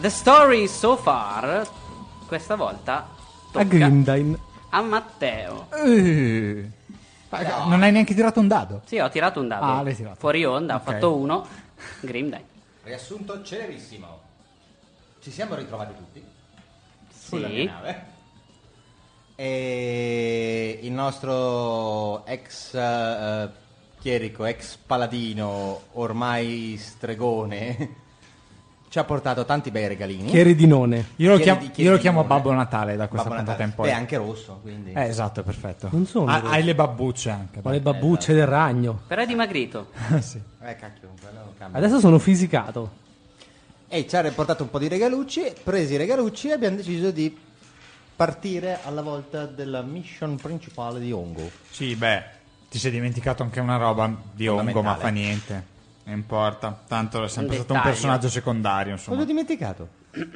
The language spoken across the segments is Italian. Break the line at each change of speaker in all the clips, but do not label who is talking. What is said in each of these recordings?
The story so far, questa volta tocca
A Grindain.
a Matteo.
Eh. Raga, Non hai neanche tirato un dado.
Sì, ho tirato un dado.
Ah, l'hai tirato.
Fuori onda,
Ok.
ho fatto uno. Grimdai.
Riassunto celerissimo. Ci siamo ritrovati tutti sulla mia
Sì.
nave. E il nostro ex eh, chierico, ex paladino, ormai stregone, ci ha portato tanti bei regalini.
Chieridinone.
Io lo,
Chiedi-
chiam-
chiedi
io lo
di
chiamo
nome.
Babbo Natale da questa
Babbo
puntata
Natale.
in poi.
Beh, anche rosso, quindi.
Eh, esatto, perfetto.
Non sono
Ha-
rosso.
hai le babbucce anche.
Eh,
Ho le babbucce
esatto.
del ragno.
Però è dimagrito.
Sì.
Eh, cacchio, quello cambia.
Adesso sono fisicato.
E ci ha portato un po' di regalucci, presi i regalucci e abbiamo deciso di partire alla volta della mission principale di Hongo.
Sì, beh, ti sei dimenticato anche una roba di Ongo, ma
Fondamentale.
fa niente. Non importa, tanto è sempre
Un
stato un
dettaglio.
personaggio secondario,
Cosa ho
insomma.
dimenticato?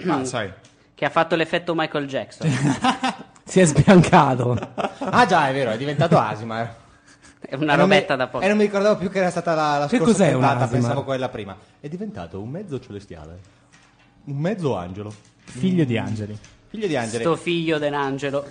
Ma sai,
Che ha fatto l'effetto Michael Jackson.
Si è sbiancato.
Ah già, è vero, è diventato Asimar.
È una
E non mi-
robetta da poco.
E non mi ricordavo più che era stata la, la
Che
scorsa
cos'è un
puntata,
Asimar?
pensavo quella prima. È diventato un mezzo celestiale, un mezzo angelo,
figlio di angeli.
figlio di angeli.
Sto figlio dell'angelo.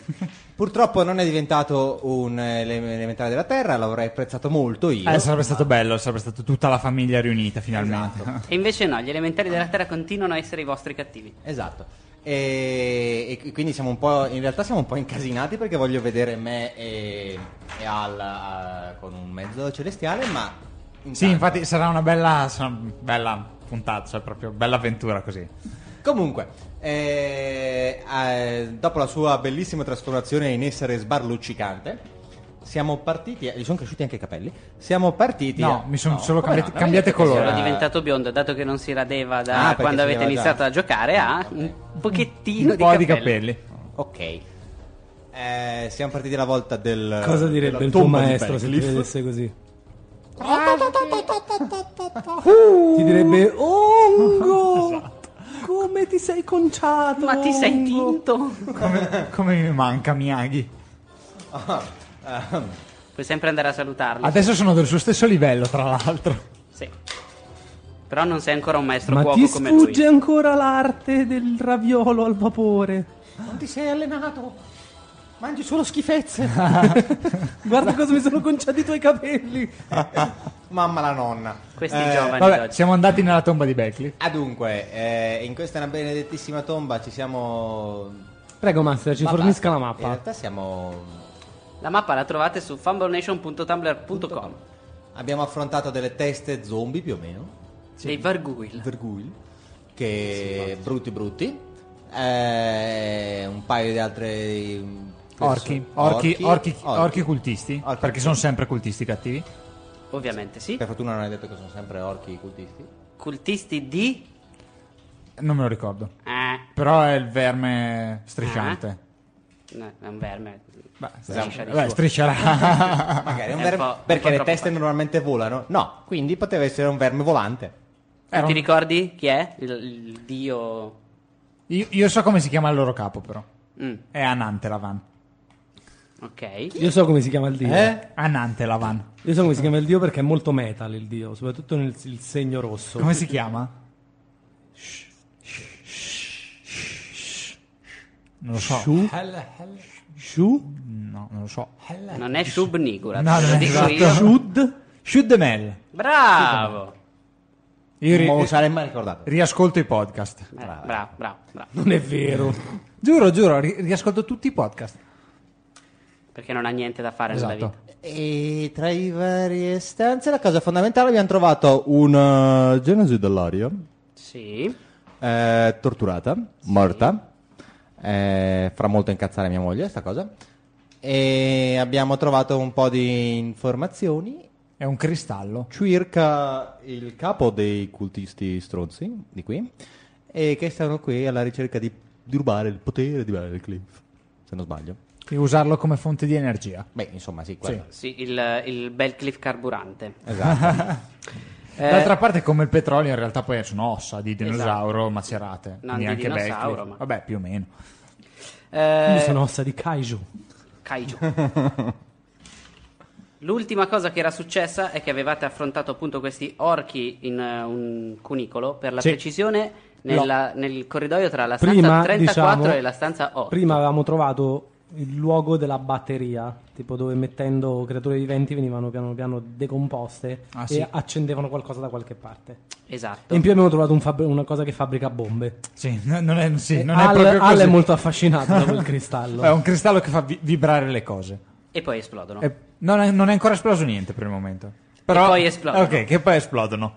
Purtroppo non è diventato un eh, ele- elementare della Terra, l'avrei apprezzato molto io.
Eh, sarebbe stato bello, sarebbe stata tutta la famiglia riunita finalmente.
E invece no, gli elementari della Terra continuano a essere i vostri cattivi.
Esatto. E, e quindi siamo un po'. In realtà siamo un po' incasinati perché voglio vedere me e, e Al a- con un mezzo celestiale, ma.
sì,
intanto-
infatti sarà una bella, sarà una bella puntata, cioè proprio bella avventura così.
Comunque, eh, eh, dopo la sua bellissima trasformazione in essere sbarluccicante, siamo partiti. eh, Gli sono cresciuti anche i capelli. Siamo partiti.
No, mi sono solo
come
cambiati- cambiate
perché
colore.
Era
si era
diventato biondo, dato che non si radeva
Ah,
da
perché
quando
si
avete
aveva già-
iniziato a giocare, ha
Ok.
un pochettino
un po'
di
di
capelli.
capelli.
Ok. Eh, siamo partiti la volta del.
Eh,
Cosa direbbe
della
il tuo
tomba di
maestro se ti
Pericles.
vedesse così? Uh! Ti direbbe Ongo! Come ti sei conciato?
Esatto. Ma ti sei
Ongo?"
tinto?
Come, come mi manca Miyagi.
Puoi sempre andare a salutarlo.
Adesso sono del suo stesso livello, tra l'altro.
Sì. Però non sei ancora un maestro
Ma
cuoco
ti
come lui.
sfugge ancora l'arte del raviolo al vapore?
Non ti sei allenato. Mangi solo schifezze.
Guarda cosa mi sono conciati i tuoi capelli!
Mamma la nonna.
Questi
Eh,
giovani
Vabbè,
d'oggi.
siamo andati nella tomba di Beckley.
Ah, dunque, eh, in questa benedettissima tomba ci siamo.
Prego, Master, ci
Ma
fornisca la
basta. In
Eh,
mappa.
realtà siamo.
La mappa la trovate su fumblenation.tumblr.com
Abbiamo affrontato delle teste zombie più o meno.
dei Varguil.
Verguil. Che brutti brutti. Eh, un paio di altre. mm,
Orchi,
perso-
orchi, orchi, orchi, cultisti,
Orchi.
perché sono sempre cultisti cattivi.
Ovviamente sì.
Per fortuna non hai detto che sono sempre orchi cultisti.
Cultisti di
Non me lo ricordo.
eh,
Però è il verme strisciante.
No, è un verme.
Beh,
Ah. Striscia di
beh,
suo.
striscerà.
Magari è un
È un
verme
po'- un po'
perché le
troppo
teste
facile.
normalmente volano. No, quindi poteva essere un verme volante.
Era
Ti
un-
ricordi chi è? Il, il dio...
io, io so come si chiama il loro capo, però.
Mm,
È Anantelavan.
ok.
Io so come si chiama il dio.
Eh?
Anantelavan.
Io so come si chiama il dio perché è molto metal il dio, soprattutto nel il segno rosso.
Come si chiama? Non lo so.
Shu? Shu?
No, non lo so.
Non è Shubnigura,
No,
te
non
lo
è
dico
esatto.
io.
Shud? Shudemel.
Bravo.
Io
non me lo
ri-
sarei mai ricordato.
riascolto i podcast.
Eh, Bravo, bravo, bravo.
Non è vero.
Giuro, giuro, ri- riascolto tutti i podcast.
Perché non ha niente da fare nella
Esatto.
vita.
E tra i varie stanze la cosa fondamentale abbiamo trovato una genesi dell'aria
Sì.
eh, torturata, morta. Eh, farà molto incazzare mia moglie sta cosa. E abbiamo trovato un po' di informazioni
È un cristallo.
circa il capo dei cultisti stronzi di qui e che stanno qui alla ricerca di, di rubare il potere di Cliff, se non sbaglio.
E usarlo come fonte di energia.
Beh, insomma, sì, quello.
Sì, il, il bel cliff carburante.
Esatto.
Eh, Esatto.
D'altra parte, come il petrolio, in realtà poi sono ossa di dinosauro macerate. quindi
di
anche
dinosauro,
Beckley.
ma-
Vabbè, più o meno.
Io
eh,
sono ossa di Kaiju.
Kaiju. L'ultima cosa che era successa è che avevate affrontato appunto questi orchi in eh, un cunicolo, per la
Sì.
precisione, nella- nel corridoio tra la stanza
Prima,
34
diciamo,
e la stanza 8.
Prima avevamo trovato il luogo della batteria, tipo dove mettendo creature viventi venivano piano piano decomposte
Ah,
e
sì.
accendevano qualcosa da qualche parte.
Esatto.
E in più abbiamo trovato un fabbric- una cosa che fabbrica bombe.
Sì, no- non è, sì,
Eh,
E
non è
Al,
proprio
Al
così.
è molto affascinato da quel cristallo.
È un cristallo che fa vi- vibrare le cose.
E poi esplodono.
E non, è, non è ancora esploso niente per il momento. Però,
poi esplodono.
Ok, che poi esplodono.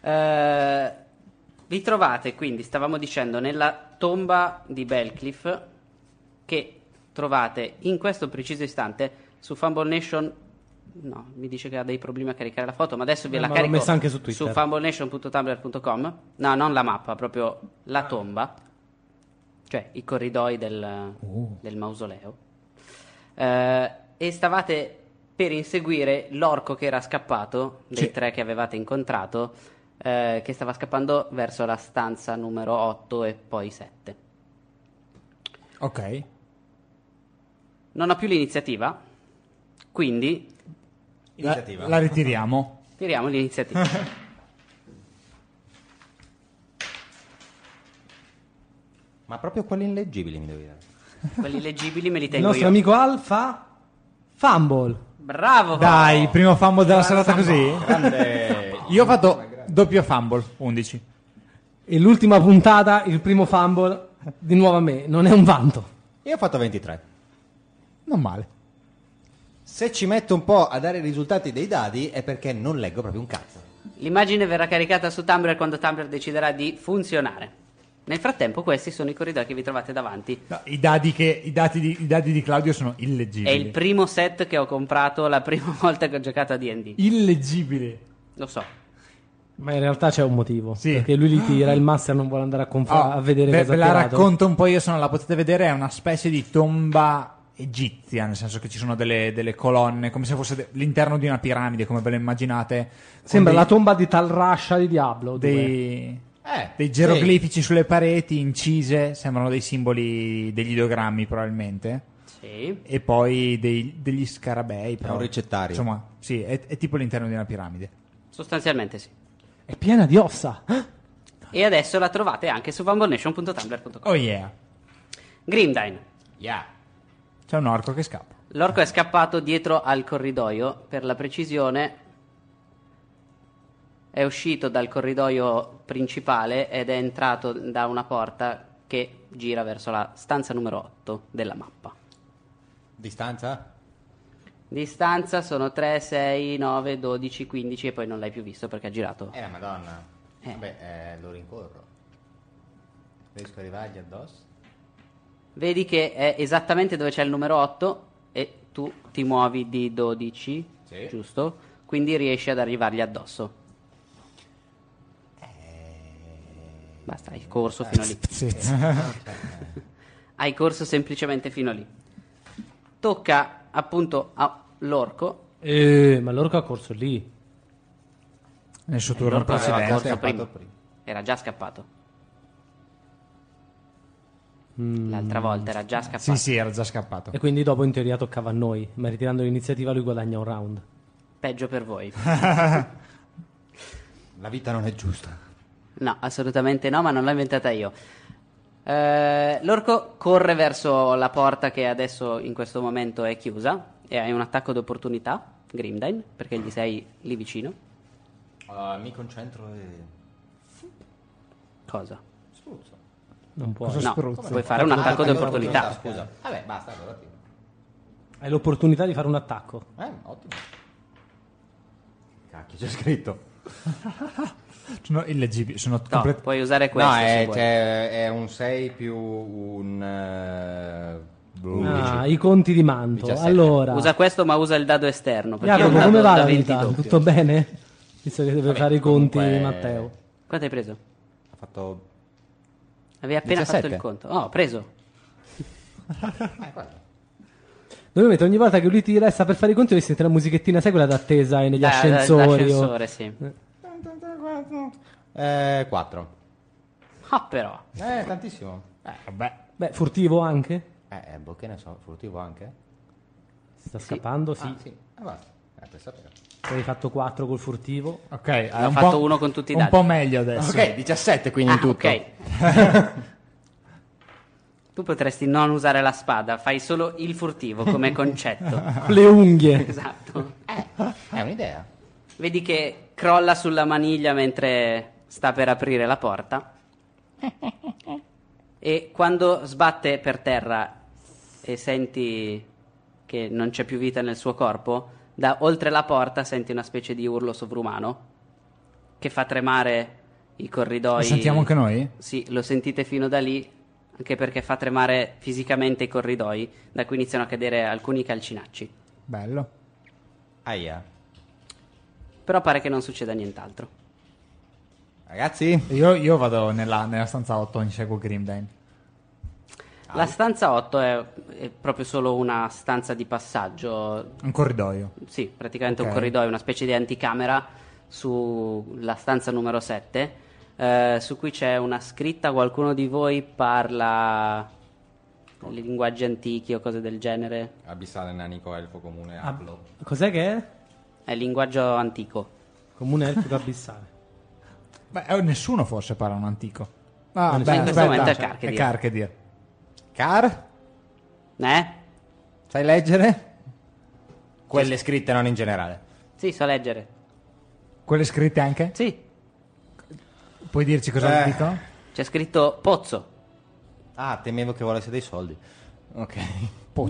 Eh, vi trovate quindi, stavamo dicendo, nella tomba di Belcliff che trovate in questo preciso istante su Fumble Nation. No, mi dice che ha dei problemi a caricare la foto, ma adesso ve
Eh,
la
ma l'ho
carico
messa anche su Twitter.
fumblenation.tumblr.com. No, non la mappa, proprio
Ah.
la tomba, cioè i corridoi del, del mausoleo. Eh, e stavate per inseguire l'orco che era scappato dei
Sì.
tre che avevate incontrato, eh, che stava scappando verso la stanza numero 8 e poi 7.
Ok.
Non ho più l'iniziativa, quindi
La, la ritiriamo.
tiriamo l'iniziativa.
Ma proprio quelli illeggibili mi devi dire.
Quelli leggibili me li
il
tengo
nostro
io.
amico Alfa Fumble.
Bravo!
Dai, primo fumble della serata così.
Grande.
Io ho fatto doppio fumble, 11.
E l'ultima puntata, il primo Fumble, di nuovo a me. Non è un vanto.
Io ho fatto 23.
Non male.
Se ci metto un po' a dare i risultati dei dadi è perché non leggo proprio un cazzo.
L'immagine verrà caricata su Tumblr quando Tumblr deciderà di funzionare. Nel frattempo questi sono i corridoi che vi trovate davanti.
No, i, dadi che, i, dati di, i dadi di Claudio sono
È
illeggibili.
il primo set che ho comprato la prima volta che ho giocato a D&D.
illeggibili.
Lo so.
Ma in realtà c'è un motivo.
Sì.
Perché lui li tira, il master non vuole andare a, conf-
Oh,
a vedere
ve,
cosa
ve
ha
la
tirato.
racconto un po' io se non la potete vedere è una specie di tomba egizia nel senso che ci sono delle, delle colonne come se fosse de- l'interno di una piramide come ve lo immaginate con
Sembra
dei-
la tomba di Tal Rasha di Diablo. due.
dei,
Eh,
dei geroglifici sulle pareti incise sembrano dei simboli degli ideogrammi probabilmente
Sì.
e poi dei- degli scarabei però.
un ricettario.
insomma sì è, è tipo l'interno di una piramide
Sostanzialmente sì.
È piena di ossa.
E adesso la trovate anche su fumblenation.tumblr.com.
oh yeah
Grimdine.
Yeah.
c'è un orco che scappa
L'orco è scappato dietro al corridoio, per la precisione è uscito dal corridoio principale ed è entrato da una porta che gira verso la stanza numero 8 della mappa.
Distanza?
Distanza sono 3, 6, 9, 12, 15 e poi non l'hai più visto perché ha girato.
Eh la madonna.
Eh.
Vabbè, eh, lo rincorro. Riesco a arrivargli addosso?
Vedi che è esattamente dove c'è il numero 8 e tu ti muovi di 12,
Sì.
giusto?
Eh,
Quindi riesci ad arrivargli addosso. Basta, hai corso fino lì. hai corso semplicemente fino lì. Tocca appunto all'orco.
Eh, ma l'orco ha corso lì.
Nel suo turno
L'orco aveva
precedente.
corso
scappato
prima.
prima.
Era già scappato. L'altra volta era già scappato.
Mm. Sì, sì, era già scappato.
E quindi dopo in teoria toccava a noi, ma ritirando l'iniziativa lui guadagna un round.
Peggio per voi.
La vita non è giusta.
No, assolutamente no, ma non l'ho inventata io. Eh, l'orco corre verso la porta che adesso in questo momento è chiusa e hai un attacco d'opportunità, Grimdine, perché gli sei lì vicino.
Ah, mi concentro e.
Cosa?
Spruzzo.
Non può.
Cosa-
No,
spruzzo.
puoi fare un attacco d'opportunità.
Scusa. Vabbè, basta, allora ti.
Hai l'opportunità di fare un attacco.
Eh, ottimo. Cacchio, c'è scritto.
Sono illegibili, sono
No,
complet-
puoi usare questo
no, eh, cioè,
se
è,
vuoi.
c'è- è un 6 più un. eh,
Ah,
11.
i conti di manto.
17.
Allora,
Usa questo, ma usa il dado esterno. perché è un
Jacopo,
dado
come va
da
la
20
vita?
doppio.
Tutto bene? Visto che deve
Vabbè,
fare i conti
comunque-
Matteo.
Quanto hai preso?
Ha fatto.
Avevi appena
17.
fatto il conto. Oh, ho preso.
Eh,
Dovete ogni volta che lui tira e sta per fare i conti, devi sentire la musichettina, sai quella d'attesa eh, negli
Da- da-
ascensori. o-
l'ascensore, sì.
Mm, Eh, 4.
Ah, però.
Eh, tantissimo. Eh, vabbè.
Beh, furtivo anche?
Eh, boh, che ne so, furtivo anche?
Si sta scappando, sì.
Ah, sì. Eh, basta. Eh, per sapere.
Hai fatto 4 col furtivo.
Ok, è
L'ho
un
fatto
po'-
uno con tutti i
Un
dadi.
po' meglio adesso.
Ok, 17 quindi
Ah,
in tutto.
ok. tu potresti non usare la spada, fai solo il furtivo come concetto.
Con Le unghie.
esatto.
Eh, È un'idea.
Vedi che crolla sulla maniglia mentre sta per aprire la porta. E quando sbatte per terra e senti che non c'è più vita nel suo corpo, da oltre la porta senti una specie di urlo sovrumano che fa tremare i corridoi.
Lo sentiamo anche noi?
Sì, lo sentite fino da lì, anche perché fa tremare fisicamente i corridoi, da cui iniziano a cadere alcuni calcinacci.
Bello.
Aia.
Però pare che non succeda nient'altro.
Ragazzi,
Io, io vado nella, nella stanza 8 e inseguo Grimdine.
La stanza 8 è, è proprio solo una stanza di passaggio,
Un corridoio.
sì, praticamente
Ok.
un corridoio, una specie di anticamera sulla stanza numero 7, eh, su cui c'è una scritta, qualcuno di voi parla linguaggi antichi o cose del genere?
abissale nanico elfo comune
Ah,
Aplo.
Cos'è che è?
È linguaggio antico.
Comune elfico abissale.
Beh, eh, nessuno forse parla un antico. Ah,
in questo momento è
Carchedir.
Carchedir.
Car?
Eh?
Sai leggere? Quelle scritte non in generale.
Sì, so leggere.
Quelle scritte anche?
Sì,
Puoi dirci cosa
Eh.
dicono?
c'è scritto pozzo.
Ah, temevo che volesse dei soldi. Ok. Oh.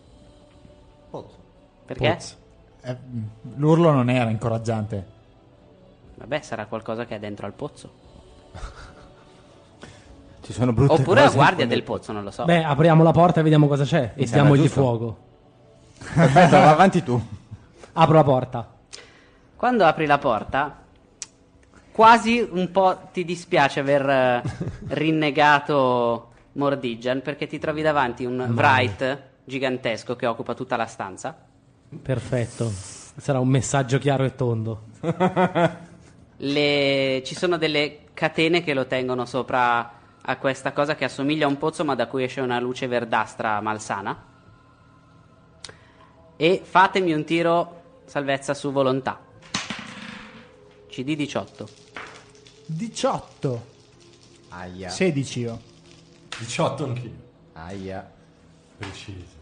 No, pozzo. Perché?
Pozzo. Eh, l'urlo non era incoraggiante.
Vabbè, sarà qualcosa che è dentro al pozzo.
Ci sono brutte
Oppure la
cose in
guardia
fondo-
del pozzo, non lo so.
Beh, apriamo la porta e vediamo cosa c'è. E
Mi sembra
diamogli
giusto.
fuoco.
Perfetto, va avanti tu.
Apro la porta.
Quando apri la porta, quasi un po' ti dispiace aver eh, rinnegato Mordigian perché ti trovi davanti un Wright gigantesco che occupa tutta la stanza.
Perfetto. Sarà un messaggio chiaro e tondo.
Le- Ci sono delle catene che lo tengono sopra a questa cosa che assomiglia a un pozzo ma da cui esce una luce verdastra malsana. E fatemi un tiro salvezza su volontà. CD 18.
18.
Aia.
16 io.
18 anch'io.
Aia.
Preciso.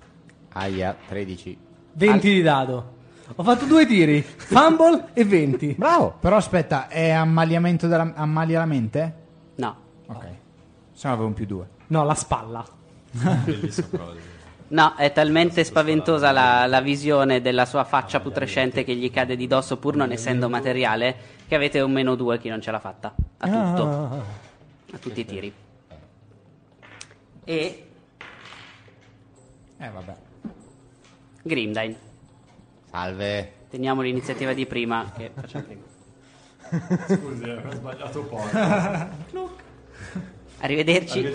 Aia, 13.
20 di dado. Ho fatto due tiri. Fumble e 20.
Bravo. Però aspetta, è ammaliamento della, ammalia la mente?
No,
Ok. Se no avevo un più 2.
No, la spalla.
Bellissima cosa.
No, è talmente spaventosa la, la visione della sua faccia putrescente che gli cade di dosso pur non essendo materiale che avete un meno 2 chi non ce l'ha fatta. A tutto. A tutti i tiri. E
Eh vabbè.
Grimdine.
Salve.
Teniamo l'iniziativa di prima che facciamo prima.
Scusi, eh, ho sbagliato porta.
Arrivederci.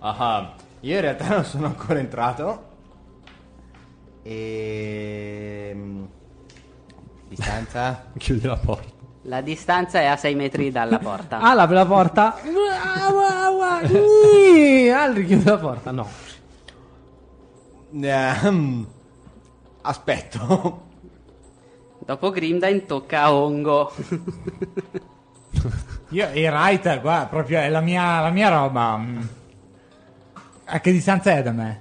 Ah, io in realtà non sono ancora entrato. E... Ehm, Distanza?
Chiudi la porta.
La distanza è a 6 metri dalla porta.
Alla per la porta. Alri chiude la porta. No.
Ehm, Aspetto.
Dopo Grimdain tocca a Ongo.
Io, il writer, qua, proprio è la mia, la mia roba. mm. A che distanza è da me?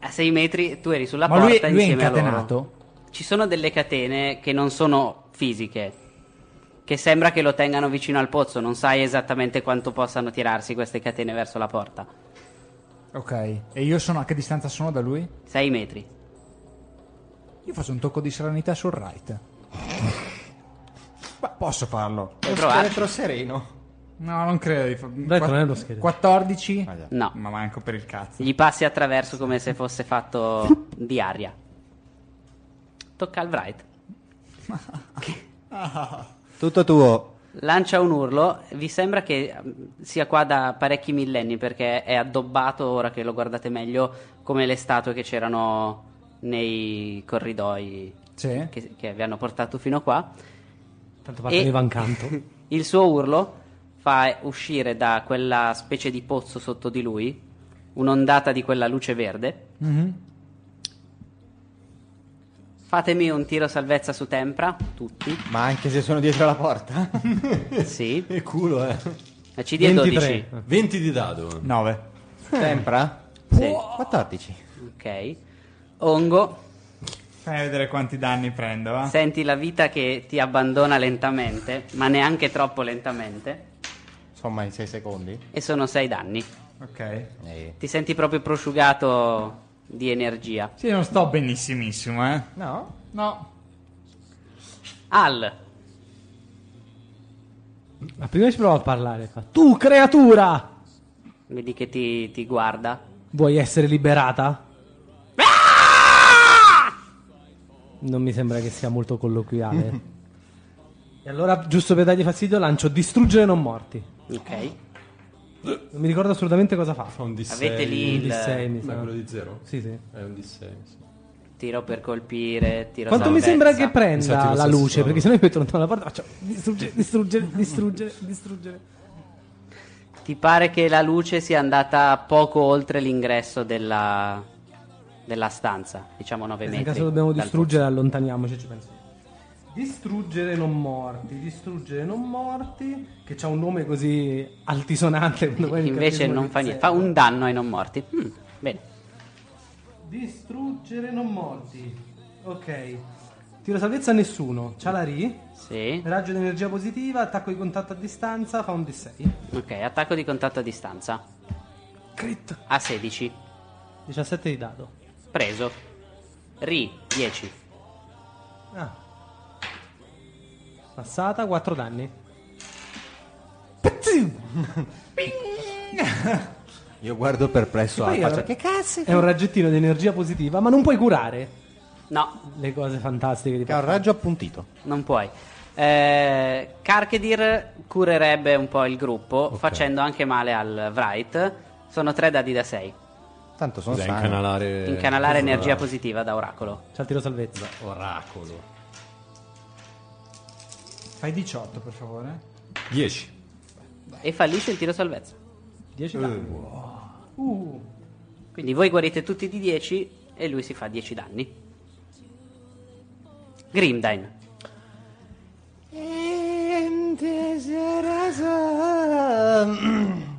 A 6 metri tu eri sulla
Ma lui,
porta
lui è
insieme a loro.
incatenato?
Ci sono delle catene che non sono fisiche. Che sembra che lo tengano vicino al pozzo. Non sai esattamente quanto possano tirarsi queste catene verso la porta.
Ok. E io sono a che distanza sono da lui?
6 metri.
Io faccio un tocco di serenità sul right. Ma posso farlo?
Puoi
Uno
provare?
scheletro sereno.
No, non credo. di fa-
Beh, non è lo scherzo.
14?
Ah, già.
No.
Ma manco per il cazzo.
Gli passi attraverso come se fosse fatto di aria. Tocca al Wright.
Tutto tuo.
Lancia un urlo, vi sembra che mm, sia qua da parecchi millenni perché è addobbato, ora che lo guardate meglio, come le statue che c'erano nei corridoi
Sì.
che, che vi hanno portato fino qua.
Tanto parteneva incanto.
Il suo urlo fa uscire da quella specie di pozzo sotto di lui un'ondata di quella luce verde. Fatemi un tiro salvezza su tempra, tutti.
Ma anche se sono dietro la porta?
Sì.
Che culo, eh.
La CD è 12.
23.
20 di dado.
9.
Tempra?
Sì.
14.
Ok. Ongo,
Fai vedere quanti danni prendo, eh? va?
senti la vita che ti abbandona lentamente, ma neanche troppo lentamente,
Insomma, in 6 secondi.
e sono 6 danni.
Ok.
Eh,
Ti senti proprio prosciugato di energia.
Sì, non sto benissimissimo, eh.
No?
No.
Al,
Ma prima ci provo a parlare. fa, tu, creatura,
vedi che ti, ti guarda.
vuoi essere liberata? Non mi sembra che sia molto colloquiale. e allora, giusto per dargli fastidio, lancio distruggere non morti.
Ok.
Non mi ricordo assolutamente cosa fa.
Fa un D6.
Avete lì
Un
il
D6, mi
Ma è
sa.
quello di zero?
Sì, sì.
È un D6. sì.
Tiro per colpire, tiro
Quanto mi
salvezza.
sembra che
Infatti
prenda
lo
la
stesso
luce?
sono.
Perché se no io metto lontano la porta faccio distruggere, distruggere, distruggere, distruggere.
Ti pare che la luce sia andata poco oltre l'ingresso della, della stanza, diciamo 9 metri.
Nel caso dobbiamo
dal
distruggere, allontaniamoci, ci penso. Distruggere non morti, distruggere non morti, che c'ha un nome così altisonante. quando poi il
Invece
catechismo
non fa
dice-
niente, fa un danno ai non morti. Mm, bene.
Distruggere non morti. Ok. Tiro salvezza a nessuno. C'ha la ri.
Sì.
Raggio di energia positiva, attacco di contatto a distanza, fa un D6.
Ok, attacco di contatto a distanza.
Crit.
A 16.
17 di dado.
Preso. Ri 10.
Ah. Passata, 4 danni.
Io guardo perplesso cioè, la
Poi
faccia.
allora-
Che cazzo?
È un raggettino di energia positiva, ma non puoi curare
No,
le cose fantastiche di
Che ha un raggio appuntito.
non puoi. Eh, Karkedir curerebbe un po' il gruppo, facendo anche male al Wright. Sono 3 dadi da 6.
Tanto sono
Bisogna
sano.
incanalare...
Incanalare energia
Oracolo.
positiva da oracolo.
C'ha il tiro salvezza.
oh.
Oracolo.
Fai 18, per favore.
10.
E fallisce il tiro salvezza. Eh.
10 danni. Uh.
Quindi voi guarite tutti di 10 e lui si fa 10 danni. Grimdain.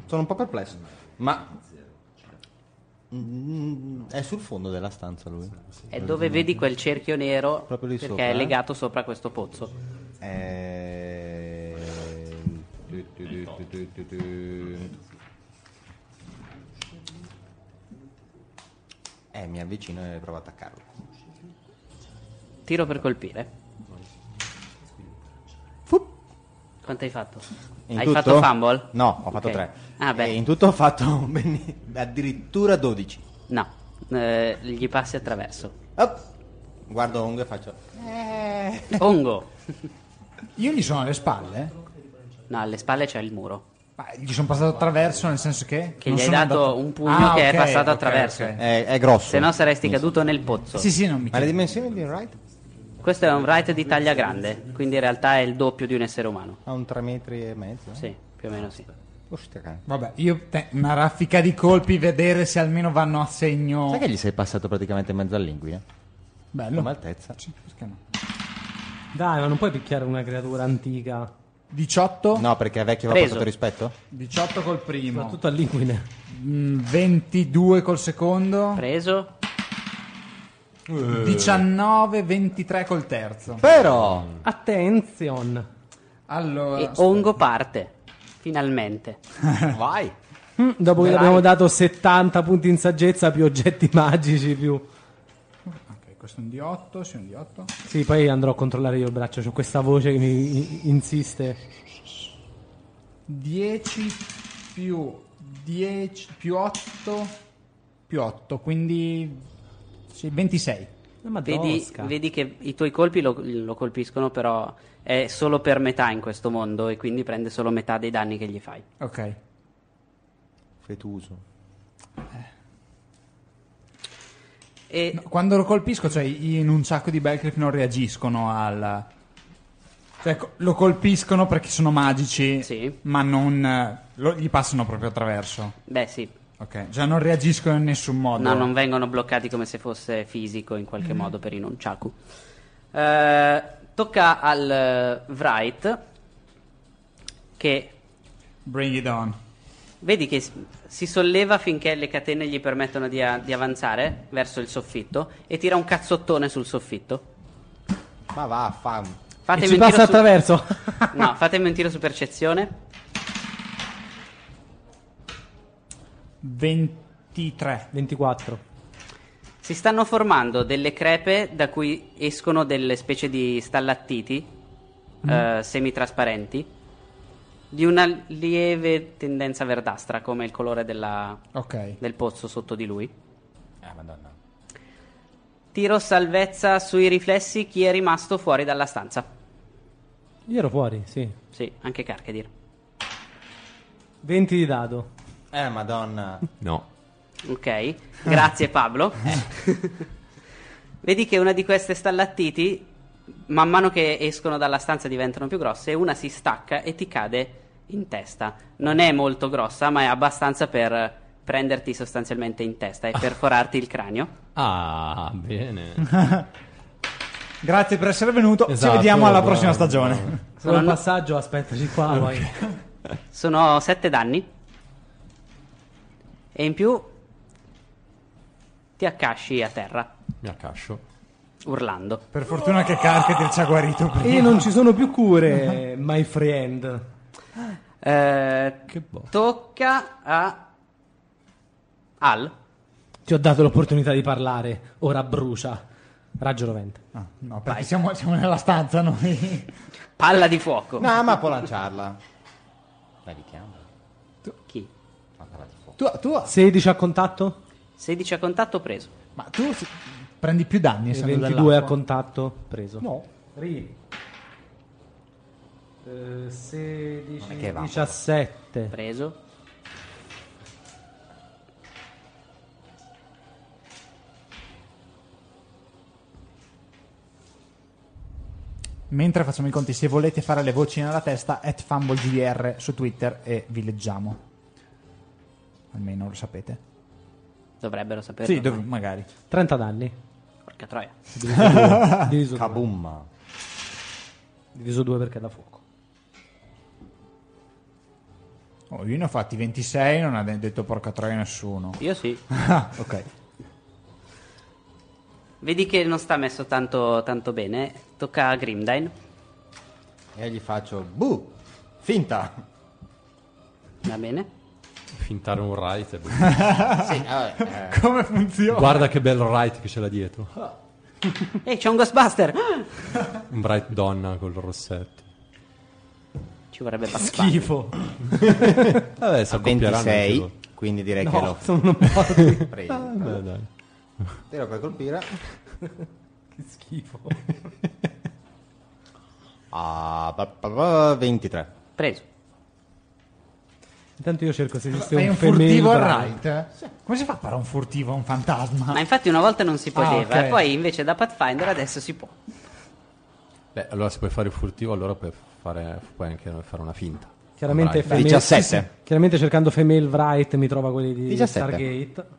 Sono un po' perplesso. Ma. Mm, È sul fondo della stanza lui.
È dove vedi quel cerchio nero
Proprio lì
perché
sopra,
è
eh?
legato sopra questo pozzo.
Ehm, du- du- du- du- du- du- du. Eh, mi avvicino e provo ad attaccarlo.
Tiro per colpire. Quanto hai fatto?
In
hai
tutto-
fatto fumble?
No, ho fatto
Ok.
tre.
Ah, beh,
E in tutto ho fatto ben- addirittura 12.
no, Eh, gli passi attraverso.
Op. Guardo Ong e faccio.
Ongo.
Io gli sono alle spalle.
No, alle spalle c'è il muro.
Ma gli sono passato attraverso nel senso che...
Che
non
gli hai
sono
dato
andato- Ah,
un pugno che è
ok,
passato
ok,
attraverso.
ok.
È, è grosso.
Se no saresti caduto nel pozzo.
Sì, sì, non mi
Ma le
chiedo.
dimensioni di un Wright?
Questo è un right di taglia grande, quindi in realtà è il doppio di un essere umano.
Ha un 3 metri e mezzo?
Sì, più o meno sì.
Ostia, cane.
Vabbè, io te- una raffica di colpi, vedere se almeno vanno a segno.
Sai che gli sei passato praticamente in mezzo eh? all'inguine?
Bello.
Come altezza.
Sì, perché no?
Dai, ma non puoi picchiare una creatura antica,
18,
No, perché è vecchio e va
Preso.
passato rispetto?
18 col primo,
soprattutto all'inguine.
mm, 22 col secondo,
Preso.
19, 23 col terzo.
Però!
Attenzione.
Allora,
E Ongo parte. Finalmente.
Vai!
Mm, dopo che gli abbiamo dato 70 punti in saggezza più oggetti magici più...
ok, questo è un di 8, sì, un di 8.
Sì, poi andrò a controllare io il braccio, c'ho questa voce che mi i- insiste.
10 più 10 più 8 più 8, quindi sì, 26.
Ma
Vedi, vedi che i tuoi colpi lo, lo colpiscono, però è solo per metà in questo mondo e quindi prende solo metà dei danni che gli fai.
Ok.
Fetuso.
E
No, quando lo colpisco, cioè in un sacco di Belcrip non reagiscono al. Cioè, co- lo colpiscono perché sono magici,
Sì.
ma non. lo- gli passano proprio attraverso.
beh, sì,
Ok, cioè non reagiscono in nessun modo.
no, non vengono bloccati come se fosse fisico in
Mm.
qualche modo per i nunchaku. Eh, tocca al eh, Wright che
Bring it on.
Vedi che s- si solleva finché le catene gli permettono di, a- di avanzare verso il soffitto e tira un cazzottone sul soffitto.
Ma va, fam.
E
Fatemi
ci
un tiro
passa
su-
attraverso.
No, fatemi un tiro su percezione.
23.
24.
Si stanno formando delle crepe da cui escono delle specie di stallattiti eh, semitrasparenti di una lieve tendenza verdastra come il colore della-
Ok.
del pozzo sotto di lui.
Ah, madonna.
Tiro salvezza sui riflessi chi è rimasto fuori dalla stanza.
Io ero fuori, sì.
Sì, anche Carcadir.
20 di dado.
Eh, madonna.
No.
Ok, grazie Pablo. Vedi che una di queste stallattiti, man mano che escono dalla stanza diventano più grosse, una si stacca e ti cade in testa. Non è molto grossa, ma è abbastanza per prenderti sostanzialmente in testa e perforarti il cranio.
Ah, bene.
Grazie per essere venuto.
Esatto,
Ci vediamo alla
bravo.
prossima stagione.
Solo il
Sono-
passaggio, aspettaci qua. poi.
Sono sette danni. E in più ti accasci a terra,
Mi accascio.
urlando.
Per fortuna che Carcadir ci ha guarito prima.
E non ci sono più cure, my friend.
Eh,
boh.
tocca a Al.
Ti ho dato l'opportunità di parlare, ora brucia. Raggio rovente.
Ah, no, perché siamo, siamo nella stanza noi.
Palla di fuoco.
No, ma può lanciarla. La richiamo.
Chi?
Tu, tu,
16 a contatto?
16 a contatto preso.
ma tu si- prendi più danni
E
essendo
22 a
dall'acqua.
contatto preso.
No.
Ri. Eh, 16
che va.
17
Preso.
Mentre facciamo i conti, se volete fare le voci nella testa, at fumblegdr su Twitter e vi leggiamo. Almeno lo sapete.
Dovrebbero saperlo.
Sì, dov- magari.
30 danni
Porca troia.
diviso 2
Kabumma.
perché è da fuoco
Oh, io ne ho fatti 26, non ha de- detto porca troia nessuno.
Io sì.
Ah, ok.
Vedi che non sta messo tanto, tanto bene. Tocca a Grimdine.
E gli faccio bu. Finta.
Va bene.
Fintare un right. è bello.
Sì, vabbè, eh.
Come funziona?
Guarda che bello right che c'è là dietro.
Ehi, c'è un Ghostbuster.
Un bright donna col rossetto.
Ci vorrebbe passare.
schifo
Vabbè, si accoppieranno anche
26.
loro.
Quindi direi che lo
sono morti
prendo.
Vabbè, dai.
Tiro per colpire.
che schifo
Ah, ba- ba- ba- 23.
Preso.
Intanto io cerco se esiste
Fai un
femminile.
furtivo al right? eh? Come si fa a fare un furtivo a un fantasma?
Ma infatti una volta non si
Ah,
poteva,
ok.
e poi invece da Pathfinder adesso si può.
Beh, allora se puoi fare il furtivo, allora puoi, fare, puoi anche fare una finta.
Chiaramente,
Un
female-
17.
sì, sì. Chiaramente cercando female right mi trova quelli di
17.
Stargate.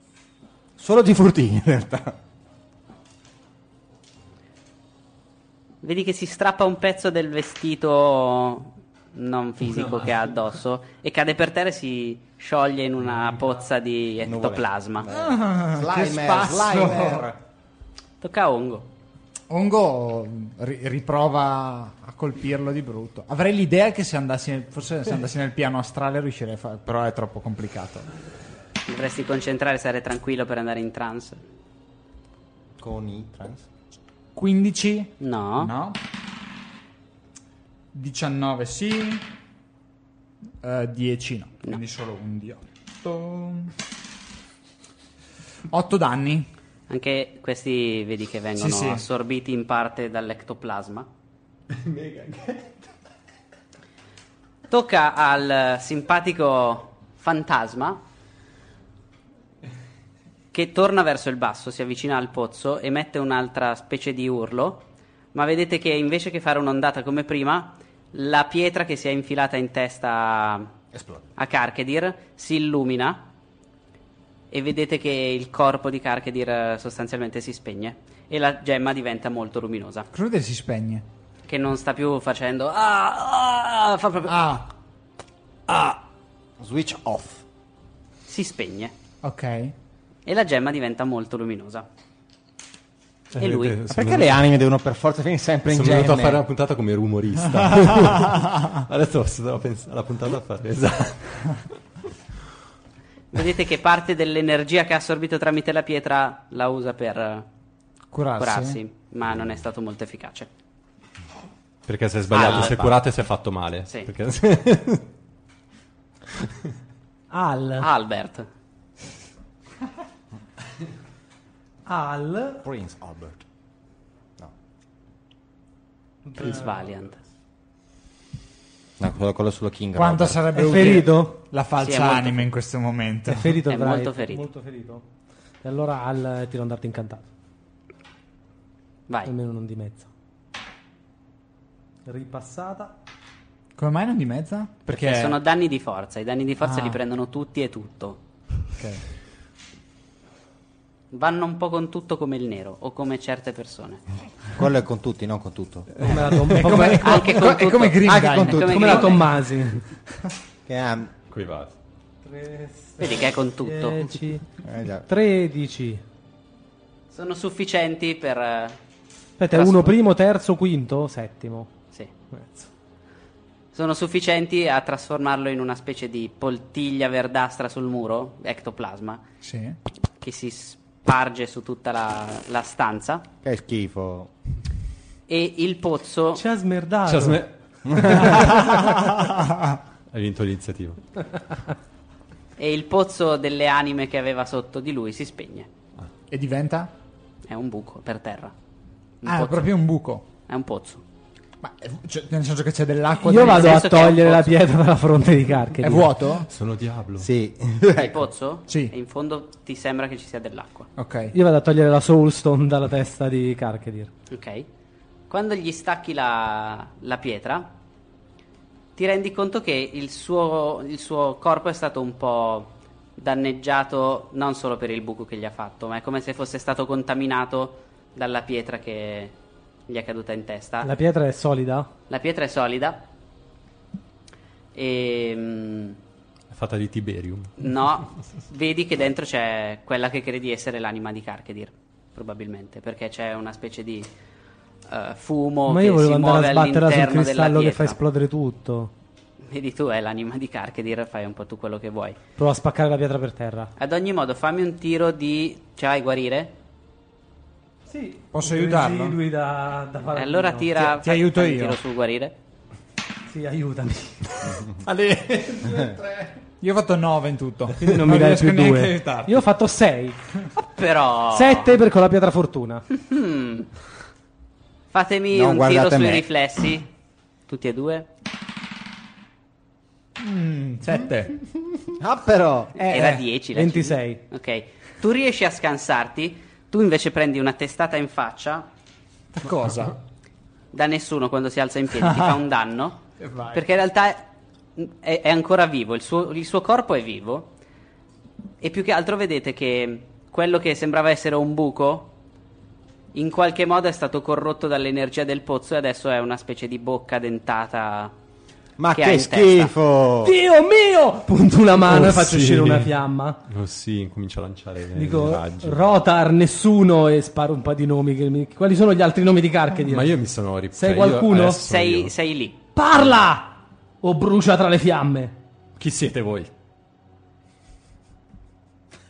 Solo di furtini in realtà.
Vedi che si strappa un pezzo del vestito non fisico che ha addosso e cade per terra e si scioglie in una pozza di ectoplasma.
Ah,
Ah, Slimer, Slimer.
Tocca a Ongo.
Ongo ri- riprova a colpirlo di brutto. Avrei l'idea che se andassi nel, forse se andassi nel piano astrale riuscirei a fare, però è troppo complicato.
Dovresti concentrare e stare tranquillo per andare in trance.
Con i trans.
15?
No.
No. 19 sì. Eh, 10 no. Quindi solo un di 8. 8 danni.
Anche questi vedi che vengono
Sì, sì.
assorbiti in parte dall'ectoplasma. Tocca al simpatico fantasma che torna verso il basso, si avvicina al pozzo e mette un'altra specie di urlo, ma vedete che invece che fare un'ondata come prima, la pietra che si è infilata in testa
Esplode.
a Karkedir si illumina e vedete che il corpo di Karkedir eh, sostanzialmente si spegne e la gemma diventa molto luminosa
Cosa vuol dire si spegne?
che non sta più facendo ah, ah, fa proprio-
Ah,
Switch off.
si spegne
ok.
e la gemma diventa molto luminosa e lui
Ma perché le anime devono per forza finire sempre in
Sono venuto a fare una
gemme?
puntata come rumorista. Adesso stavo pensando alla puntata a fare. Esatto.
vedete che parte dell'energia che ha assorbito tramite la pietra la usa per eh,
Curarsi.
curarsi ma non è stato molto efficace
Perché si è sbagliato,
Ah,
si è
va.
curato e si è fatto male.
Sì.
Perché-
Al.
Albert
Al
Prince Albert.
Prince Valiant
No, quello, quello sullo King
Quanto
Robert.
sarebbe
È
utile
ferito?
la falsa
Sì, è molto
anima in questo momento?
È ferito
È
il
molto
right,
ferito.
molto ferito. E allora Al eh, tiro un dardo incantato.
vai
Almeno non di mezzo.
ripassata.
Come mai non di mezza? Perché,
sono danni di forza i danni di forza
Ah.
li prendono tutti e tutto
ok.
vanno un po' con tutto come il nero o come certe persone.
Quello è con tutti, non con tutto.
Come la, Tom-
È come,
Anche con
è
tutto.
come Green
Anche
Guy.
con tutto.
Come
come la
Green-
Tommasi.
Che ha-
Qui va.
Vedi che è con tutto.
10,
eh già.
13.
Sono sufficienti per... eh,
Aspetta,
Trasform-
uno primo, terzo, quinto, settimo.
sì.
Mezzo.
Sono sufficienti a trasformarlo in una specie di poltiglia verdastra sul muro, ectoplasma,
Sì.
che si sparge su tutta la, la stanza.
Che schifo.
E il pozzo...
Ci ha smerdato.
Cioè, sm- Hai vinto l'iniziativa.
Eh.
E il pozzo delle anime che aveva sotto di lui si spegne.
E diventa?
È un buco per terra. Un
Ah, è
pozzo.
proprio un buco.
È un pozzo.
Ma è vu- cioè, nel senso che c'è dell'acqua.
Io
dentro.
vado a
senso che è un
togliere la
pozzo.
pietra dalla fronte di Carche.
È vuoto?
Sono Diablo.
Sì.
Il pozzo?
Ecco. Sì.
E in fondo ti sembra che ci sia dell'acqua.
Ok.
Io vado a togliere la Soulstone dalla testa di Carchedir.
Ok. Quando gli stacchi la, la pietra, ti rendi conto che il suo, il suo corpo è stato un po' danneggiato non solo per il buco che gli ha fatto, ma è come se fosse stato contaminato dalla pietra che gli è caduta in testa.
La pietra è solida?
La pietra è solida. E mm,
È fatta di Tiberium.
no, vedi che dentro c'è quella che credi essere l'anima di Karkedir, probabilmente, perché c'è una specie di eh, fumo
Ma
che
io volevo
si muove
andare a sbatterla sul
all'interno della
cristallo
pietra.
che fa esplodere tutto.
Vedi tu, è l'anima di Karkedir, fai un po' tu quello che vuoi.
Provo a spaccare la pietra per terra.
Ad ogni modo, fammi un tiro di... ce l'hai guarire?
Sì,
Posso
i
aiutarlo?
residui da, da fare.
E allora tira...
ti
fai-
aiuto
fai un
io.
tiro su guarire.
Sì, aiutami.
Io ho fatto 9 in tutto.
Quindi non, mi dai
riesco
più
neanche a
due.
aiutarti.
Io ho fatto 6.
Però...
7 per con la pietra fortuna.
Fatemi un tiro
Non guardate
sui
me.
riflessi. Tutti e due.
7.
Ah, però.
Eh,
Era 10 la
26.
cifra. Ok. Tu riesci a scansarti, tu invece prendi una testata in faccia
Eh, Cosa?
da nessuno quando si alza in piedi, ti fa un danno. Perché in realtà è, è ancora vivo, il suo, il suo corpo è vivo. E più che altro vedete che quello che sembrava essere un buco, in qualche modo è stato corrotto dall'energia del pozzo e adesso è una specie di bocca dentata.
Ma
che
che,
ha in
schifo!
Dio mio! Punto una mano
Oh,
e faccio
sì.
uscire una fiamma.
Oh sì, incomincia a lanciare i
Dico
raggi.
Rotar, nessuno e sparo un po' di nomi. che mi- Quali sono gli altri nomi di Carchedi?
Ma io mi sono ripreso.
Sei qualcuno?
Sei, sei lì.
Parla! O brucia tra le fiamme.
Chi siete voi?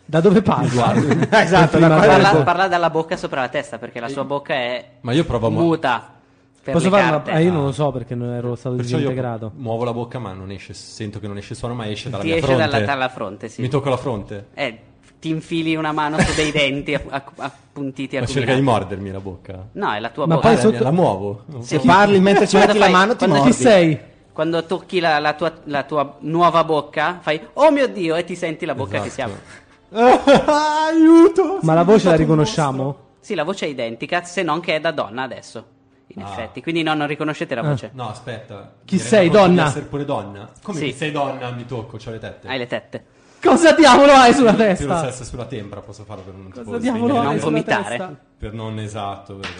Da dove parla?
esatto, da
Eh,
quale-
Parla, parla dalla bocca sopra la testa perché la sua bocca è
ecco. Ma io provo a muovere.
muta. Per
Posso
le
fare una.
carte.
eh, io non lo so perché non ero stato
Perciò io
disintegrato.
muovo la bocca, ma non esce. Sento che non esce il suono, ma esce dalla
Ti
mia
esce
fronte.
dalla, dalla fronte, sì.
Mi tocco la fronte.
Eh, ti infili una mano su dei denti a- a- appuntiti a
Ma cerca di mordermi la bocca.
No, è la tua
Ma
bocca.
poi
La-
sotto-
La muovo.
Sì.
Se parli mentre ci
Quando
metti la
fai-
mano ti
quando-
mordi.
Chi sei?
Quando tocchi la, la tua, la tua nuova bocca, fai oh mio dio, e ti senti la bocca che si
Esatto.
apre.
Aiuto!
Ma la voce la riconosciamo?
Sì, la voce è identica, se non che è da donna adesso. In
Ah.
effetti, quindi no, non riconoscete la voce.
No, aspetta.
Chi
Mi rendo
sei,
conto
donna?
Di essere pure donna. Come
Sì.
chi sei donna? Mi tocco, c'ho le tette.
Hai le tette.
Cosa diavolo hai sulla
Tiro
testa?
sesso sulla tempra, posso farlo per non
Cosa
tipo,
diavolo
svegliare-
hai
non
sulla
vomitare.
testa?
Per non esatto, perché...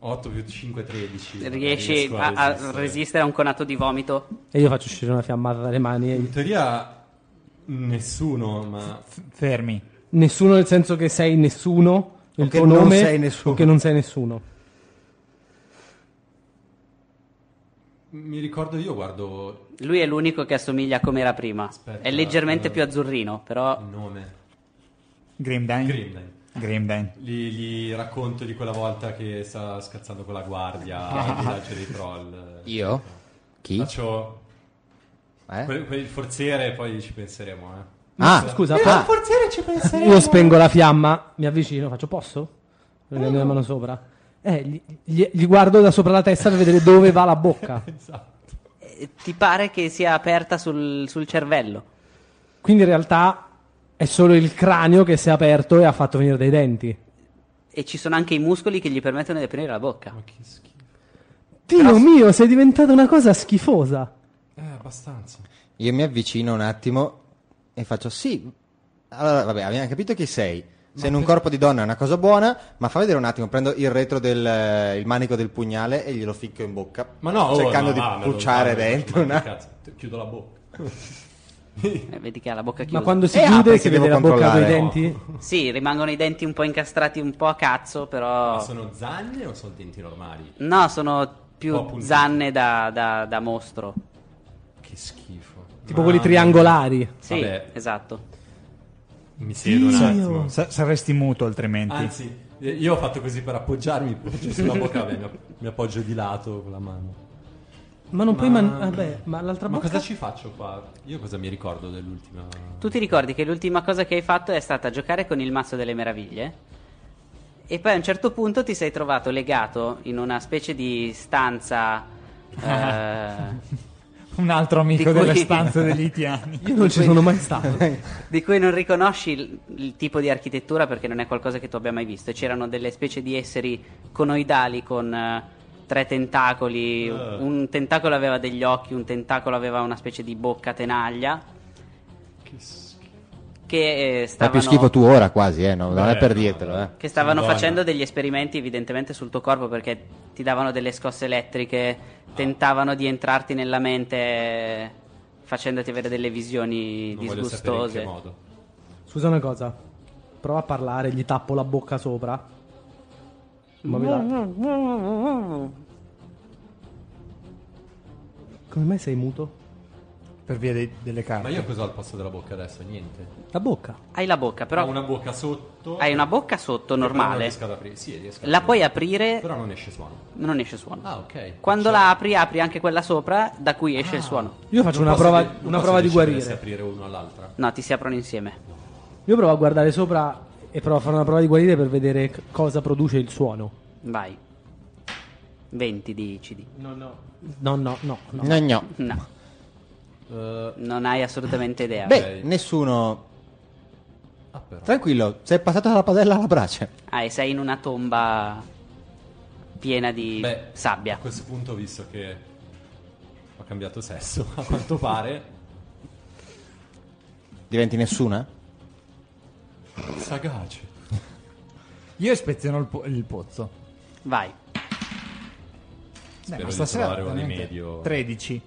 8 più 5, 13.
Riesci
Riesco
a, a resistere a un conato di vomito.
E io faccio uscire una fiammata dalle mani.
In
e-
teoria nessuno, ma...
F- fermi.
Nessuno nel senso che sei nessuno? Il
O che
tuo
non
nome?
sei nessuno.
O che non sei nessuno?
Mi ricordo io guardo
Lui è l'unico che assomiglia a come era prima.
Aspetta,
è leggermente
eh. Mm.
più azzurrino, però
il nome.
Grimdine.
Grimdine.
Grimdine.
Gli, gli racconto di quella volta che sta scazzando con la guardia al villaggio dei troll.
Io? Chi?
Faccio
Eh?
quel, quel forziere e poi ci penseremo, eh.
Ah,
Scusa,
Eh,
poi-
al forziere ci penseremo.
Io spengo la fiamma, mi avvicino, faccio posso? Prendo la mano sopra. Eh, gli, gli- gli guardo da sopra la testa per vedere dove va la bocca.
eh, ti pare che sia aperta sul, sul cervello.
Quindi in realtà è solo il cranio che si è aperto e ha fatto venire dei denti.
E ci sono anche i muscoli che gli permettono di aprire la bocca.
Ma che schifo.
Dio mio, sei diventata una cosa schifosa.
Eh, abbastanza.
Io mi avvicino un attimo e faccio sì. Allora, vabbè, abbiamo capito chi sei. Sei in un corpo di donna è una cosa buona, ma fa vedere un attimo, prendo il retro del eh, il manico del pugnale e glielo ficco in bocca.
Ma no, oh,
cercando
no,
di
va, me lo
pucciare
guardo,
dentro.
ma che
una-
cazzo, ti- chiudo la bocca.
Eh, vedi che ha la bocca chiusa.
Ma quando si
Eh, ah,
chiude
perché
si
devo
vede la bocca con i
controllare.
denti?
Sì, rimangono i denti un po' incastrati, un po' a cazzo, però...
Ma sono zagne o sono denti normali?
No, sono
Un po'
più
puntiti.
zanne da, da- da mostro.
Che schifo.
Tipo quelli triangolari.
Sì,
Vabbè.
esatto.
Mi siedo un
oh.
attimo.
Sa- saresti muto altrimenti.
Anzi, eh, io ho fatto così per appoggiarmi, mi appoggio sulla bocca, vabbè, mi app- mi appoggio di lato con la mano.
Ma non puoi man- vabbè, ma l'altra
Ma
bocca
cosa ci faccio qua? Io cosa mi ricordo dell'ultima...
Tu ti ricordi che l'ultima cosa che hai fatto è stata giocare con il mazzo delle meraviglie? E poi a un certo punto ti sei trovato legato in una specie di stanza... eh,
Un altro amico
Di cui-
delle stanze degli itiani.
Io non ci sono mai stato.
di cui non riconosci il, il tipo di architettura perché non è qualcosa che tu abbia mai visto. C'erano delle specie di esseri conoidali con eh, tre tentacoli,
Ah.
un tentacolo aveva degli occhi, un tentacolo aveva una specie di bocca tenaglia. Che eh,
Fa
stavano,
più schifo tu ora quasi, eh, no? non è per dirtelo. Eh.
che stavano
Madonna.
facendo degli esperimenti evidentemente sul tuo corpo perché ti davano delle scosse elettriche, tentavano di entrarti nella mente eh, facendoti avere delle visioni
Non voglio sapere in che
disgustose.
modo.
Scusa una cosa. Prova a parlare, gli tappo la bocca sopra. Ma me la- Come mai sei muto?
Per via dei- delle carte.
Ma io cosa ho al posto della bocca adesso? Niente.
La bocca.
Hai la bocca, però
Ho una bocca sotto...
Hai una bocca sotto
che però Non
normale,
riesco ad aprire. Sì, riesco ad
la puoi
aprire.
aprire,
Però non esce suono.
non esce suono.
Ah, ok.
Quando
Cioè- Ah.
la apri, apri anche quella sopra, da cui esce il suono.
Io faccio una
Posso
prova,
de- non
una
posso
prova di
decidere
guarire.
se aprire uno all'altra.
No, ti si aprono insieme.
Io provo a guardare sopra e provo a fare una prova di guarire per vedere c- cosa produce il suono.
Vai. 20 di CD.
No, no, no. no.
eh. No, no.
No.
Eh.
Non hai assolutamente idea.
Beh, nessuno.
Ah,
Tranquillo, sei passato dalla padella alla brace.
Ah, e sei in una tomba piena di
Beh,
sabbia.
A questo punto, visto che ho cambiato sesso, a quanto pare,
Diventi nessuna?
sagace.
Io speziono il, po- il pozzo.
Vai.
Spero
ma
di
stasera
trovare un
veramente
rimedio
13.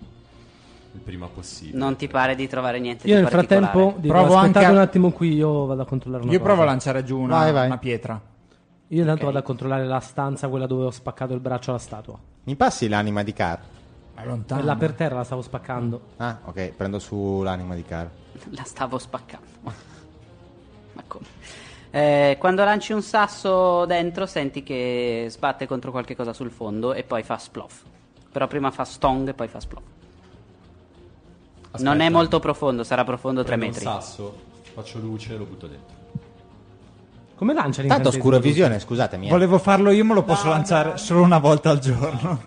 il prima possibile.
Non ti pare di trovare niente
Io
di
nel frattempo
particolare.
dico,
Provo
aspettate
anche a-
un attimo qui, io vado a controllare una
Io
cosa.
provo a lanciare giù una,
Vai, vai.
una pietra.
Io intanto vado a controllare la stanza, quella dove ho spaccato il braccio alla statua.
Mi passi l'anima di Car?
Ma lontano.
Quella per terra la stavo spaccando.
Ah, ok, prendo su l'anima di Car.
La stavo spaccando. Ma, ma come? Eh, quando lanci un sasso dentro senti che sbatte contro qualche cosa sul fondo e poi fa sploff. Però prima fa stong e poi fa sploff. non è
Aspetta,
molto profondo, sarà profondo 3
prendo
metri.
Un sasso, faccio luce e lo butto dentro.
Come lancia
Tanto
l'incantesimo?
oscura visione, scusatemi. eh.
Volevo farlo io, ma lo posso lanciare solo una volta al giorno.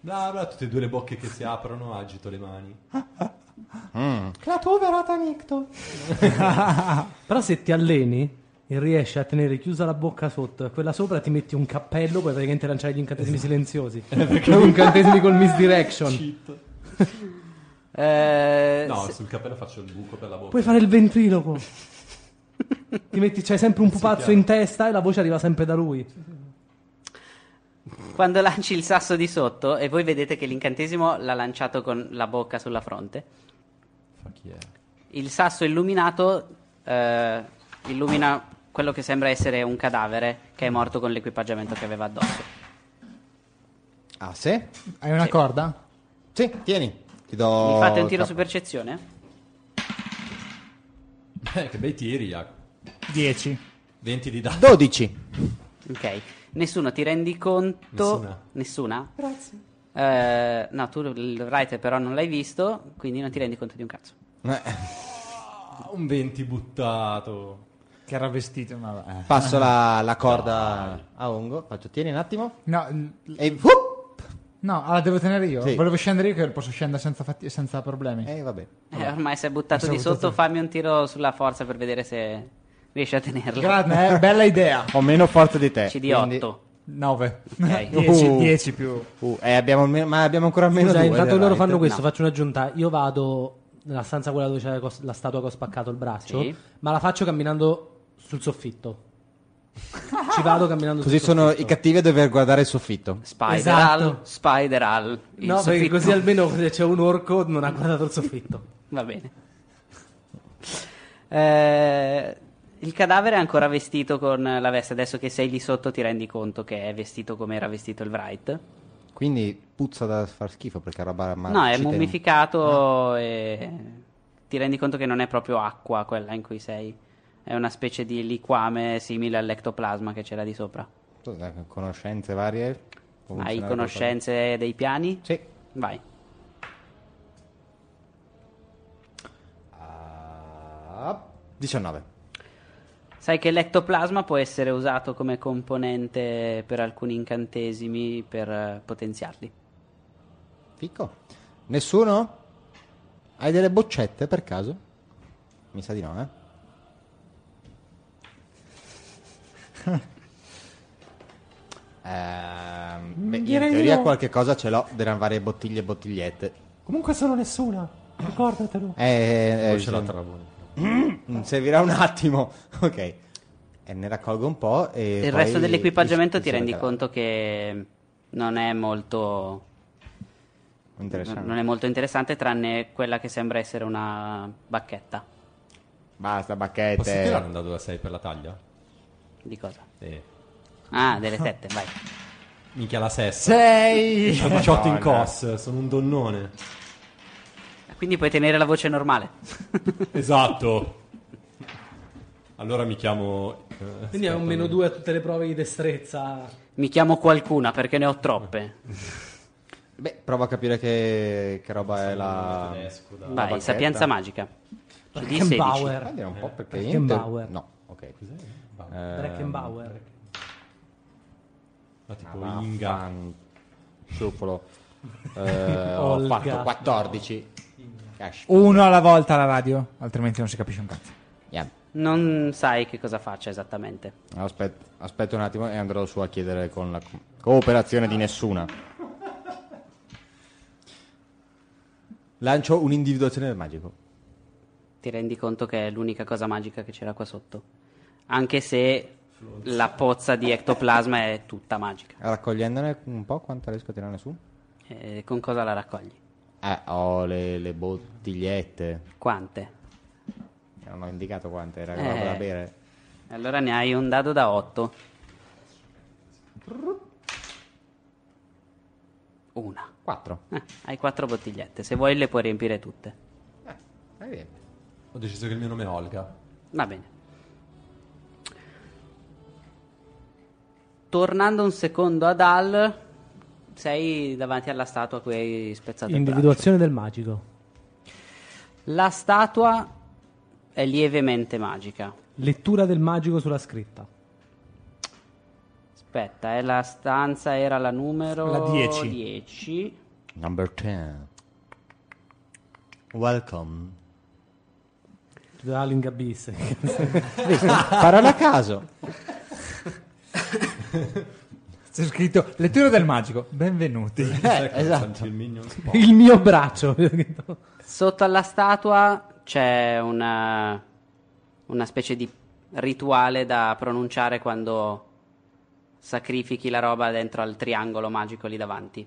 Bla bla, tutte e due le bocche che si aprono, agito le mani.
Ah.
La tua verata Nicto.
Però se ti alleni e riesci a tenere chiusa la bocca sotto e quella sopra ti metti un cappello, puoi praticamente lanciare gli incantesimi
Esatto.
silenziosi.
Eh,
Non incantesimi col misdirection.
Cheat.
Eh,
No,
se-
sul capello faccio il buco per la bocca.
Puoi fare il ventriloquo. Ti metti, c'hai sempre un pupazzo in testa e la voce arriva sempre da lui.
Quando lanci il sasso di sotto e voi vedete che l'incantesimo l'ha lanciato con la bocca sulla fronte,
Fa chi è?
il sasso illuminato eh, illumina quello che sembra essere un cadavere che è morto con l'equipaggiamento che aveva addosso.
Ah, sì?
Hai una corda?
Sì, tieni. Ti do.
Oh,
Mi fate un tiro
il
su
capo.
percezione?
Eh, che bei tiri, Jacopo.
10.
20 di dado.
12.
Ok. Nessuno ti rendi conto?
Nessuna.
Grazie. no, tu il writer però non l'hai visto, quindi non ti rendi conto di un cazzo.
Eh,
Ah, Un 20 buttato.
Che era vestito. ma eh. vabbè.
Passo la, la corda a Ongo. Faccio, tieni un attimo.
No, l-
E. uh!
no, ah, la devo tenere io.
Sì.
Volevo scendere io, che posso scendere senza, fatti- senza problemi.
E vabbè.
Ah.
Eh, ormai si è buttato
Mi
di
sono
sotto,
buttato-
fammi un tiro sulla forza per vedere se riesci a tenerla.
Grande, eh, bella idea.
Ho meno forza di te.
CD8.
quindi-
9.
Ok.
10,
Uh.
10 più.
Uh, eh, abbiamo, almeno- ma abbiamo ancora meno
Scusa,
due
intanto
dai,
loro
right?
fanno questo,
No.
faccio un'aggiunta. Io vado nella stanza quella dove c'è la cos- la statua che ho spaccato il braccio,
Sì.
ma la faccio camminando sul soffitto. Ci vado camminando
Così
sul
sono
soffitto.
i cattivi a dover guardare il soffitto.
Spider
Esatto.
Al, Spider Al. il
No, perché
soffitto.
così almeno se c'è un orco non ha guardato il soffitto.
Va bene. Eh, il cadavere è ancora vestito con la veste. Adesso che sei lì sotto ti rendi conto che è vestito come era vestito il Wright.
Quindi puzza da far schifo perché è roba ma
no, è
ci tengo.
mummificato e ti rendi conto che non è proprio acqua quella in cui sei. È una specie di liquame simile all'ectoplasma che c'era di sopra.
Tu dai, Conoscenze varie. Come
Hai
funziona
conoscenze dei piani?
la cosa? Sì.
Vai.
Ah, 19.
Sai che l'ectoplasma può essere usato come componente per alcuni incantesimi per eh, potenziarli.
Ficco. Nessuno? Hai delle boccette per caso? Mi sa di no, eh. Ehm,
Mm,
beh, io in
direi di
teoria
no.
qualche cosa ce l'ho delle varie bottiglie e bottigliette.
Comunque sono nessuna, ricordatelo.
Eh, eh,
Poi ce l'ho
sì.
tra voi.
Mm, Servirà un attimo. Ok. E ne raccolgo un po'. E
Del
poi-
resto dell'equipaggiamento ti
Sì,
rendi
sì,
conto che non è molto
Interessante.
non è molto interessante tranne quella che sembra essere una bacchetta
Basta,
Posso
bacchette.
tirare un dado da 6 per la taglia?
di cosa?
Eh.
Ah, delle tette, vai.
Minchia la sesta.
6.
Ho 18 in
Madonna.
cos, sono un donnone.
Quindi puoi tenere la voce normale.
Esatto. Allora mi chiamo... eh,
Quindi è un meno 2 a tutte le prove di destrezza.
Mi chiamo qualcuna perché ne ho troppe.
Beh, provo a capire che, che roba è la.
tedesco, da-
Vai,
bacchetta.
sapienza magica. CD 16.
Bauer.
Prendila
Eh,
un po' perché io.
Beckenbauer.
inter- No, ok. Eh, Cos'è?
Breckenbauer.
Ah, tipo Inga.
Sciupolo. Eh, ho
Olga.
fatto 14.
Uno alla volta alla radio, altrimenti non si capisce un cazzo.
Non sai che cosa faccia esattamente.
Aspetta, aspetta un attimo e andrò su a chiedere con la co- cooperazione di nessuna. Lancio un'individuazione del magico.
Ti rendi conto che è l'unica cosa magica che c'era qua sotto. Anche se la pozza di ectoplasma è tutta magica.
Raccogliendone un po' quanto riesco a tirarne su?
Eh, con cosa la raccogli?
Eh, ho le, le bottigliette.
Quante?
Non ho indicato quante, era
Eh.
roba da bere.
Allora ne hai un dado da 8. Una.
Quattro.
Eh, hai quattro bottigliette. Se vuoi le puoi riempire tutte.
Eh, bene.
Ho deciso che il mio nome è Olga.
Va bene. Tornando un secondo ad Al, sei davanti alla statua a cui hai spezzato il braccio.
Individuazione del magico.
La statua è lievemente magica.
Lettura del magico sulla scritta.
Aspetta, eh, la stanza era la numero
La 10.
10.
Number 10. Welcome.
Darling Abyss.
Parola a caso.
C'è scritto lettura del magico, benvenuti.
esatto.
il mio braccio.
Sotto alla statua c'è una, una specie di rituale da pronunciare quando sacrifichi la roba dentro al triangolo magico lì davanti.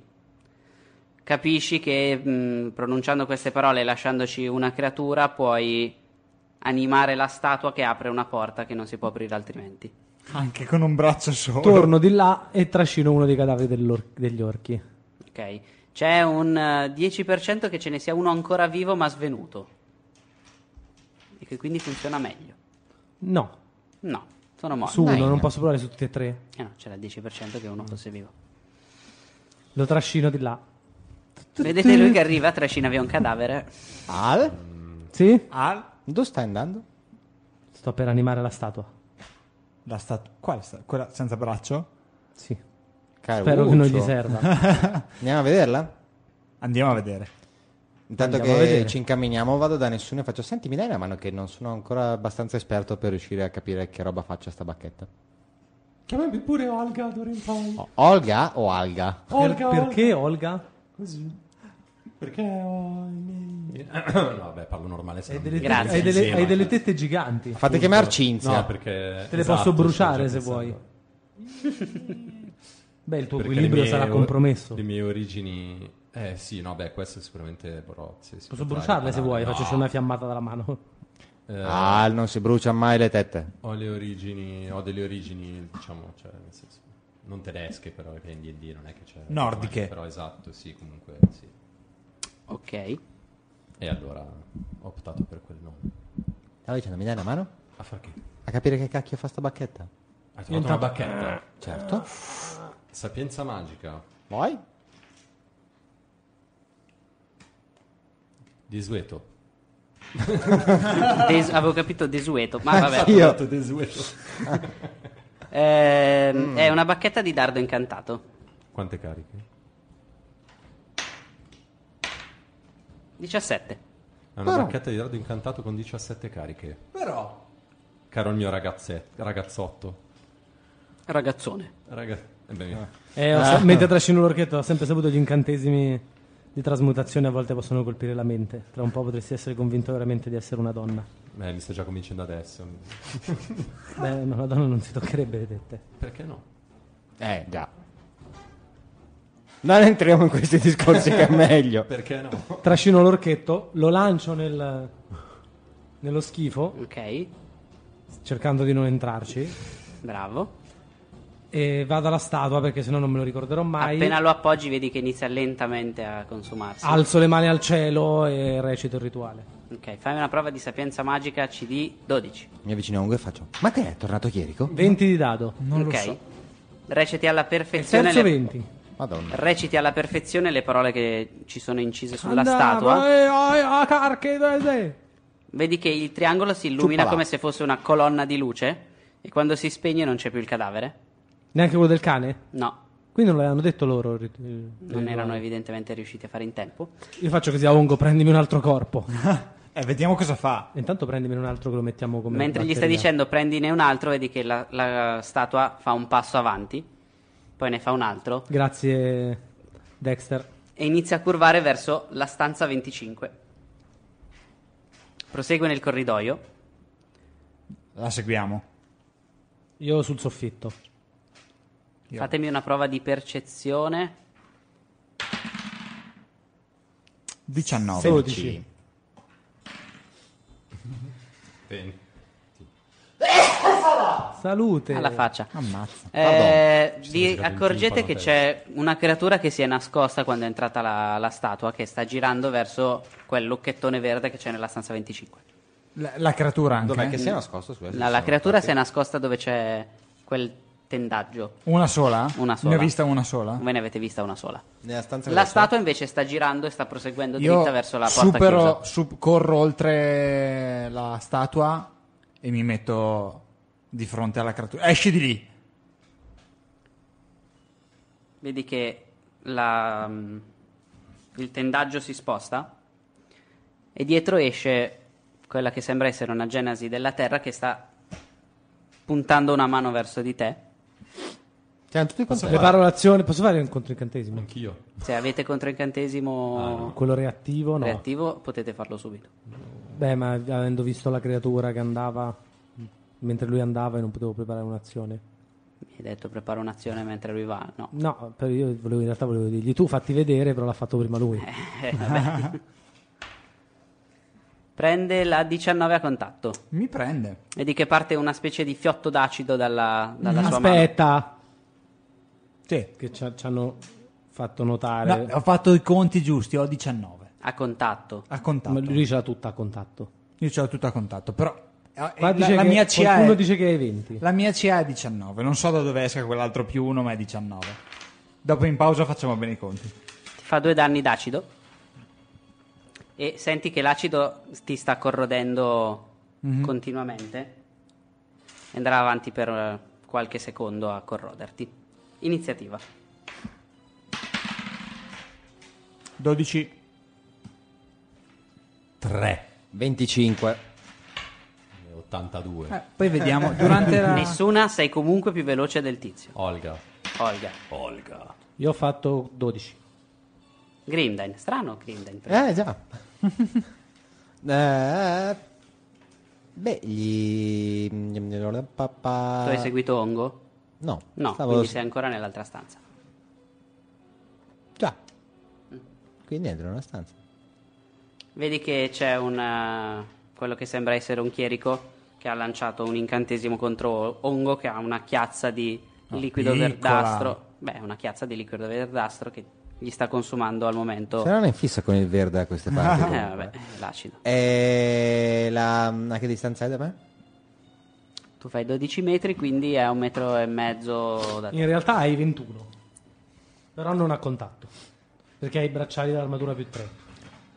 Capisci che mh, pronunciando queste parole e lasciandoci una creatura puoi animare la statua che apre una porta che non si può aprire altrimenti.
Anche con un braccio solo.
Torno di là e trascino uno dei cadaveri dell'or- degli orchi.
Ok? C'è un eh, 10% che ce ne sia uno ancora vivo ma svenuto. E che quindi funziona meglio.
No,
No, sono morti.
su uno, non posso provare su tutti e tre.
Eh no, c'era il 10% che uno fosse vivo.
Lo trascino di là.
Vedete lui che arriva, trascina via un cadavere.
Al?
Sì?
Al,
Dove stai andando?
Sto per animare la statua.
la statua, quale sta- quella senza braccio?
Sì.
Eh,
Spero
Caruccio.
che non gli serva.
Andiamo a vederla?
Andiamo a vedere.
Intanto
Andiamo a
che
vedere.
ci incamminiamo, vado da nessuno e faccio: Senti, mi dai una mano che non sono ancora abbastanza esperto per riuscire a capire che roba faccia sta bacchetta.
Chiamami pure Olga d'ora in poi.
O- Olga o Alga?
Per-
Olga,
perché Olga?
Così. Perché ho i miei...
no, vabbè, parlo normale. se
Hai
non
delle,
mi-
tette-
Grazie.
hai delle-
Sì,
hai
ma-
delle tette giganti.
Fate chiamare Cinzia.
No, perché...
Te le
esatto,
posso bruciare
stavo già
se vuoi.
pensando.
Beh, il tuo
Perché
equilibrio
le mie
sarà
o-
compromesso.
Le mie origini... Eh sì, no, beh, questo è sicuramente... Però, sì, sì,
Posso
potrà
bruciarle se vuoi,
riparare.
faccio
No.
uscire una fiammata dalla mano.
Eh,
Al non si brucia mai le tette.
Ho le origini... Ho delle origini, diciamo, cioè, nel senso... Non tedesche, però, perché in D&D non è che c'è...
Nordiche.
Però, esatto, sì, comunque, sì.
Ok.
E allora ho optato per quel nome.
Stavo dicendo, mi dai una mano?
A far Ah, che?
A capire che cacchio fa sta bacchetta?
Hai trovato una bacchetta.
Certo.
Sapienza magica.
Poi?
Desueto.
Des- avevo capito desueto, ma
Ah,
vabbè.
Io.
Detto Desueto.
Mm.
Ehm, è una bacchetta di dardo incantato.
Quante cariche?
17.
È una bacchetta di dardo incantato con 17 cariche.
Però...
Caro il mio ragazze- ragazzotto.
Ragazzone.
Raga- eh beh,
Eh, ho se- mentre trascino l'orchetto ho sempre saputo che gli incantesimi di trasmutazione a volte possono colpire la mente. Tra un po' potresti essere convinto veramente di essere una donna.
eh, mi sto già cominciando adesso.
Beh, ma una donna non si toccherebbe le tette.
Perché no?
Eh, già. Non entriamo in questi discorsi che è meglio.
Perché no?
Trascino l'orchetto, lo lancio nel- nello schifo,
Ok,
cercando di non entrarci,
bravo.
e vado alla statua perché sennò non me lo ricorderò mai.
Appena lo appoggi vedi che inizia lentamente a consumarsi.
Alzo le mani al cielo e recito il rituale.
Ok, fammi una prova di sapienza magica CD 12.
Mi avvicino a Ungo e faccio: Ma che è tornato Chierico?
20 di dado.
Non
ok.
lo so.
Reciti alla
Il
perfezione
terzo
le
20.
Madonna.
Reciti alla perfezione le parole che ci sono incise sulla
Andiamo,
statua.
eh, eh, ah, carche, dai, dai.
Vedi che il triangolo si illumina
Ciuppala.
come se fosse una colonna di luce e quando si spegne non c'è più il cadavere.
Neanche quello del cane?
No,
Quindi non l'avevano detto loro. il rit- il-
Non erano evidentemente riusciti a fare in tempo.
Io faccio così a Ongo, prendimi un altro corpo.
Eh, vediamo cosa fa.
Intanto prendimene un altro che lo mettiamo come.
Mentre gli stai
batteria.
dicendo prendine un altro, vedi che la, la statua fa un passo avanti, poi ne fa un altro
Grazie, Dexter.
e inizia a curvare verso la stanza 25. Prosegue nel corridoio.
La seguiamo.
Io sul soffitto.
Io.
Fatemi una prova di percezione.
19.
16.
Bene.
Salute.
Alla faccia.
Ammazza.
Eh, vi
girato il
accorgete
timpano
che
adesso.
c'è una creatura che si è nascosta quando è entrata la, la statua, che sta girando verso quel lucchettone verde che c'è nella stanza 25.
La, la creatura anche.
Dov'è che si è nascosto? Scusa,
La, la creatura si è nascosta dove c'è quel tendaggio.
Una sola?
Una sola.
Ne ho vista una sola?
Ve ne avete vista una sola.
Nella stanza
La
dove-
statua invece sta girando e sta proseguendo dritta verso la porta
supero,
chiusa.
sup- corro oltre la statua e mi metto di fronte alla creatura. Esci di lì!
Vedi che la- mm, il tendaggio si sposta e dietro esce quella che sembra essere una genasi della terra che sta puntando una mano verso di te.
C'erano tutti quanti.
Preparo l'azione. Posso fare un controincantesimo?
Anch'io.
Se avete controincantesimo
Quello reattivo, no.
reattivo potete farlo subito.
Beh, ma avendo visto la creatura che andava mentre lui andava e non potevo preparare un'azione.
Mi hai detto preparo un'azione mentre lui va. No.
No, per- io volevo- in realtà volevo dirgli tu fatti vedere, però l'ha fatto prima lui.
Eh, vabbè. Prende la 19 a contatto.
Mi prende.
Vedi che parte una specie di fiotto d'acido dalla, dalla sua mano.
Aspetta,
Sì.
che ci, ci hanno fatto notare.
No, ho fatto i conti giusti, ho 19.
A contatto.
A contatto.
ma lui ce l'ha tutta a contatto.
Io ce l'ho tutto a contatto, però... eh,
Qua
la,
dice
la
che-
mia CA
qualcuno
è,
dice che hai 20.
la mia CA è 19. Non so da dove esca quell'altro più uno, ma è 19. Dopo in pausa facciamo bene i conti.
Ti fa due danni d'acido. E senti che l'acido ti sta corrodendo continuamente. E Andrà avanti per eh, qualche secondo a corroderti. Iniziativa.
12.
3.
25.
82.
Eh, poi vediamo. Durante la...
Nessuna, sei comunque più veloce del tizio.
Olga.
Olga.
Olga.
Io ho fatto 12.
Grimdain. Strano Grimdain. perché-
Eh, già. Eh, beh, gli...
Tu hai seguito Ongo?
No,
No,
Eh. stavo-
quindi sei ancora nell'altra stanza.
Già. Quindi entro in una stanza.
Oh. Vedi che c'è un eh, quello che sembra essere un chierico che ha lanciato un incantesimo contro Ongo che ha una chiazza di
Ah,
liquido
piccola.
verdastro. Beh, una chiazza di liquido verdastro che gli sta consumando al momento.
Se non è in fissa con il verde a queste parti.
Eh,
comunque.
vabbè, l'acido.
E la... a che distanza è da me?
Tu fai 12 metri, quindi è un metro e mezzo da te.
In realtà hai 21. Però non a contatto. Perché hai i bracciali dell'armatura più 3.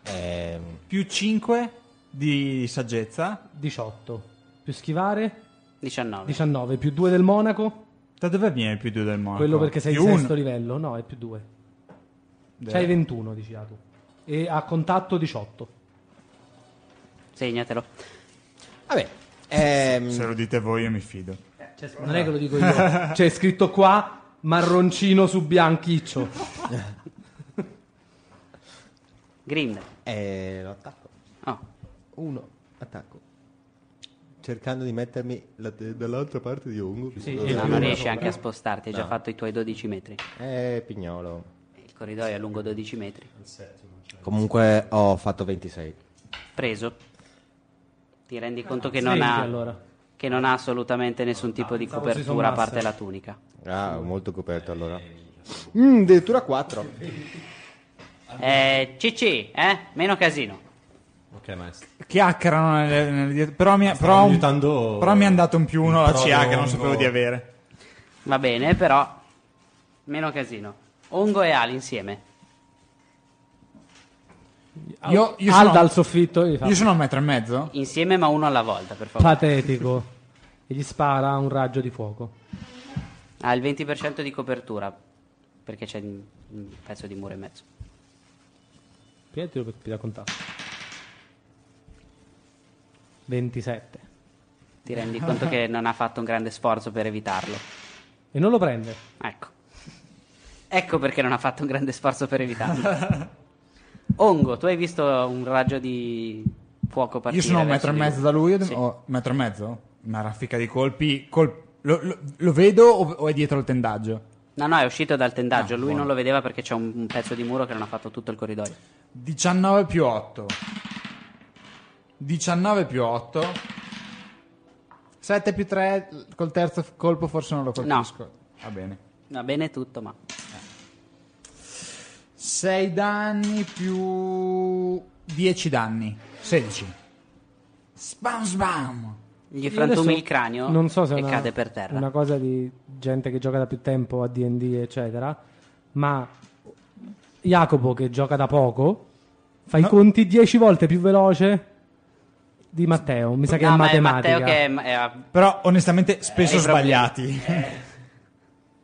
Ehm,
Più 5 di saggezza.
18. Più schivare?
19.
19. Più 2 del monaco?
Da dove viene il più 2 del monaco?
Quello perché sei
più
il sesto
uno. Eh,
livello. No, è più 2.
De-
C'hai 21, dici ah, tu. E a contatto 18.
Segnatelo.
Vabbè. Ehm,
Se lo dite voi io mi fido.
Cioè, non è che lo dico io.
Ah.
C'è scritto qua marroncino su bianchiccio.
Grimdain.
eh, lo attacco.
Oh,
Uno, attacco. Cercando di mettermi la- dall'altra parte di Ungo.
Sì,
Dove-
e
no,
più
non
uno
riesci
sopra.
anche a spostarti, hai già fatto i tuoi 12 metri.
Eh, pignolo.
Il corridoio è lungo 12 metri.
Comunque ho fatto 26.
Preso. Ti rendi conto che non
Svegli,
ha
Ah, allora. Ah,
che non ha assolutamente nessun tipo di
pensavo si
copertura a
sommasse.
parte la tunica.
Ah, molto coperto allora. Mm, addirittura 4.
Eh, CC, eh? Meno casino.
Ok, maestro.
Chiacchierano nelle, nelle diet- però, mi,
Stavamo
però,
aiutando-
però mi hanno dato un più 1 alla
Però
CA che non
non-
sapevo di avere.
Va bene, però meno casino. Ongo e Ali insieme.
Io, io
Alda
sono,
al soffitto. gli fa-
io sono a un metro e mezzo.
Insieme ma uno alla volta, per favore.
Patetico. E gli spara un raggio di fuoco.
Ha il 20% di copertura. perché c'è un un pezzo di muro in mezzo.
Prima tiro per da contatto. 27.
Ti rendi conto che non ha fatto un grande sforzo per evitarlo.
E non lo prende.
Ecco. Ecco perché non ha fatto un grande sforzo per evitarlo. Ongo, tu hai visto un raggio di fuoco partire?
Io sono a un
verso
metro e
di
mezzo da lui, o
Sì.
un metro e mezzo? Una raffica di colpi. col- lo, lo- lo vedo o, o è dietro il tendaggio?
No, no, è uscito dal tendaggio.
Ah,
lui
buono.
non lo vedeva perché c'è un, un pezzo di muro che non ha fatto tutto il corridoio.
19 più 8. 19 più 8. 7 più 3 col terzo f- colpo forse non lo colpisco. Va bene.
Va bene tutto, ma.
6 danni più 10 danni. 16. Spam spam.
Gli
Io adesso
frantumi il cranio
non so se è
e
una-
cade per terra.
Una cosa di gente che gioca da più tempo a DD, eccetera. Ma Jacopo, che gioca da poco, fa i
No.
conti 10 volte più veloce di Matteo. Mi sa che
no,
è
ma è
matematica.
Matteo che è- è a-
Però onestamente spesso
Eh, i problemi.
sbagliati.
Eh,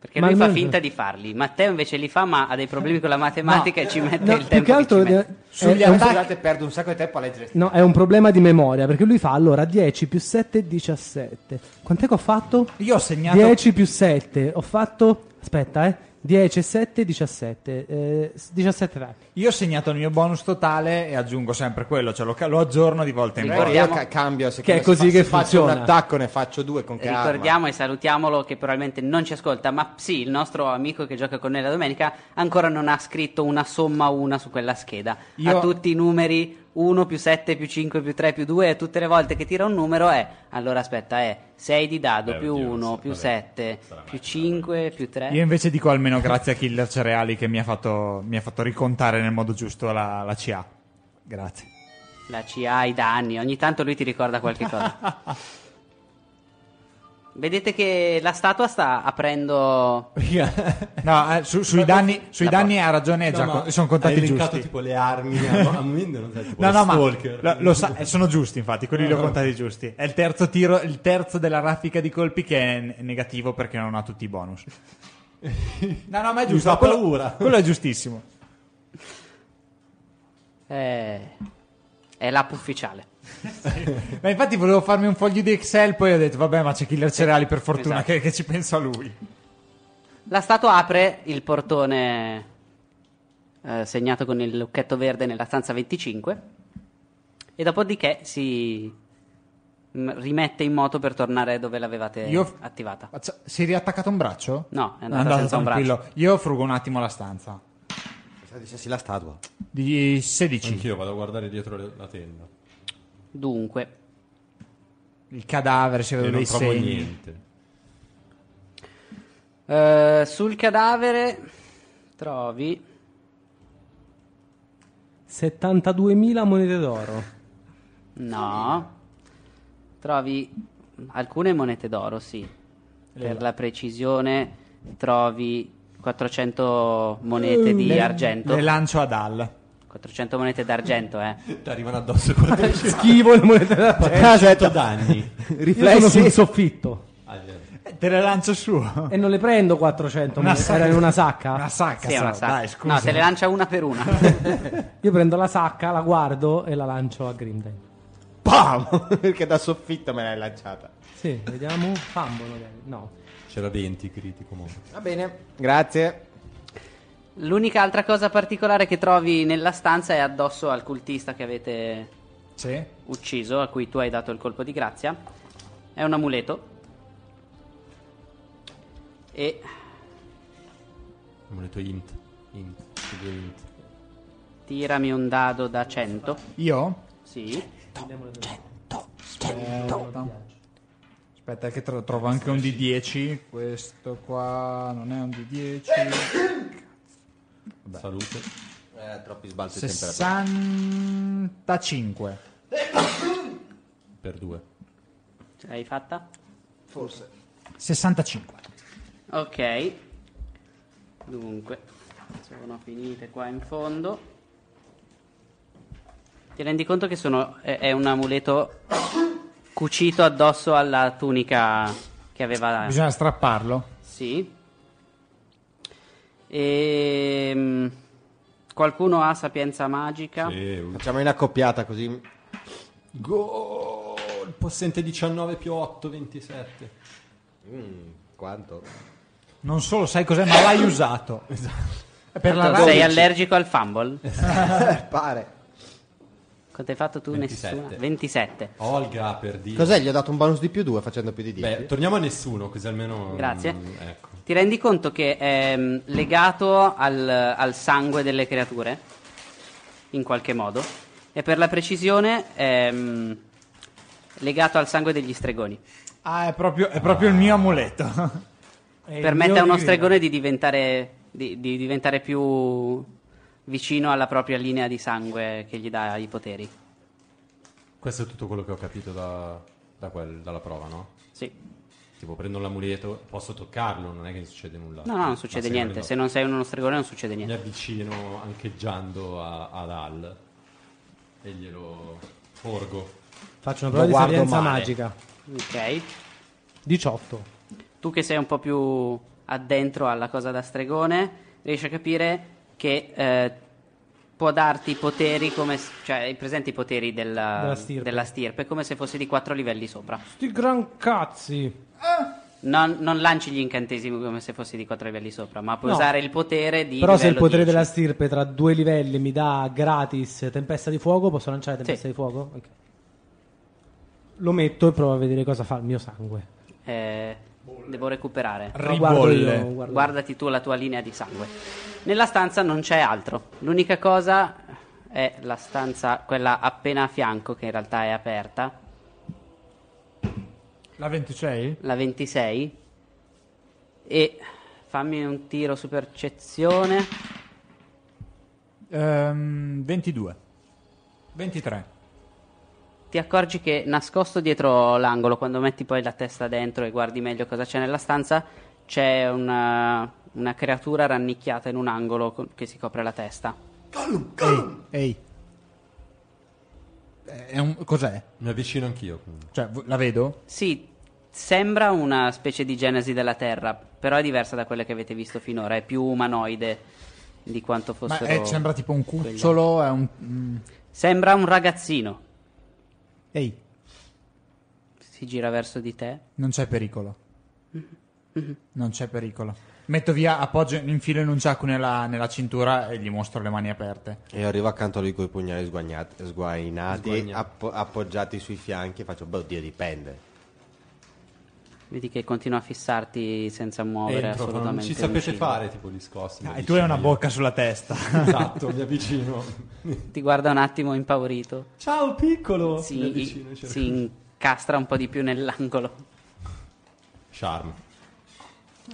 Perché
Ma
lui fa
almeno-
finta di farli. Matteo invece li fa, ma ha dei problemi con la matematica e ci mette
No,
il tempo.
più che altro
ci mette.
è-
Sugli
è un-
attacchi-
Scusate, perdo un sacco di tempo a leggere.
No, è un problema di memoria perché lui fa allora 10 più 7 è 17. Quant'è che ho fatto?
Io ho segnato
10 più 7, ho fatto. Aspetta, eh. 10 e 7, 17. Eh, 17 danni.
Io ho segnato il mio bonus totale e aggiungo sempre quello, cioè lo, ca- lo aggiorno di volta in
Magari
volta.
Ricordiamo-
io ca- cambio se
Che è
se
così
fa-
che
se faccio un
funziona.
attacco ne faccio due con calma.
Ricordiamo e salutiamolo che probabilmente non ci ascolta, ma sì, il nostro amico che gioca con noi la domenica ancora non ha scritto una somma a una su quella scheda.
Io-
Ha tutti i numeri 1 più 7 più 5 più 3 più 2 e tutte le volte che tira un numero è, allora aspetta, è 6 di dado
Beh,
più
Eh, oddio,
1
sì,
più
vabbè.
7
Sarà mai,
più
sarà
5 più
eh.
3.
Io invece dico almeno grazie a Killer Cereali che mi ha fatto, mi ha fatto ricontare nel modo giusto la, la CA. Grazie.
La CA, i danni, ogni tanto lui ti ricorda qualche cosa. Vedete che la statua sta aprendo...
Eh, No, eh, su- sui danni, sui
La
danni ha ragione, già co- sono contati
Eh, hai elencato
giusti.
tipo le armi a, a Minden, sai, tipo
No,
lo
no, ma
stalker.
lo, lo sa- eh, sono giusti, infatti, quelli li ho contati giusti. È il terzo tiro, il terzo della raffica di colpi che è n- negativo perché non ha tutti i bonus. No, no, ma è
Mi
giusto.
fa
quello-
paura.
quello è giustissimo.
eh, è l'app ufficiale.
Ma infatti volevo farmi un foglio di Excel, poi ho detto, vabbè, ma c'è Killer Cereali per fortuna
esatto.
che, che ci pensa lui.
La statua apre il portone eh, segnato con il lucchetto verde nella stanza 25 e dopodiché si mm, rimette in moto per tornare dove l'avevate
Io-
attivata.
Ma c'è- Si è riattaccato un braccio?
No, è andata senza un braccio.
Io frugo un attimo la stanza.
Dicessi la statua.
Di 16.
Anch'io vado a guardare dietro le- la tenda.
Dunque,
Il cadavere, si
E
vedono
non
dei
trovo
segni.
niente.
eh, sul cadavere trovi
72.000 monete d'oro.
No, trovi alcune monete d'oro, sì.
Eh,
Per la precisione trovi 400 monete di
Le-
argento.
Le lancio ad Al.
400 monete d'argento, eh.
Ti arrivano addosso 400
Schifo le monete d'oro.
danni.
Io sono sul
Riflessi.
soffitto
Ah,
Eh, Te le lancio su.
e non le prendo 400
Una
monete.
sacca.
Era in una sacca?
Una sacca,
Sì, è una
so,
sacca.
dai, scusa.
No, te le lancia una per una.
Io prendo la sacca, la guardo e la lancio a Grimden.
Pam! Perché da soffitta me l'hai lanciata.
Sì, vediamo. Fambo, magari. No.
C'era 20 critico. mo.
Va bene, grazie.
L'unica altra cosa particolare che trovi nella stanza è addosso al cultista che avete
Sì.
ucciso, a cui tu hai dato il colpo di grazia. È un amuleto. E
Amuleto int. Int. Sì, due int.
tirami un dado da 100.
Io?
Sì.
Eh, Aspetta che tro- trovo anche un D10. Questo qua non è un D10.
Salute.
Eh, troppi sbalzi di temperatura.
65.
Per due.
Ce l'hai fatta?
65.
Ok. Dunque, sono finite qua in fondo. Ti rendi conto che sono, è, è un amuleto cucito addosso alla Ah. tunica che aveva...
Bisogna strapparlo.
Sì. Ehm, qualcuno ha sapienza magica?
Facciamo una coppiata così.
Gol! Possente 19 più 8, 27.
Quanto?
Non solo sai cos'è, ma l'hai usato. È Per
Tanto
la radio.
Esatto. Sei allergico al fumble?
Pare.
Quanto hai fatto tu?
27.
Nessuno? 27.
Olga per dire.
Cos'è? Gli ho dato un bonus di più 2 facendo più di 10.
Beh, torniamo a nessuno, così almeno...
Grazie.
mm, ecco.
Ti rendi conto che è mm, legato al, al sangue delle creature, in qualche modo, e per la precisione è mm, legato al sangue degli stregoni.
Ah, è proprio, è proprio il mio amuleto.
È
Permette
il
a
mio
uno
grido.
stregone di diventare, di- di diventare più vicino alla propria linea di sangue che gli dà i poteri.
Questo è tutto quello che ho capito da, da quel- dalla prova, no?
Sì.
Tipo, prendo l'amuleto, posso toccarlo, non è che succede nulla.
No, no, non succede
Ma
niente. Se
prendo-
non sei uno stregone non succede
Mi
niente.
avvicino ancheggiando a- ad Al e glielo porgo.
Faccio una
Lo
prova di
guardo
sapienza
male.
magica.
Ok.
18.
Tu che sei un po' più addentro alla cosa da stregone, riesci a capire che eh, può darti i poteri come... s- cioè, hai presente i poteri della,
Della stirpe.
della stirpe, come se fossi di quattro livelli sopra.
Sti gran cazzi.
Non, non lanci gli incantesimi come se fossi di quattro livelli sopra, ma puoi
No.
usare il potere di...
Però se il
livello
potere
10.
della stirpe tra due livelli mi dà gratis tempesta di fuoco, posso lanciare tempesta
Sì.
di fuoco? Ok. Lo metto e provo a vedere cosa fa il mio sangue.
Eh, devo recuperare.
No, guardo io,
Ribolle.
guardo.
Guardati tu la tua linea di sangue. Nella stanza non c'è altro. L'unica cosa è la stanza, quella appena a fianco, che in realtà è aperta,
La 26?
la 26. E fammi un tiro su percezione.
Ehm, 22. 23.
Ti accorgi che nascosto dietro l'angolo, quando metti poi la testa dentro e guardi meglio cosa c'è nella stanza, c'è una, una creatura rannicchiata in un angolo con- che si copre la testa.
Ehi. Eh, È un- cos'è?
Mi avvicino anch'io. quindi.
Cioè, v- la vedo?
Sì, sembra una specie di genesi della Terra, però è diversa da quelle che avete visto finora, è più umanoide di quanto
Ma
fossero.
è- sembra tipo un
quelle.
cucciolo, è un... mm.
Sembra un ragazzino.
Ehi,
Si gira verso di te.
non c'è pericolo. Non c'è pericolo. Metto via, appoggio, infilo in un giacco nella, nella cintura e gli mostro le mani aperte.
E io arrivo accanto a lui con i pugnali sguagnati- sguainati,
Sguagnati.
appo- appoggiati sui fianchi e faccio, beh, oddio, dipende.
Vedi che continua a fissarti senza muovere
Entro, ma non
assolutamente.
ci sapete
vicino.
fare, tipo, gli scossi. mi
Ah, e tu hai una
avvicino
bocca sulla testa.
io. Esatto, mi avvicino.
Ti guarda un attimo impaurito.
Ciao, piccolo! mi
Si,
avvicino. cerco-
si incastra un po' di più nell'angolo.
Charm.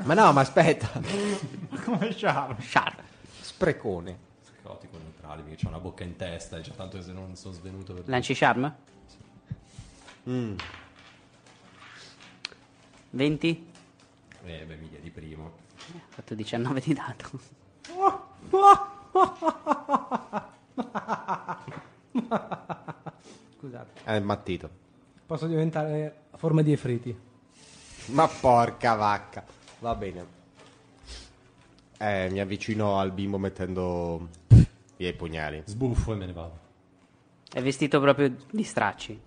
Ma no, ma aspetta,
Come Charm.
Char.
sprecone.
Caotico neutrale, perché c'ho una bocca in testa, e già tanto che se non sono svenuto per...
Lanci charm?
Mm.
20?
Eh, beh, mica di primo.
Ho fatto 19 di dato.
Scusate,
È immattito.
posso diventare a forma di efriti.
Ma porca vacca. Va bene. Eh, mi avvicino al bimbo mettendo via i pugnali.
Sbuffo e me ne vado.
È vestito proprio di stracci.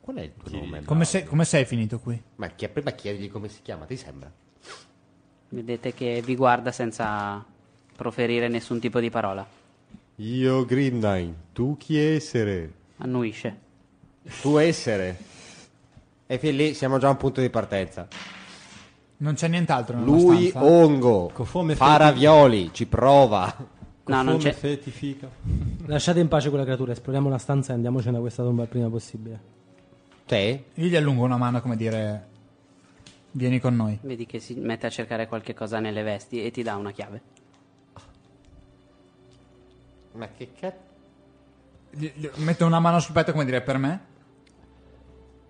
Qual è il tuo nome?
Come, sei- come sei finito qui?
Ma chi- prima chiedigli come si chiama, ti sembra?
Vedete che vi guarda senza proferire nessun tipo di parola.
Io Green Nine, tu chi essere?
Annuisce.
Tu essere. E fin lì siamo già a un punto di partenza.
Non c'è nient'altro nella
Lui
stanza?
Ongo,
Cofome
fa
felice.
ravioli, ci prova.
No, non
Come
c'è.
fetifica.
Lasciate in pace quella creatura, esploriamo la stanza e andiamocene da questa tomba il prima possibile.
Te?
Io gli allungo una mano come dire... Vieni con noi.
Vedi che si mette a cercare qualche cosa nelle vesti e ti dà una chiave.
Ma che cazzo?
Gli- gli- metto una mano sul petto come dire per me.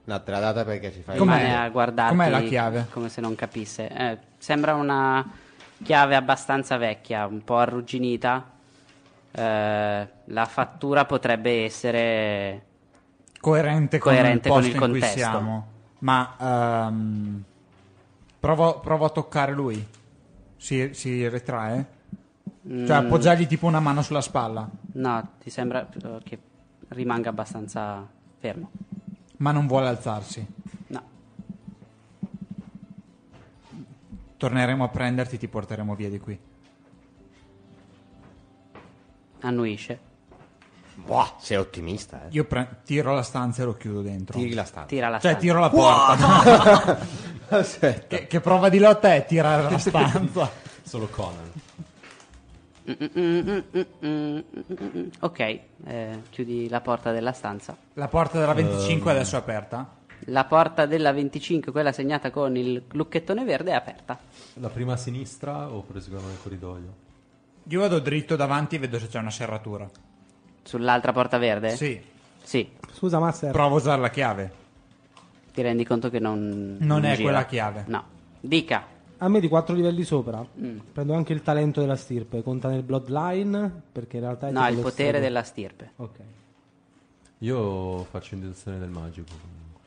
No, te l'ha data perché ci fai
Com'è?
Rimane a guardarti
Com'è la chiave?
come se non capisse. Eh, sembra una chiave abbastanza vecchia, un po' arrugginita. Eh, la fattura potrebbe essere
coerente con
Coerente
il
con
posto
il
in
contesto.
cui siamo. Ma ehm, provo, provo a toccare lui. si, si ritrae?
Mm.
Cioè appoggiargli tipo una mano sulla spalla,
No, ti sembra eh, che rimanga abbastanza fermo.
ma non vuole alzarsi.
No.
Torneremo a prenderti, ti porteremo via di qui.
Annuisce.
Boh, sei ottimista, eh.
Io pre- tiro la stanza e lo chiudo dentro.
Tiri la stanza.
Tira la
cioè,
stanza.
tiro la porta.
Aspetta.
che, che prova di lotta è tirare la stanza.
Solo Conan.
Mm, Ok, eh, chiudi la porta della stanza.
La porta della 25 adesso è aperta.
La porta della 25, quella segnata con il lucchettone verde, è aperta.
La prima a sinistra o proseguiamo nel corridoio?
Io vado dritto davanti e vedo se c'è una serratura.
Sull'altra porta verde?
Eh?
Sì.
Sì,
Scusa, Master.
Provo a usare la chiave.
ti rendi conto che non.
Non è
gira.
quella chiave.
No. Dica,
A me di quattro livelli sopra
Mm.
prendo anche il talento della stirpe. Conta nel bloodline perché in realtà è
no,
tipo
il
lo
potere
stato-
della stirpe.
Ok.
Io faccio indizione del magico. comunque.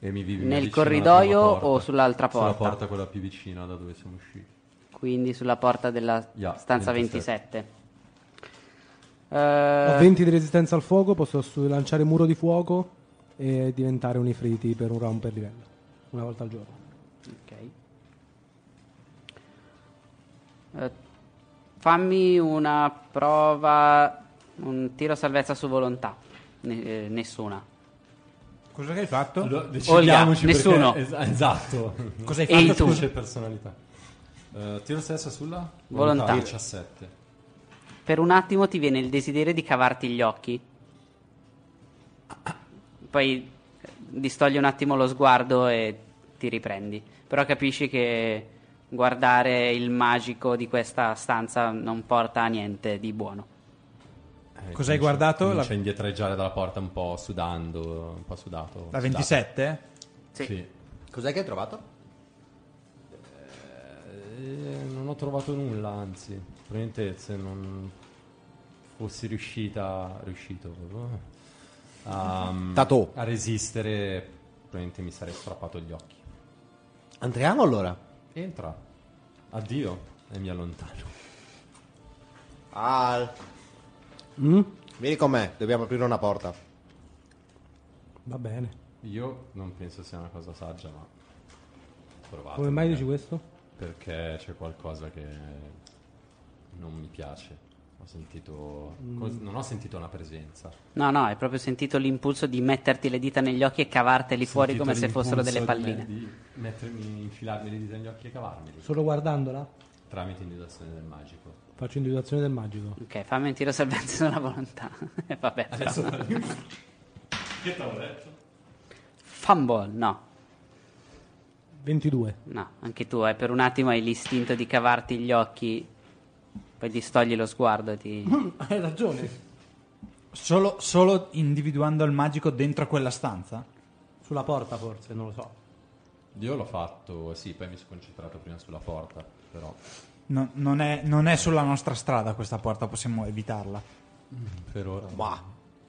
E mi vivi
Nel corridoio o sull'altra
Sulla
porta?
porta quella più vicina da dove siamo usciti.
Quindi sulla porta della
Ya,
stanza
27.
27. Eh,
Ho 20 di resistenza al fuoco, posso su- lanciare muro di fuoco e diventare un ifriti per un round per livello. Una volta al giorno.
ok. Eh, fammi una prova. Un tiro salvezza su volontà. Ne- eh, nessuna.
Cosa che hai fatto?
decidiamoci perché- nessuno. es-
esatto.
Cosa hai
Ehi
fatto?
tu.
C'è personalità. Eh, tiro stesso sulla
Volontà.
17.
Per un attimo ti viene il desiderio di cavarti gli occhi. Poi distogli un attimo lo sguardo e ti riprendi. Però capisci che guardare il magico di questa stanza non porta a niente di buono.
Eh,
Cosa hai guardato?
Comincia
La-
a indietreggiare dalla porta un po' sudando, un po' sudato.
La
sudato.
27?
Sì.
Cos'è che hai trovato?
Eh, non ho trovato nulla, anzi. Probabilmente se non fossi riuscita... Riuscito... eh, A,
Tato.
a resistere, probabilmente mi sarei strappato gli occhi.
Entriamo allora.
Entra. Addio. E mi allontano.
Al. Vieni con me, dobbiamo aprire una porta.
Va bene.
Io non penso sia una cosa saggia, ma eh. provate.
Come mai
perché-
dici questo?
Perché c'è qualcosa che non mi piace. Ho sentito cos- non ho sentito una presenza. Ho
No, no, hai proprio sentito l'impulso di metterti le dita negli occhi e cavarteli fuori
sentito
come se fossero
l'impulso
delle palline.
Di, me- di mettermi infilarmi le dita negli occhi e cavarmeli
Solo guardandola
tramite individuazione del magico.
faccio individuazione del magico.
Ok, fammi un tiro salvezza sulla volontà. E Vabbè. però.
Che t'avevo detto?
Fumble, no.
22.
No, anche tu, eh, per un attimo hai l'istinto di cavarti gli occhi, poi distogli lo sguardo e ti...
Hai ragione.
Solo, solo individuando il magico dentro quella stanza?
Sulla porta forse, non lo so.
Io l'ho fatto, sì, poi mi sono concentrato prima sulla porta, però
No- non, è, non è sulla nostra strada questa porta, possiamo evitarla.
per ora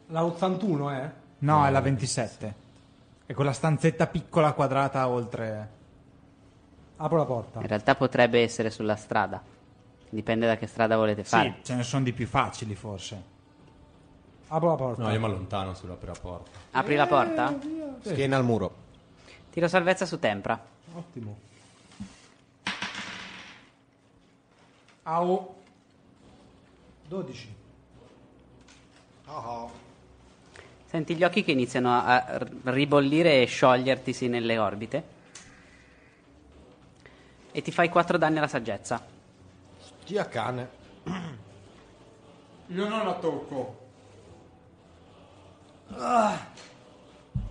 La 81, eh?
No, è la 27. È quella stanzetta piccola quadrata oltre...
Apro la porta.
In realtà potrebbe essere sulla strada, dipende da che strada volete
Sì,
fare.
ce ne sono di più facili forse.
Apro la porta.
No, io mi allontano sulla prima porta.
Apri la porta?
Schiena al muro.
Tiro salvezza su tempra.
Ottimo.
Au.
12.
Senti gli occhi che iniziano a r- ribollire e sciogliertisi nelle orbite. E ti fai 4 danni alla saggezza.
Gia cane.
Io non la tocco.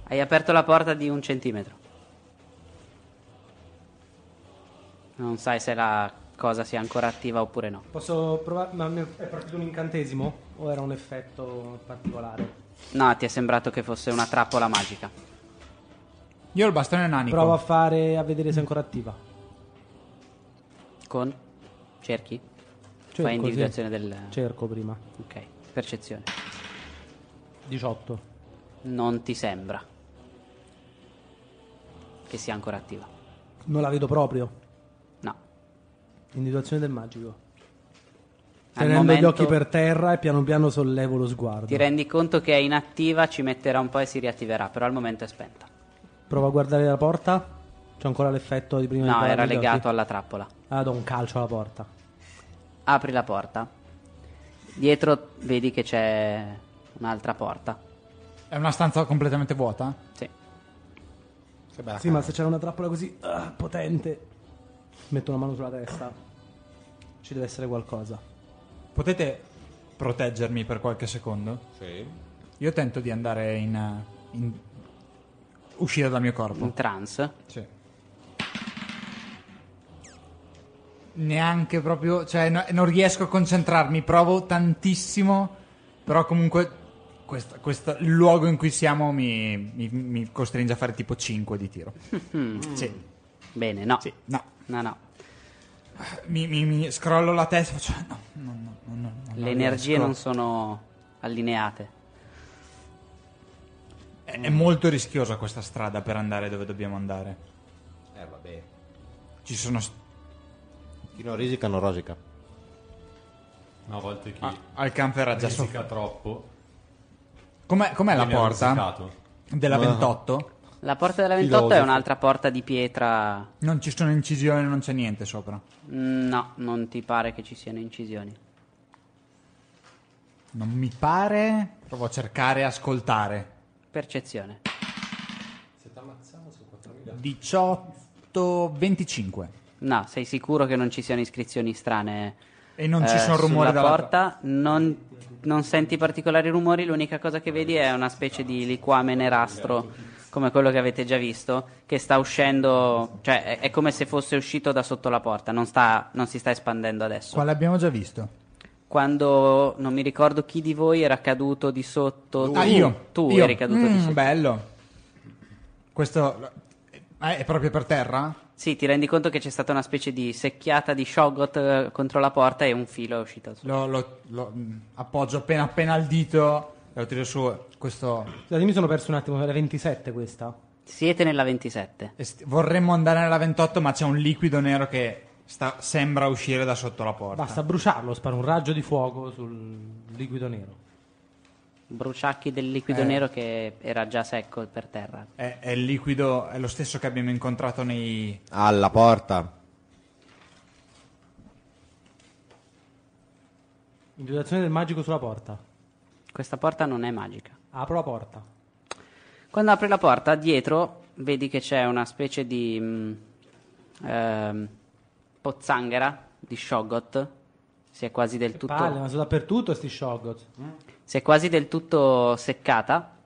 Hai aperto la porta di un centimetro. Non sai se la cosa sia ancora attiva oppure no.
Posso provare? Ma mi è partito un incantesimo? O era un effetto particolare?
No, ti è sembrato che fosse una trappola magica.
Io ho il bastone nanico.
Provo a fare a vedere se è ancora attiva.
Con? Cerchi?
Cerco,
Fai individuazione
sì.
del...
Cerco prima.
ok, percezione.
18.
Non ti sembra che sia ancora attiva.
Non la vedo proprio.
No.
Individuazione del magico.
Al
Tenendo gli
momento-
occhi per terra e piano piano sollevo lo sguardo.
Ti rendi conto che è inattiva, ci metterà un po' e si riattiverà, però al momento è spenta.
Provo a guardare la porta. C'è ancora l'effetto di prima di
No,
parare
era
gli occhi?
legato alla trappola.
Ah, do un calcio alla porta.
Apri la porta. Dietro vedi che c'è un'altra porta.
È una stanza completamente vuota?
Sì.
Che bella
Sì, ma se c'era una trappola così ah, potente, metto una mano sulla testa. Ci deve essere qualcosa.
Potete proteggermi per qualche secondo?
Sì.
Io tento di andare in. eh, in- uscire dal mio corpo.
Oh.
In trance.
Sì. Neanche proprio. cioè, no- non riesco a concentrarmi. Provo tantissimo, però comunque. questa- Questo luogo in cui siamo mi, mi- mi costringe a fare tipo 5 di tiro. Sì,
Bene, no.
sì, no.
No, no.
Mi, mi- mi scrollo la testa, faccio. "Ah, No, no, no, no, no, no,
Le energie
riesco.
non sono allineate.
È, è molto rischiosa questa strada per andare dove dobbiamo andare.
Eh, vabbè.
Ci sono. st-
Chi non risica non rosica.
No, a volte chi
ah, al campo era già
risica
sofferto.
troppo.
Com'è, com'è la
viene
porta?
risicato.
Ah.
Della 28?
La porta della 28 è
Filosofo.
un'altra porta di pietra.
Non ci sono incisioni, non c'è niente sopra.
Mm, No, non ti pare che ci siano incisioni.
Non mi pare. Provo a cercare e ascoltare.
Percezione.
18, 25.
No, sei sicuro che non ci siano iscrizioni strane? eh,
E non ci sono rumori
sulla
dalla
porta? Non, non senti particolari rumori, l'unica cosa che vedi è una specie di liquame nerastro, come quello che avete già visto, che sta uscendo, cioè è, è come se fosse uscito da sotto la porta, non, sta, non si sta espandendo adesso.
Quale abbiamo già visto?
Quando non mi ricordo chi di voi era caduto di sotto,
Ah,
tu,
io.
tu
Io.
eri caduto di
Mm,
sotto.
Bello. Questo eh, è proprio per terra?
Sì, ti rendi conto che c'è stata una specie di secchiata di Shogot eh, contro la porta e un filo è uscito. da sotto.
Lo, lo- lo, mm, appoggio appena appena al dito e lo tiro su. Questo.
Scusate, mi sono perso un attimo, era 27 questa.
Siete nella 27.
est- vorremmo andare nella 28, ma c'è un liquido nero che sta- sembra uscire da sotto la porta.
Ah.
Basta bruciarlo, sparo un raggio di fuoco sul liquido nero.
bruciacchi del liquido
Eh.
nero che era già secco per terra.
È, è il liquido, è lo stesso che abbiamo incontrato nei.
Alla porta.
Individuazione del magico sulla porta.
Questa porta non è magica.
Apro la porta.
Quando apri la porta, dietro vedi che c'è una specie di mh, ehm, pozzanghera di Shoggoth. Si è quasi del tutto.
Palle, ma sono dappertutto sti Shoggoth.
si è quasi del tutto seccata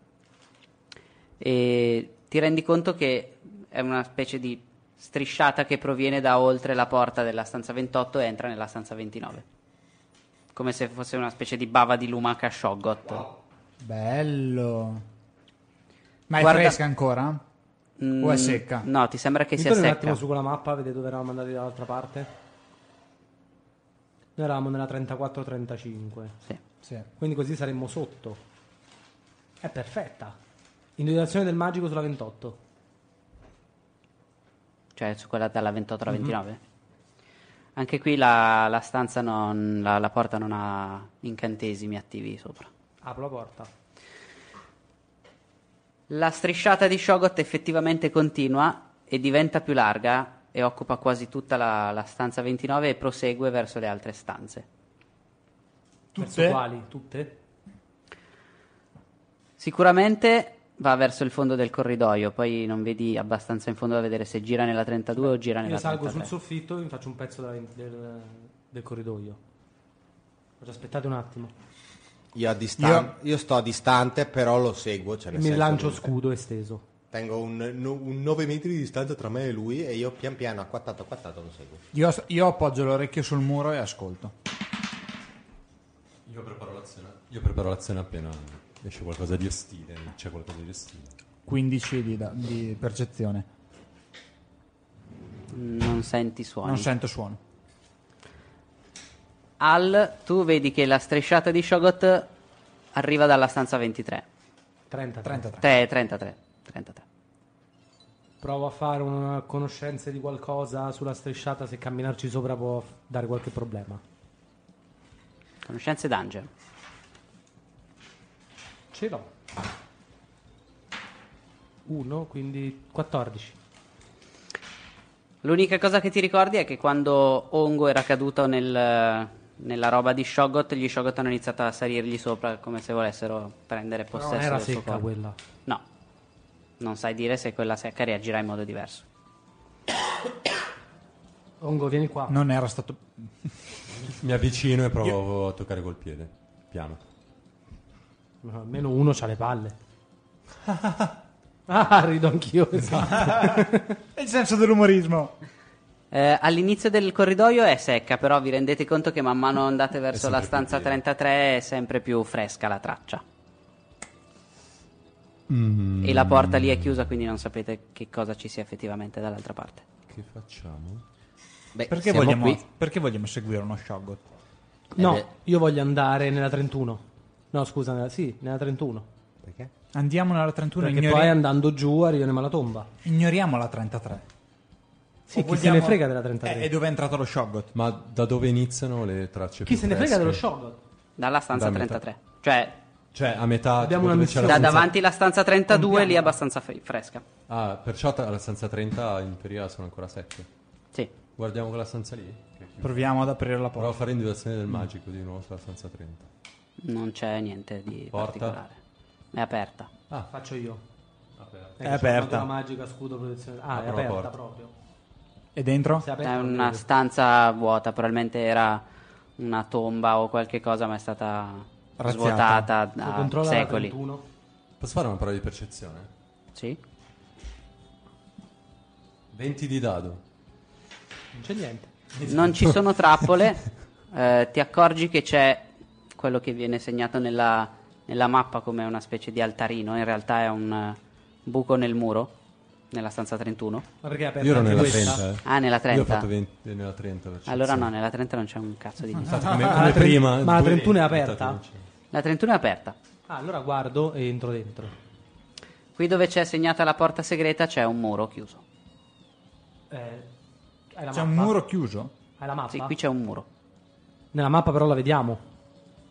e ti rendi conto che è una specie di strisciata che proviene da oltre la porta della stanza 28 e entra nella stanza 29 come se fosse una specie di bava di lumaca shoggoth
Bello. Ma è
Guarda-
fresca ancora?
Mm,
O è secca?
no ti sembra che
Mi
sia
torni un
secca
attimo su quella mappa, vedete dove eravamo andati dall'altra parte? Noi eravamo nella 34-35.
Sì.
Sì.
Quindi così saremmo sotto. È perfetta. Individuazione del magico sulla 28.
cioè su quella dalla 28
Mhm.
alla 29 anche qui la, la stanza non la- la porta non ha incantesimi attivi sopra
Apro la porta.
La strisciata di Shogot effettivamente continua e diventa più larga e occupa quasi tutta la, la stanza 29 e prosegue verso le altre stanze.
Verso quali? Tutte?
Sicuramente va verso il fondo del corridoio, poi non vedi abbastanza in fondo da vedere se gira nella 32 o
Eh,
gira
Io
nella
salgo
33.
sul soffitto e mi faccio un pezzo della- del, del corridoio. Faccio, Aspettate un attimo.
Io, a distan- io sto distante, però lo seguo. Cioè nel
Mi
senso-
lancio scudo esteso.
Tengo un, no- un 9 metri di distanza tra me e lui e io pian piano, acquattato, acquattato lo seguo.
Io, io appoggio l'orecchio sul muro e ascolto.
Io preparo l'azione. Io preparo l'azione appena esce qualcosa di ostile. C'è qualcosa di ostile.
15 di, da- di percezione.
Non senti suoni.
Non sento suono.
Al, tu vedi che la strisciata di Shogot arriva dalla stanza 23.
30.
33.
Te- 33. 33.
Provo a fare una conoscenza di qualcosa sulla strisciata, se camminarci sopra può f- dare qualche problema.
Conoscenze d'angelo.
Ce l'ho. 1, quindi 14.
L'unica cosa che ti ricordi è che quando Ongo era caduto nel- nella roba di Shogot, gli Shogot hanno iniziato a salirgli sopra come se volessero prendere
Però
possesso
non era
del suo
secca
corpo.
quella.
No, non sai dire se quella secca reagirà in modo diverso.
Ongo, vieni qua.
Non era stato.
Mi avvicino e provo a toccare col piede. Piano.
Ma Almeno uno ha le palle. ah, rido anch'io.
Eh
esatto.
È il senso dell'umorismo.
Eh, all'inizio del corridoio è secca, però vi rendete conto che man mano andate verso la
sempre più
stanza
piena.
33 è sempre più fresca la traccia. E la porta lì è chiusa, quindi non sapete che cosa ci sia effettivamente dall'altra parte.
Che facciamo?
Beh,
Perché
siamo
vogliamo,
qui.
perché vogliamo seguire uno Shogot?
Eh beh.
no, io voglio andare nella 31. No, scusa, nella- sì, nella 31.
Perché?
Andiamo nella 31
Perché
ignori-
poi andando giù arriviamo nella tomba.
ignoriamo la 33.
Sì,
O
chi
vogliamo-
se ne frega della 33.
Eh, e dove è entrato lo Shogot?
Ma da dove iniziano le tracce
chi se
eh,
ne frega dello
shock?
shogun?
Dalla stanza
Da metà.
33. Cioè,
Cioè, a metà
Abbiamo
tipo,
una
dove c'è la
da
stanza-
davanti la stanza 32 lì è abbastanza fe- fresca.
Ah, perciò tra- la stanza 30 in teoria sono ancora secche.
Sì.
Guardiamo quella stanza lì. che è chiusa.
Proviamo ad aprire la
Provo a
porta.
fare individuazione del magico di nuovo sulla stanza 30.
Non c'è niente di
Porta?
particolare. È aperta.
Faccio io.
Aperto.
Eh,
È
c'ho
aperta.
armatura magica, scudo, protezione. Ah, è
Apro la
aperta
porta.
proprio.
E dentro?
Se è aperta
È
non
una
vedo.
stanza vuota, probabilmente era una tomba o qualche cosa, ma è stata
Razziata.
svuotata
Lo
da
controlla la
secoli.
31.
Posso fare una prova di percezione?
Sì.
20 di dado.
Non c'è niente.
Non ci sono trappole. eh, ti accorgi che c'è quello che viene segnato nella, nella mappa come una specie di altarino. In realtà è un eh, buco nel muro, nella stanza 31.
Ma perché è aperta
Io ero
anche
nella
questa?
30. eh.
Ah, nella
Io ho
30.
fatto 20 nella 30. percezione.
Allora no, nella 30 non c'è un cazzo
Ah,
di niente.
Infatti, come,
Ma
come
la tre-
prima.
ma la
due
31 è
venti,
aperta?
tanto non
La 31 è aperta.
Ah, allora guardo e entro dentro.
Qui dove c'è segnata la porta segreta c'è un muro chiuso.
Eh, hai la
C'è un
mappa?
muro chiuso?
Hai la mappa?
Sì, qui c'è un muro.
Nella mappa però la vediamo.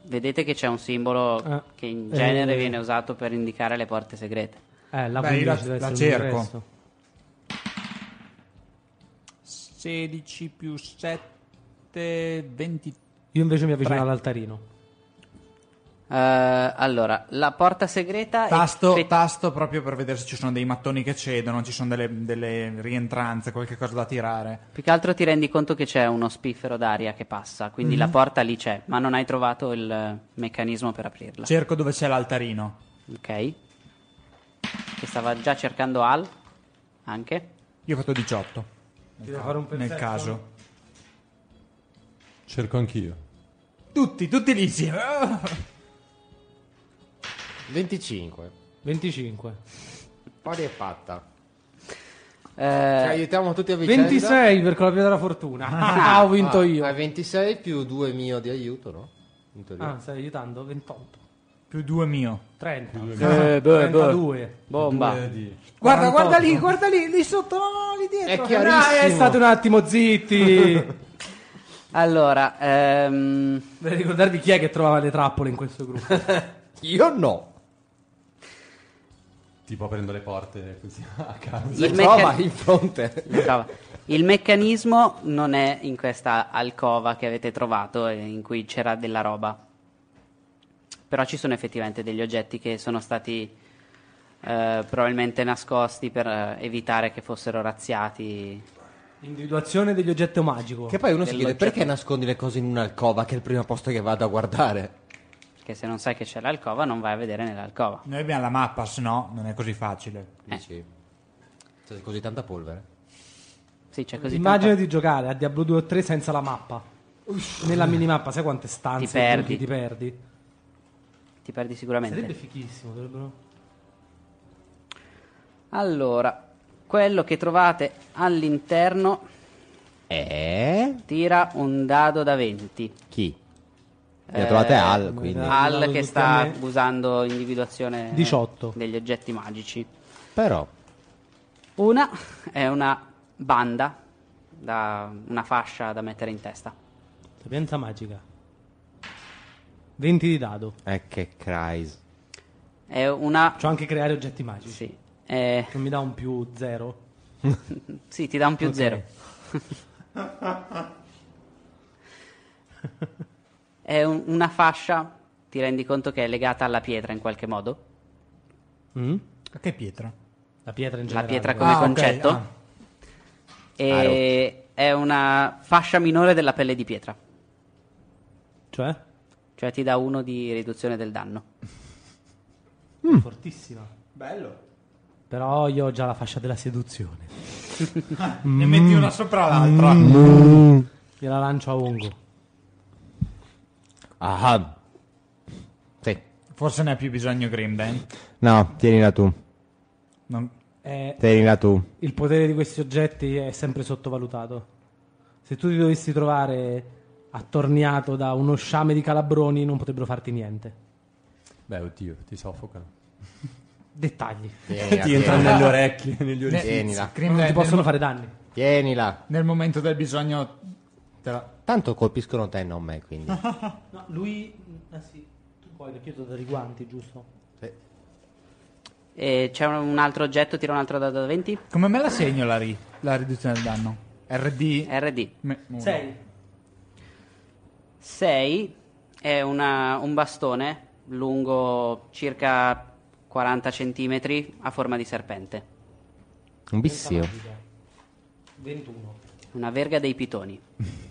Vedete che c'è un simbolo
Ah,
che in genere
eh.
viene usato per indicare le porte segrete.
Eh, la
Beh,
15
io la-
deve essere
la
un
cerco.
ingresso.
16 più 7, 20.
Io invece mi avvicino
Tre.
all'altarino.
Eh, allora, la porta segreta è
Ah, Tasto,
effe-
tasto proprio per vedere se ci sono dei mattoni che cedono, ci sono delle, delle rientranze, qualche cosa da tirare.
Più che altro ti rendi conto che c'è uno spiffero d'aria che passa, quindi
Mhm.
la porta lì c'è, ma non hai trovato il eh, meccanismo per aprirla.
Cerco dove c'è l'altarino.
Ok. Che stava già cercando Al anche.
Io ho fatto 18.
Ti devo fare un
Nel caso.
c'è. Cerco anch'io.
Tutti, tutti lì insieme.
25.
25.
Pari è fatta.
Eh,
Ci aiutiamo tutti a vicenda.
26 per colpire della fortuna. Ah, ho vinto
Ah,
io.
hai 26 più 2 mio di aiuto, no? In teoria.
Ah, stai aiutando? 28.
Più due mio.
30.
Eh, beh, beh.
32.
bomba.
Due di-
48.
Guarda, guarda lì, guarda lì, lì sotto, no, no, lì
È
dietro.
Ah,
chiarissimo.
eh, state un attimo zitti.
Allora, ehm,
Devi ricordarvi chi è che trovava le trappole in questo gruppo.
Io no.
Tipo aprendo le porte così a caso.
Le
il mecca-
trova in fronte.
Le trova. Il meccanismo non è in questa alcova che avete trovato eh, in cui c'era della roba. Però ci sono effettivamente degli oggetti che sono stati eh, probabilmente nascosti per eh, evitare che fossero razziati.
Individuazione degli oggetti magico.
Che poi uno si chiede
Dell'oggetto.
perché nascondi le cose in un'alcova che è il primo posto che vado a guardare.
Che se non sai che c'è l'alcova non vai a vedere nell'alcova.
Noi abbiamo la mappa, se no non è così facile.
Dici, c'è così tanta polvere.
Sì, c'è così
Immagino
tanta-
di giocare a Diablo 2 o 3 senza la mappa. Nella minimappa, sai quante stanze
Ti perdi.
buchi, ti perdi?
Ti perdi sicuramente.
Sarebbe fichissimo, dovrebbero.
Allora, quello che trovate all'interno
Eh?
tira un dado da 20.
Chi?
Eh,
Le trovate Al,
come
quindi.
da-
Al
Andando
che
tutti
sta
Esatto. a me.
usando individuazione
18.
degli oggetti magici.
Però
Una è una banda, da- una fascia da mettere in testa.
Sapienza magica. 20 di dado.
Eh, che crais.
È una...
C'ho anche creare oggetti magici.
Sì, è-
Non mi dà un più zero.
sì, ti dà un più
Ok.
zero. È un- una fascia, ti rendi conto che è legata alla pietra in qualche modo.
Mm?
A Che pietra?
La pietra in
La
generale.
pietra
Ah,
come
ok,
concetto.
ah.
Ah,
E è una fascia minore della pelle di pietra.
Cioè?
Cioè ti dà uno di riduzione del danno.
Fortissima. Però io ho già la fascia della seduzione.
Ne metti una sopra l'altra.
Gliela lancio a Ongo.
Ah. Sì.
Forse ne ha più bisogno Grimden.
No, tienila tu.
Non...
Eh,
Tienila tu.
il potere di questi oggetti è sempre sottovalutato. Se tu ti dovessi trovare attorniato da uno sciame di calabroni, non potrebbero farti niente.
Beh, oddio, ti soffocano.
Dettagli.
Tienila.
Ti entrano
tienila.
nelle orecchie, negli
Eh,
orecchi.
Tienila.
Non ti
Grimden
possono
nel,
fare danni.
Tienila.
nel momento del bisogno te la...
Tanto colpiscono te e non me, quindi.
No, lui. Ah sì, tu poi perché io ti ho dato i guanti, giusto?
E c'è un- un altro oggetto, tira un altro dado da 20.
Come me la segno la, ri- la riduzione del danno? RD...
RD.
me- uno.
6 è una- un bastone lungo circa 40 cm a forma di serpente.
Un bissio.
21.
Una verga dei pitoni.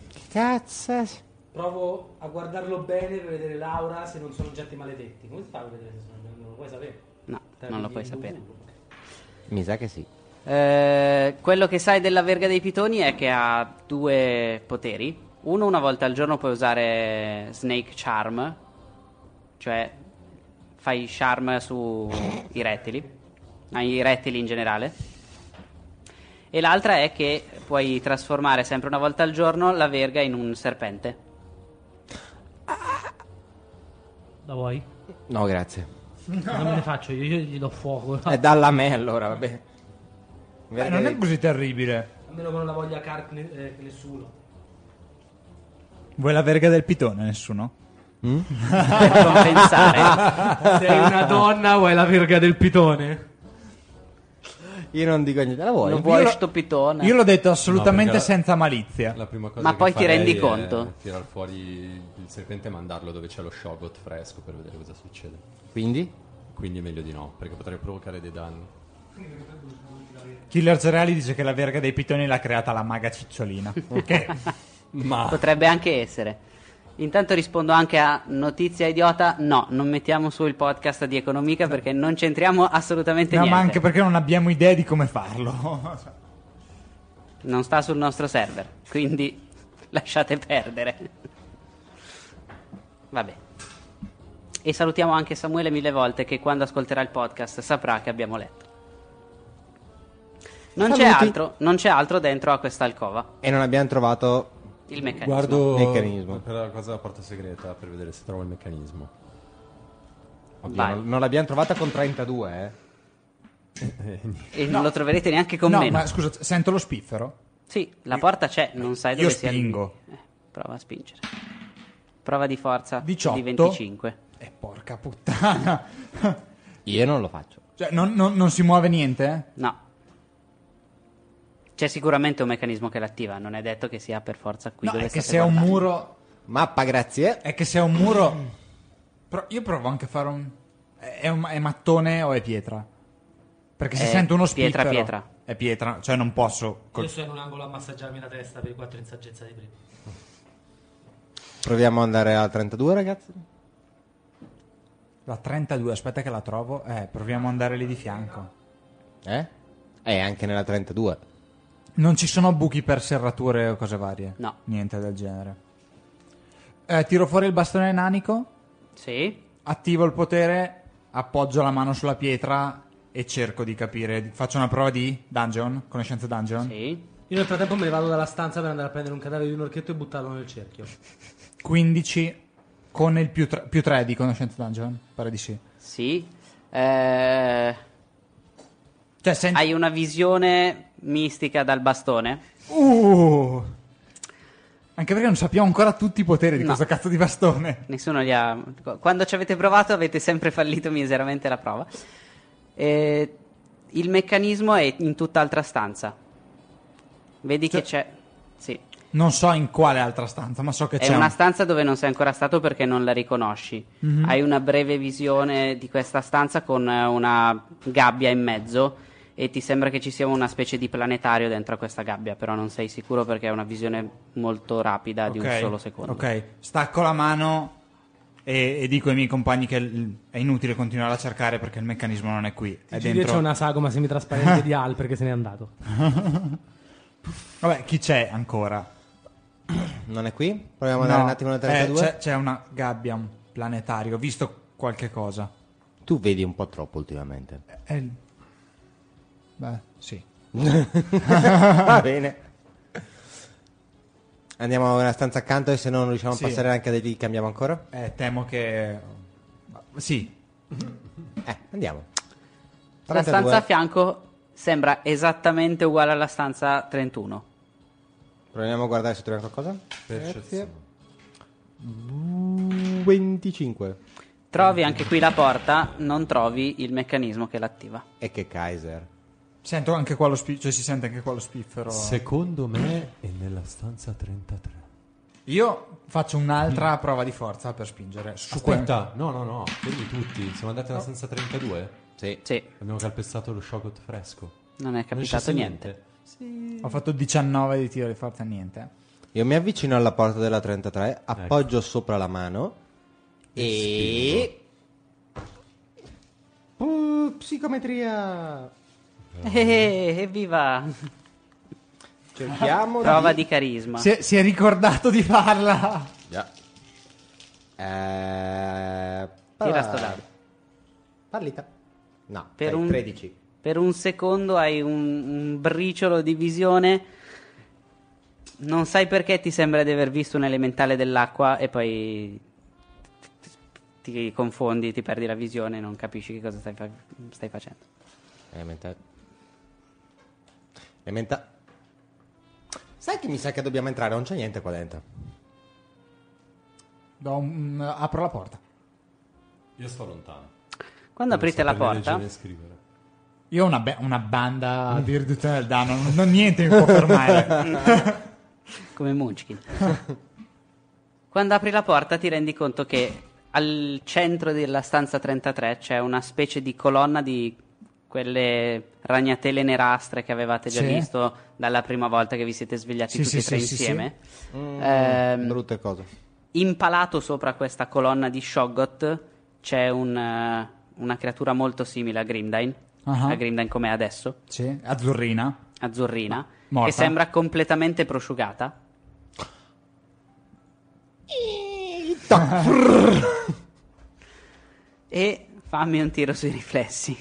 Che cazzo?
Provo a guardarlo bene per vedere l'aura se non sono oggetti maledetti. Come si fa a vedere se sono Non lo puoi sapere.
No, non lo puoi sapere.
Mi sa che sì.
Eh, quello che sai della verga dei pitoni è che ha due poteri. Uno, una volta al giorno puoi usare Snake Charm, cioè fai charm sui rettili, ai rettili in generale. E l'altra è che puoi trasformare sempre una volta al giorno la verga in un serpente.
La vuoi?
No, grazie.
Non me ne faccio io, io gli do fuoco.
È dalla me allora, vabbè.
Eh, non è così terribile.
A meno che non la voglia Cart nessuno.
Vuoi la verga del pitone? Nessuno?
Per compensare.
Sei una donna o è la verga del pitone?
Io non dico niente, la vuoi?
Non
Io
vuoi
la-
sto pitone?
Io l'ho detto assolutamente
No, perché la-
senza malizia.
La prima cosa
Ma
che
poi ti
farei
rendi
è
conto?
Tirar fuori il serpente e mandarlo dove c'è lo Shogot fresco per vedere cosa succede.
Quindi?
Quindi è meglio di no, perché potrei provocare dei danni.
Killer Cereali dice che la verga dei pitoni l'ha creata la maga cicciolina. ok.
Ma
Ah. Potrebbe anche essere. Intanto rispondo anche a notizia idiota. No, non mettiamo su il podcast di economica perché non c'entriamo assolutamente
No, ma
niente.
anche perché non abbiamo idea di come farlo.
Non sta sul nostro server, quindi lasciate perdere. Vabbè. E salutiamo anche Samuele mille volte che quando ascolterà il podcast saprà che abbiamo letto. Non c'è,
Saluti.
altro, non c'è altro dentro a questa alcova.
E non abbiamo trovato...
Il meccanismo.
guardo
Meccanismo.
per la cosa della porta segreta per vedere se trovo il meccanismo.
Vai.
Non, non l'abbiamo trovata con 32, eh.
E non lo troverete neanche con
no,
meno.
ma scusa, sento lo spiffero.
Sì, la porta c'è, non sai
Io
dove sia. il-
spingo.
Eh, prova a spingere. Prova di forza
18.
di 25.
E Eh, porca puttana.
Io non lo faccio.
cioè, non, non- non si muove niente? eh?
No. C'è sicuramente un meccanismo che l'attiva, non è detto che sia per forza qui
No,
dove
è che
state
se è un
guardando.
muro...
Mappa, grazie.
È che se è un muro... Pro- io provo anche a fare un... È, è un- è mattone o è pietra? Perché se
È
sento uno
pietra,
spiffero...
pietra.
È pietra, cioè non posso... col-
sono in un angolo a massaggiarmi la testa per i quattro in saggezza di prima.
Proviamo ad andare a 32, ragazzi.
La 32, aspetta che la trovo. Eh, proviamo ad andare lì di fianco.
Eh? Eh, anche nella 32.
Non ci sono buchi per serrature o cose varie?
No.
Niente del genere. Eh, tiro fuori il bastone nanico,
Sì,
attivo il potere, appoggio la mano sulla pietra e cerco di capire. Faccio una prova di dungeon, conoscenza dungeon.
sì.
Io nel frattempo me ne vado dalla stanza per andare a prendere un cadavere di un orchetto e buttarlo nel cerchio.
15 con il più 3, di conoscenza dungeon, pare di sì.
Sì. Eh,
Cioè, senti-
Hai una visione mistica dal bastone?
Uh. Anche perché non sappiamo ancora tutti i poteri di
No.
questo cazzo di bastone.
Nessuno li ha. Quando ci avete provato avete sempre fallito miseramente la prova. E il meccanismo è in tutt'altra stanza. Vedi che
Cioè,
c'è. Sì.
Non so in quale altra stanza, ma so che
È
c'è.
una
un- Mhm.
stanza dove non sei ancora stato perché non la riconosci. Hai una breve visione di questa stanza con eh, una gabbia in mezzo e ti sembra che ci sia una specie di planetario dentro a questa gabbia, però non sei sicuro perché è una visione molto rapida di un
Ok,
solo secondo.
Ok, stacco la mano e, e dico ai miei compagni che l- è inutile continuare a cercare perché il meccanismo non è qui. È
Io
dentro.
c'ho una sagoma semitrasparente di Al perché se n'è andato.
Vabbè, chi c'è ancora?
Non è qui? Proviamo ad andare un attimo nel
eh,
32.
c'è, c'è una gabbia, un planetario. Ho visto qualche cosa.
Tu vedi un po' troppo ultimamente.
È il- Beh, sì.
Va bene. Andiamo nella stanza accanto e se non riusciamo
Sì.
a passare anche da lì cambiamo ancora?
Eh, temo che. Sì,
Eh, andiamo.
La
32.
stanza a fianco sembra esattamente uguale alla stanza 31.
Proviamo a guardare se troviamo qualcosa.
Percezione.
25.
Trovi anche qui la porta, non trovi il meccanismo che l'attiva.
E che Kaiser.
sento anche qua lo spi- cioè si sente anche qua lo spiffero.
Secondo me è nella stanza 33.
Io faccio un'altra prova di forza per spingere. Su
Aspetta, no, no, no, quelli tutti. Siamo andati alla stanza 32.
Sì.
Sì,
Abbiamo calpestato lo Shogot fresco.
non è
Non c'è
capitato niente.
Sì.
Ho fatto 19 di tiro di forza, niente.
Io mi avvicino alla porta della 33, appoggio sopra la mano e... Puh, psicometria!
Eh, evviva!
Cerchiamo
Prova di carisma.
Si è, si è ricordato di farla.
Già. Eh...
Tira sto dado.
Pallita. No,
Per
per
un-
13.
Per un secondo hai un, un briciolo di visione. Non sai perché ti sembra di aver visto un elementale dell'acqua e poi ti- ti, ti confondi, ti perdi la visione, non capisci che cosa stai, fa- stai facendo.
Elementare. Elementa... Sai che mi sa che dobbiamo entrare, non c'è niente qua dentro.
Do un- apro la porta.
Io sto lontano.
Quando
Non
aprite
so
la
per
porta,
leggere e scrivere.
Io ho una, be- una banda di riduzione del danno, non, non niente mi può fermare.
come Munchkin, quando apri la porta ti rendi conto che al centro della stanza 33 c'è una specie di colonna di quelle ragnatele nerastre che avevate già
Sì.
visto dalla prima volta che vi siete svegliati
Sì,
tutti
sì,
e tre
sì, sì,
insieme.
Mm,
Ehm,
Brutte cose.
impalato sopra questa colonna di Shoggoth c'è un, eh, una creatura molto simile a Grimdine,
Ah.
a Grimdine come è adesso,
sì, azzurrina.
azzurrina,
morta.
che sembra completamente prosciugata. e fammi un tiro sui riflessi.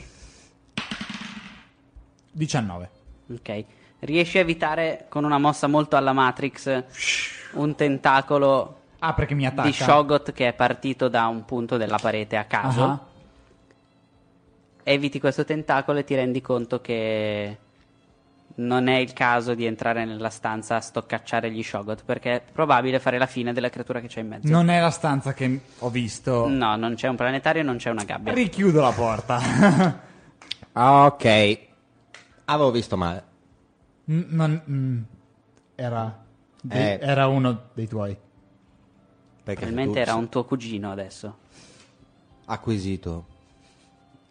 19.
Ok. Riesci a evitare con una mossa molto alla Matrix un tentacolo
Ah, perché mi attacca.
di Shoggoth che è partito da un punto della parete a caso.
Ah.
Eviti questo tentacolo e ti rendi conto che non è il caso di entrare nella stanza a stoccacciare gli Shoggoth perché è probabile fare la fine della creatura che c'è in mezzo.
Non è la stanza che ho visto.
No, non c'è un planetario, non c'è una gabbia.
Richiudo la porta.
Ok. Avevo visto male.
Mm, non- mm, era, dei-
Eh.
era uno dei tuoi.
Perché
Probabilmente
tu
era un tuo cugino adesso.
acquisito.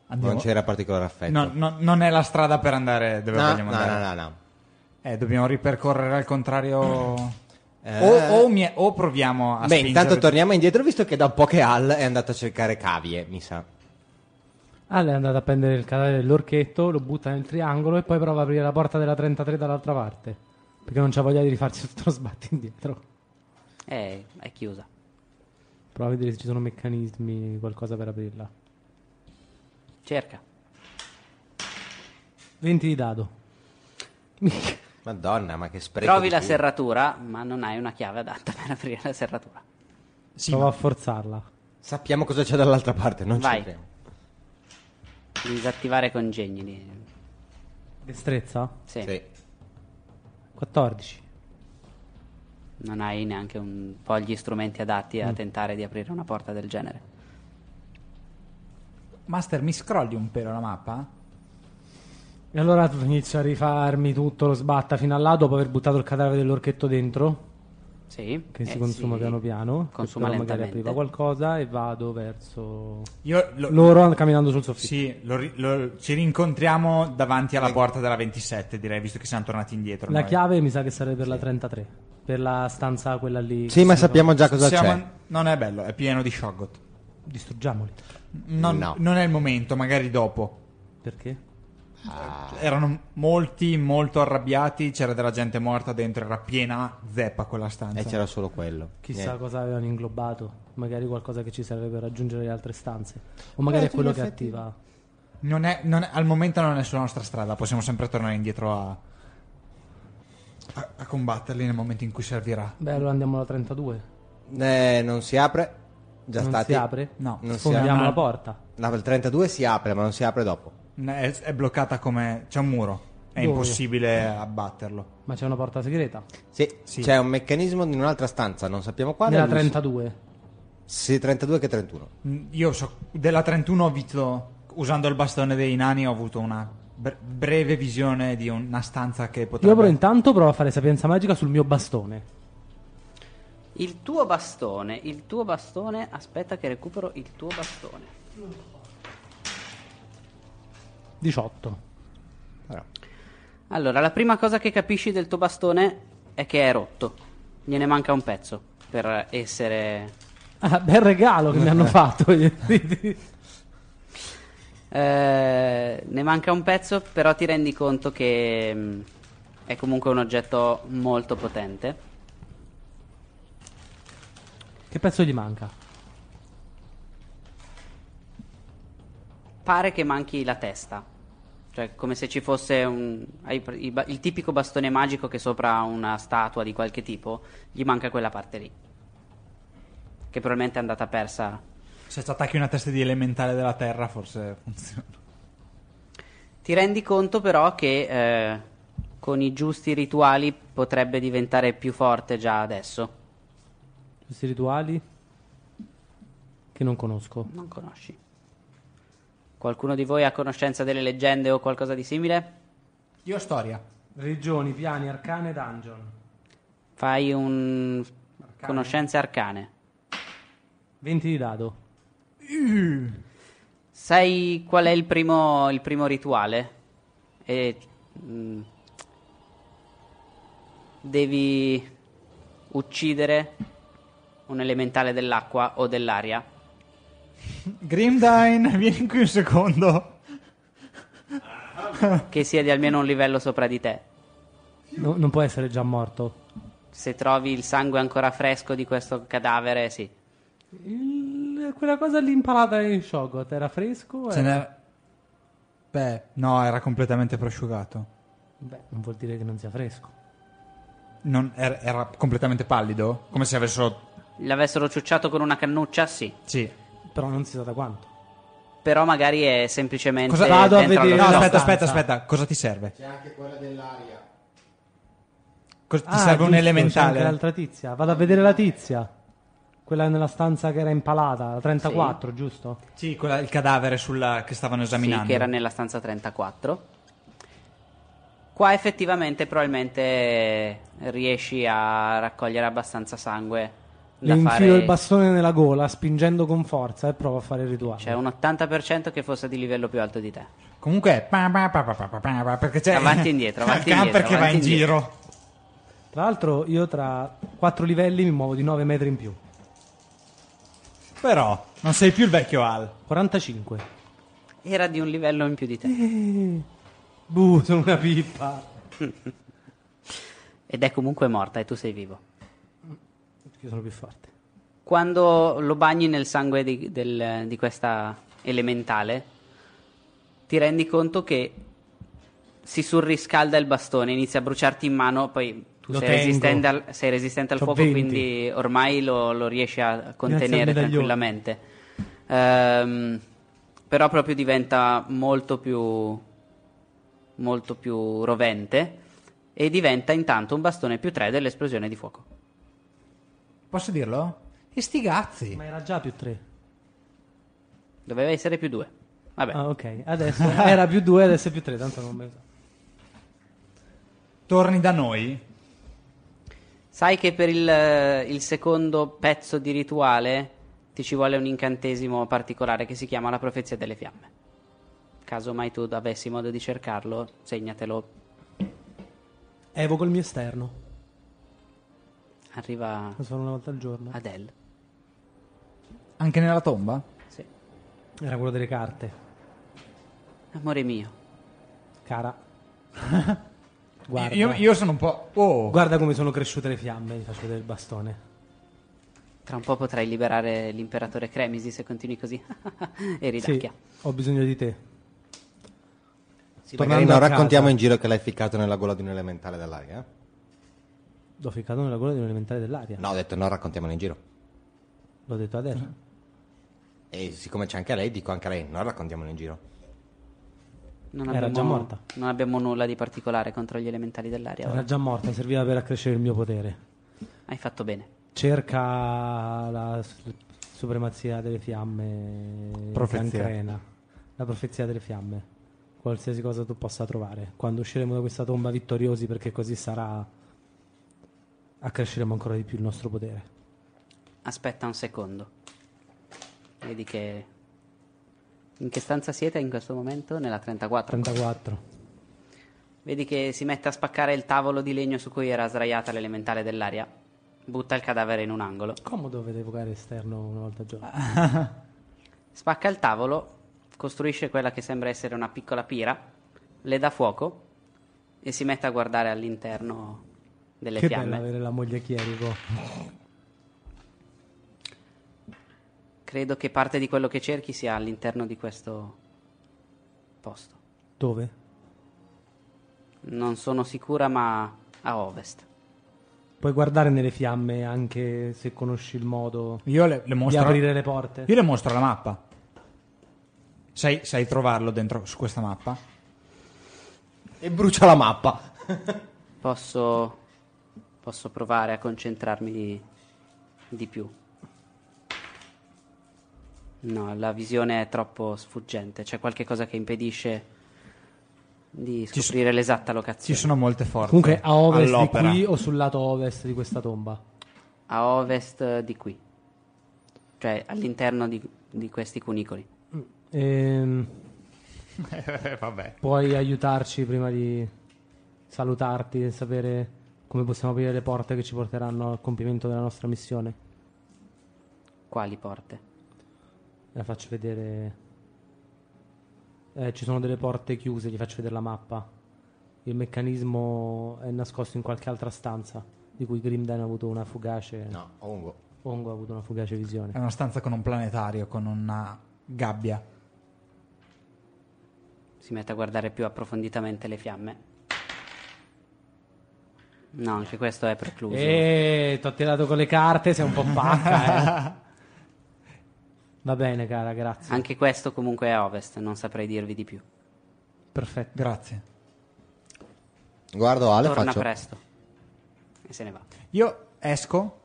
Andiamo.
Non c'era particolare affetto.
No, no, non è la strada per andare dove
no,
vogliamo
no,
andare.
no, no, no.
Eh, dobbiamo ripercorrere al contrario.
Eh.
O, o mi- o proviamo a
Beh,
spingere-
intanto torniamo indietro visto che da un po' che Al è andato a cercare cavie, mi sa.
Al è andato a prendere il cadavere dell'orchetto, lo butta nel triangolo e poi prova ad aprire la porta della 33 dall'altra parte. Perché non c'ha voglia di rifarsi tutto lo sbatti indietro.
Eh, è chiusa.
Prova a vedere se ci sono meccanismi, qualcosa per aprirla.
Cerca.
20 di dado.
Madonna, ma che spreco.
Trovi
di
la
culo.
serratura, ma non hai una chiave adatta per aprire la serratura.
Sì,
Prova
ma-
a forzarla.
Sappiamo cosa c'è dall'altra parte, non
Vai.
c'entriamo.
Disattivare congegnili.
Destrezza?
Sì.
14.
Non hai neanche un po' gli strumenti adatti a tentare di aprire una porta del genere.
Master, mi scrolli un pelo la mappa?
E allora tu inizio a rifarmi tutto lo sbatta fino a là dopo aver buttato il cadavere dell'orchetto dentro.
Sì.
Che si
eh
consuma
sì.
piano piano.
Consuma
Però magari
lentamente.
apriva qualcosa e vado verso
Io lo-
loro camminando sul soffitto.
Sì, lo ri- lo- ci rincontriamo davanti alla porta della 27, direi, visto che siamo tornati indietro.
La
noi.
chiave mi sa che sarebbe per la 33. Per la stanza quella lì.
Sì, ma sappiamo già cosa
Siamo-
c'è.
Non è bello, è pieno di shoggot.
Distruggiamoli.
Non,
No.
non è il momento, magari dopo.
Perché?
Ah,
Erano molti, molto arrabbiati, c'era della gente morta dentro, era piena zeppa quella stanza.
E c'era solo quello.
Chissà
Niente.
cosa avevano inglobato. Magari qualcosa che ci serve per raggiungere le altre stanze. O magari è quello che attiva.
Non è- non è- al momento non è sulla nostra strada, possiamo sempre tornare indietro a, a, a combatterli nel momento in cui servirà.
Beh, allora andiamo alla 32.
Eh, non si apre. Già
non
stati.
si apre?
No,
non si
Sfondiamo
apre.
la porta.
No, il 32 si apre, ma non si apre dopo.
È, è bloccata come... c'è un muro, è
Dove?
impossibile abbatterlo.
Ma c'è una porta segreta.
Sì,
Sì.
c'è un meccanismo in un'altra stanza, non sappiamo quale.
Nella
lui-
32.
Sì, 32 che 31.
Mm, Io so, della 31 ho visto, usando il bastone dei nani, ho avuto una bre- breve visione di una stanza che potrebbe...
Io però intanto provo a fare sapienza magica sul mio bastone.
Il tuo bastone, il tuo bastone, aspetta che recupero il tuo bastone.
18.
Però.
Allora, la prima cosa che capisci del tuo bastone è che è rotto. Gliene manca un pezzo per essere...
Ah, bel regalo che mi hanno fatto.
Eh, ne manca un pezzo, però ti rendi conto che mh, è comunque un oggetto molto potente.
che pezzo gli manca?
Pare che manchi la testa. Cioè, come se ci fosse un, hai pre- il, ba- il tipico bastone magico che sopra una statua di qualche tipo, gli manca quella parte lì. Che probabilmente è andata persa.
Se ci attacchi una testa di elementale della terra forse funziona.
Ti rendi conto però che eh, con i giusti rituali potrebbe diventare più forte già adesso.
Questi rituali? Che non conosco.
Non conosci. Qualcuno di voi ha conoscenza delle leggende o qualcosa di simile?
Io ho storia.
Regioni, piani, arcane, dungeon.
Fai un... conoscenze arcane.
20 di dado.
Sai qual è il primo, il primo rituale? E, mm, devi uccidere un elementale dell'acqua o dell'aria.
Grimdine, vieni qui un secondo.
che sia di almeno un livello sopra di te.
No, non può essere già morto.
Se trovi il sangue ancora fresco di questo cadavere, sì.
Il- quella cosa lì impalata in Shogot era fresco?
Ce
era-
n'è... Beh, no, era completamente prosciugato.
Beh, non vuol dire che non sia fresco.
Non- era, era completamente pallido? Come se avessero...
L'avessero ciucciato con una cannuccia, sì.
Sì.
Però non si sa da quanto.
Però magari è semplicemente
Cosa
vado a
dentro
vedere?
No,
allo
la
aspetta,
shock.
aspetta,
stanza.
aspetta. Cosa ti serve?
C'è anche quella dell'aria.
Cos- ti
Ah,
serve un
giusto, c'è
elementale.
anche l'altra tizia. Vado a vedere la tizia. Quella nella stanza che era impalata, la 34, giusto?
Sì, quella- il cadavere sulla- che stavano
Sì,
esaminando.
che era nella stanza 34. Qua effettivamente probabilmente riesci a raccogliere abbastanza sangue da
Le infilo
fare...
il bastone nella gola, spingendo con forza e provo a fare il rituale.
C'è un 80% che fosse di livello più alto di te.
Comunque... pa, pa, pa, pa, pa, pa, pa, pa, perché c'è...
Avanti e indietro, avanti e
Ah,
indietro,
Perché va
avanti
in
e indietro.
giro.
Tra l'altro, io tra quattro livelli mi muovo di 9 metri in più.
Però, non sei più il vecchio Al.
45.
Era di un livello in più di
Eh.
te.
Eh.
Buh, sono una pippa.
Ed è comunque morta e tu sei vivo.
Io sono più forte.
Quando lo bagni nel sangue di, del- di questa elementale, ti rendi conto che si surriscalda il bastone, inizia a bruciarti in mano, poi tu
Lo
sei
tengo.
resistente, al, sei resistente al
C'ho
fuoco,
20.
quindi ormai lo, lo riesci a
al
contenere
medaglione.
tranquillamente. Ehm, però proprio diventa molto più molto più rovente e diventa intanto un bastone più 3 dell'esplosione di fuoco.
Posso dirlo? E sti gazzi.
Ma era già più 3.
Doveva essere più 2. Vabbè.
Ah, ok. Adesso era più 2, adesso è più 3. Tanto non me lo so.
Torni da noi?
Sai che per il, il secondo pezzo di rituale ti ci vuole un incantesimo particolare che si chiama la profezia delle fiamme. Caso mai tu avessi modo di cercarlo, segnatelo.
Evoco il mio esterno.
Arriva
Lo so una volta al giorno.
Ah.
Adele.
Anche nella tomba?
Sì.
Era quello delle carte.
Amore mio.
Cara. guarda.
Io, io sono un po'... Oh,
Guarda come sono cresciute le fiamme. Gli faccio vedere il bastone.
Tra un po' potrai liberare l'imperatore Cremisi se continui così. e ridacchia.
Sì, ho bisogno di te.
Sì,
Magari
Tornando
non
a
raccontiamo
casa.
in giro che l'hai ficcato nella gola di un elementale dell'aria. eh?
L'ho ficcato nella gola di un elementare dell'aria.
No, ho detto non raccontiamolo in giro.
L'ho detto
Mm.
adesso.
E siccome c'è anche lei, dico anche a lei, non raccontiamolo in giro.
Non
Era già morta.
Non abbiamo nulla di particolare contro gli elementali dell'aria.
Era già morta, serviva per accrescere il mio potere.
Hai fatto bene.
Cerca la su- supremazia delle fiamme.
Profezia.
cancrena. La profezia delle fiamme. Qualsiasi cosa tu possa trovare. Quando usciremo da questa tomba vittoriosi, perché così sarà. accresceremo ancora di più il nostro potere.
Aspetta un secondo. Vedi che... In che stanza siete in questo momento? Nella 34.
34.
Vedi che si mette a spaccare il tavolo di legno su cui era sdraiata l'elementale dell'aria. Butta il cadavere in un angolo.
Comodo vedere evocare esterno una volta al
Ah,
giorno.
Spacca il tavolo, costruisce quella che sembra essere una piccola pira, le dà fuoco e si mette a guardare all'interno delle
che bello
fiamme.
avere la moglie chierico.
Credo che parte di quello che cerchi sia all'interno di questo posto.
Dove?
Non sono sicura, ma a ovest.
Puoi guardare nelle fiamme anche se conosci il modo
io le,
di
le mostro...
aprire le porte.
Io le mostro la mappa. Sai, sai trovarlo dentro su questa mappa?
E brucia la mappa.
Posso, posso provare a concentrarmi di, di più. No, la visione è troppo sfuggente. C'è qualche cosa che impedisce di
Ci so-
scoprire l'esatta
Ci
locazione.
sono molte forze.
Comunque a ovest
all'opera.
di qui o sul lato ovest di questa tomba.
A ovest di qui. Cioè all'interno di, di questi cunicoli.
Ehm,
Vabbè.
puoi aiutarci prima di salutarti e sapere come possiamo aprire le porte che ci porteranno al compimento della nostra missione.
Quali porte?
La faccio vedere. Eh, ci sono delle porte chiuse, gli faccio vedere la mappa. Il meccanismo è nascosto in qualche altra stanza di cui Grimden ha avuto una fugace.
No, Ongo.
Ongo ha avuto una fugace visione.
È una stanza con un planetario, con una gabbia.
Si mette a guardare più approfonditamente le fiamme. No, anche questo è precluso.
Eh, ti ho tirato con le carte, sei un po' pacca. eh. Va bene, cara, grazie.
Anche questo comunque è a ovest, non saprei dirvi di più.
Perfetto.
Grazie.
Guardo Ale,
Torna
faccio...
presto. E se ne va.
Io esco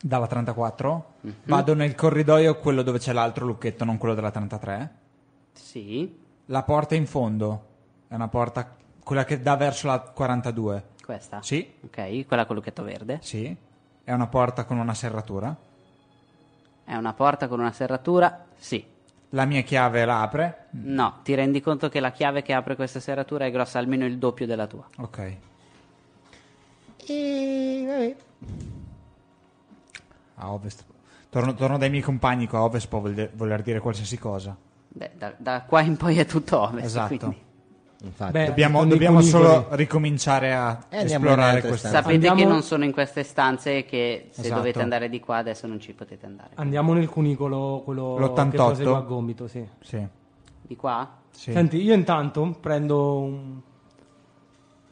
dalla 34, vado nel corridoio, quello dove c'è l'altro lucchetto, non quello della 33.
Sì,
La porta in fondo è una porta, quella che dà verso la 42.
questa.
Sì.
Ok, quella col lucchetto verde.
Sì, è una porta con una serratura.
È una porta con una serratura? Sì.
La mia chiave la apre.
No, ti rendi conto che la chiave che apre questa serratura è grossa almeno il doppio della tua.
Ok.
E... vabbè.
A ovest. Torno, torno dai miei compagni qua. A ovest può vol- voler dire qualsiasi cosa.
Beh, da, da qua in poi è tutto ovest,
Esatto.
quindi.
Infatti.
Beh,
Dobbiamo,
con i
dobbiamo
cunicoli.
solo ricominciare a
Eh, andiamo in
esplorare
altre
questa.
stanze.
Sapete che
Andiamo-
non sono in queste stanze e che se
Esatto.
dovete andare di qua adesso non ci potete andare.
Andiamo nel cunicolo, quello
L'88.
che prosegue a gomito, sì.
Sì.
Di qua?
sì.
Senti, io intanto prendo un...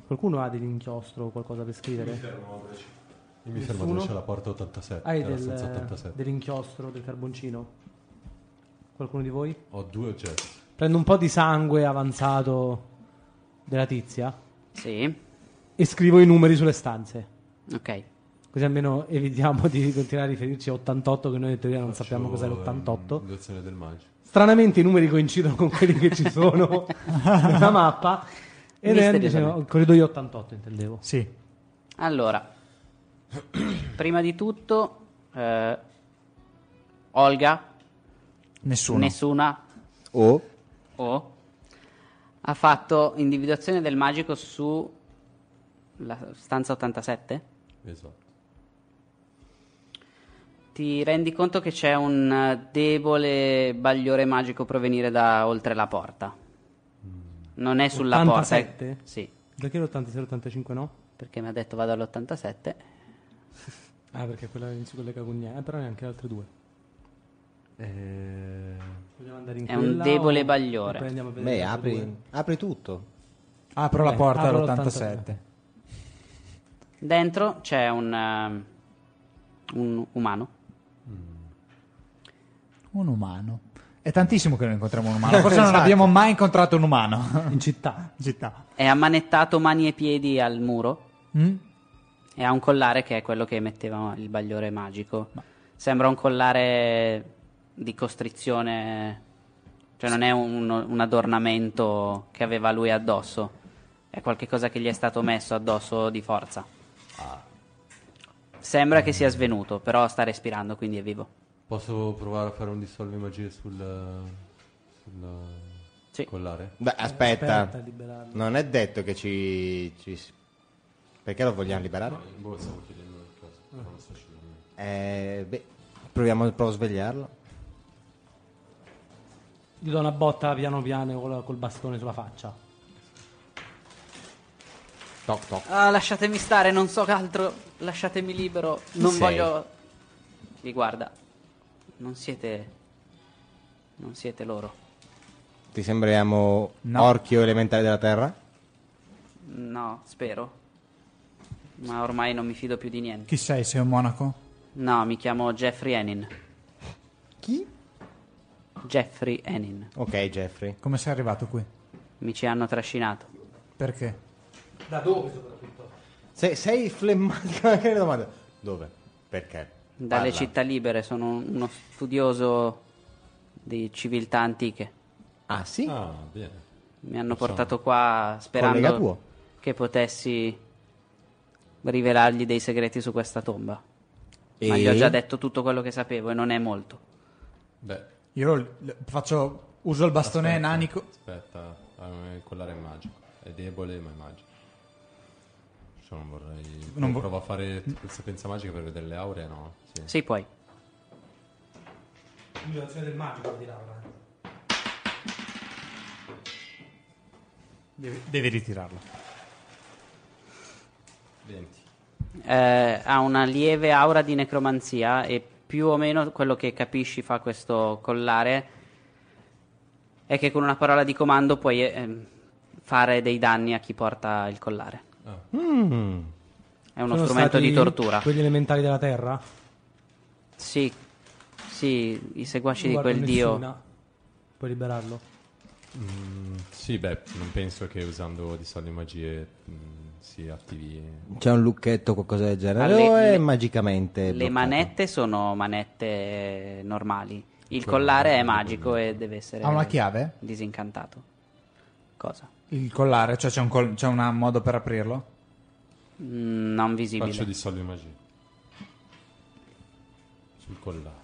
Qualcuno ha dell'inchiostro o qualcosa per scrivere?
Io mi fermo dove c'è la porta 87.
Hai
è la
del-
stanza 87.
dell'inchiostro, del carboncino? Qualcuno di voi?
Ho due oggetti.
Prendo un po' di sangue avanzato della tizia
Sì,
e scrivo i numeri sulle stanze.
ok.
Così almeno evitiamo di continuare a riferirci a 88 che noi in teoria non sappiamo cos'è l'88.
L'azione del magico.
Stranamente i numeri coincidono con quelli che ci sono nella mappa. E noi diciamo,
Misteriosamente.
il corridoio 88 intendevo.
Sì.
Allora, prima di tutto, eh, Olga,
Nessuno.
nessuna
O
o ha fatto individuazione del magico su la stanza 87?
Esatto.
Ti rendi conto che c'è un eh, debole bagliore magico provenire da oltre la porta? Non è sulla porta.
87?
è- Sì,
Perché l'86-85 no?
perché mi ha detto vado all'87.
Ah, perché quella in su con le cagugnane, eh, però neanche le altre due. Vogliamo andare in
È un
quella
debole
o-
bagliore.
oppure andiamo a vedere
beh,
le altre due?
apri, apri tutto.
Apro la
Beh,
porta
apro
all'87.
Dentro c'è un, ehm, un umano.
Un umano. È tantissimo che non incontriamo un umano. Forse non
Esatto.
abbiamo mai incontrato un umano.
In città.
In città.
È ammanettato mani e piedi al muro
Mm?
e ha un collare che è quello che metteva il bagliore magico. Sembra un collare di costrizione, cioè non è un, un adornamento che aveva lui addosso, è qualcosa che gli è stato messo addosso di forza. Sembra che sia svenuto, però sta respirando, quindi è vivo.
Posso provare a fare un dissolve magie sul, sul
Sì.
collare?
Beh, aspetta.
Aspetta, liberarlo.
non è detto che ci, ci si- Perché lo vogliamo liberare?
Boh, stavo chiedendo il caso. Non so scegliere niente.
Eh, beh, proviamo provo a svegliarlo.
Gli do una botta piano piano col, col bastone sulla faccia.
Toc toc.
Ah, lasciatemi stare, non so che altro. Lasciatemi libero. Non
sei?
voglio. Vi guarda. Non siete. Non siete loro.
Ti sembriamo
No.
orchio elementare della terra?
No, spero. Ma ormai non mi fido più di niente.
Chi sei? Sei un monaco?
No, mi chiamo Jeffrey Enin.
Chi?
Jeffrey Enin.
Ok, Jeffrey.
Come sei arrivato qui?
Mi ci hanno trascinato.
Perché?
Se- sei flemmato anche nelle domande. Dove? Perché?
Dalle
Parla.
città libere sono uno studioso di civiltà antiche.
Ah, sì?
Ah, bene.
Mi hanno portato qua
Collega tuo.
sperando che potessi rivelargli dei segreti su questa tomba. Ma
E?
gli ho già detto tutto quello che sapevo e non è molto.
Beh,
Io lo- le- faccio. Uso il bastone
aspetta,
enanico.
Aspetta, ah, no, il collare è magico. È debole, ma è magico. Cioè, non vorrei.
Non
Non
vo-
provo a fare tipo sapienza magica per vedere le auree, no? Sì.
Sì, poi.
Individuazione del magico di Laura.
Devi, devi ritirarlo.
20.
Eh, ha una lieve aura di necromanzia e più o meno quello che capisci fa questo collare è che con una parola di comando puoi ehm, fare dei danni a chi porta il collare. È uno
Sono
strumento
stati
di tortura.
Quelli elementari della terra?
Sì, sì, i seguaci
Non
di
guardo
quel dio.
nessuna. Puoi liberarlo.
Sì, beh, non penso che usando di soldi magie mh, si attivi.
C'è un lucchetto o qualcosa del genere?
Ah, le-
o è
le-
magicamente
Le
Eh, bloccato?
manette sono manette normali. Il collare è magico e deve essere
Ha una chiave?
disincantato. Cosa?
Il collare, cioè c'è un, col- c'è un modo per aprirlo?
Mm, non visibile.
Faccio di soldi magie. Sul collare.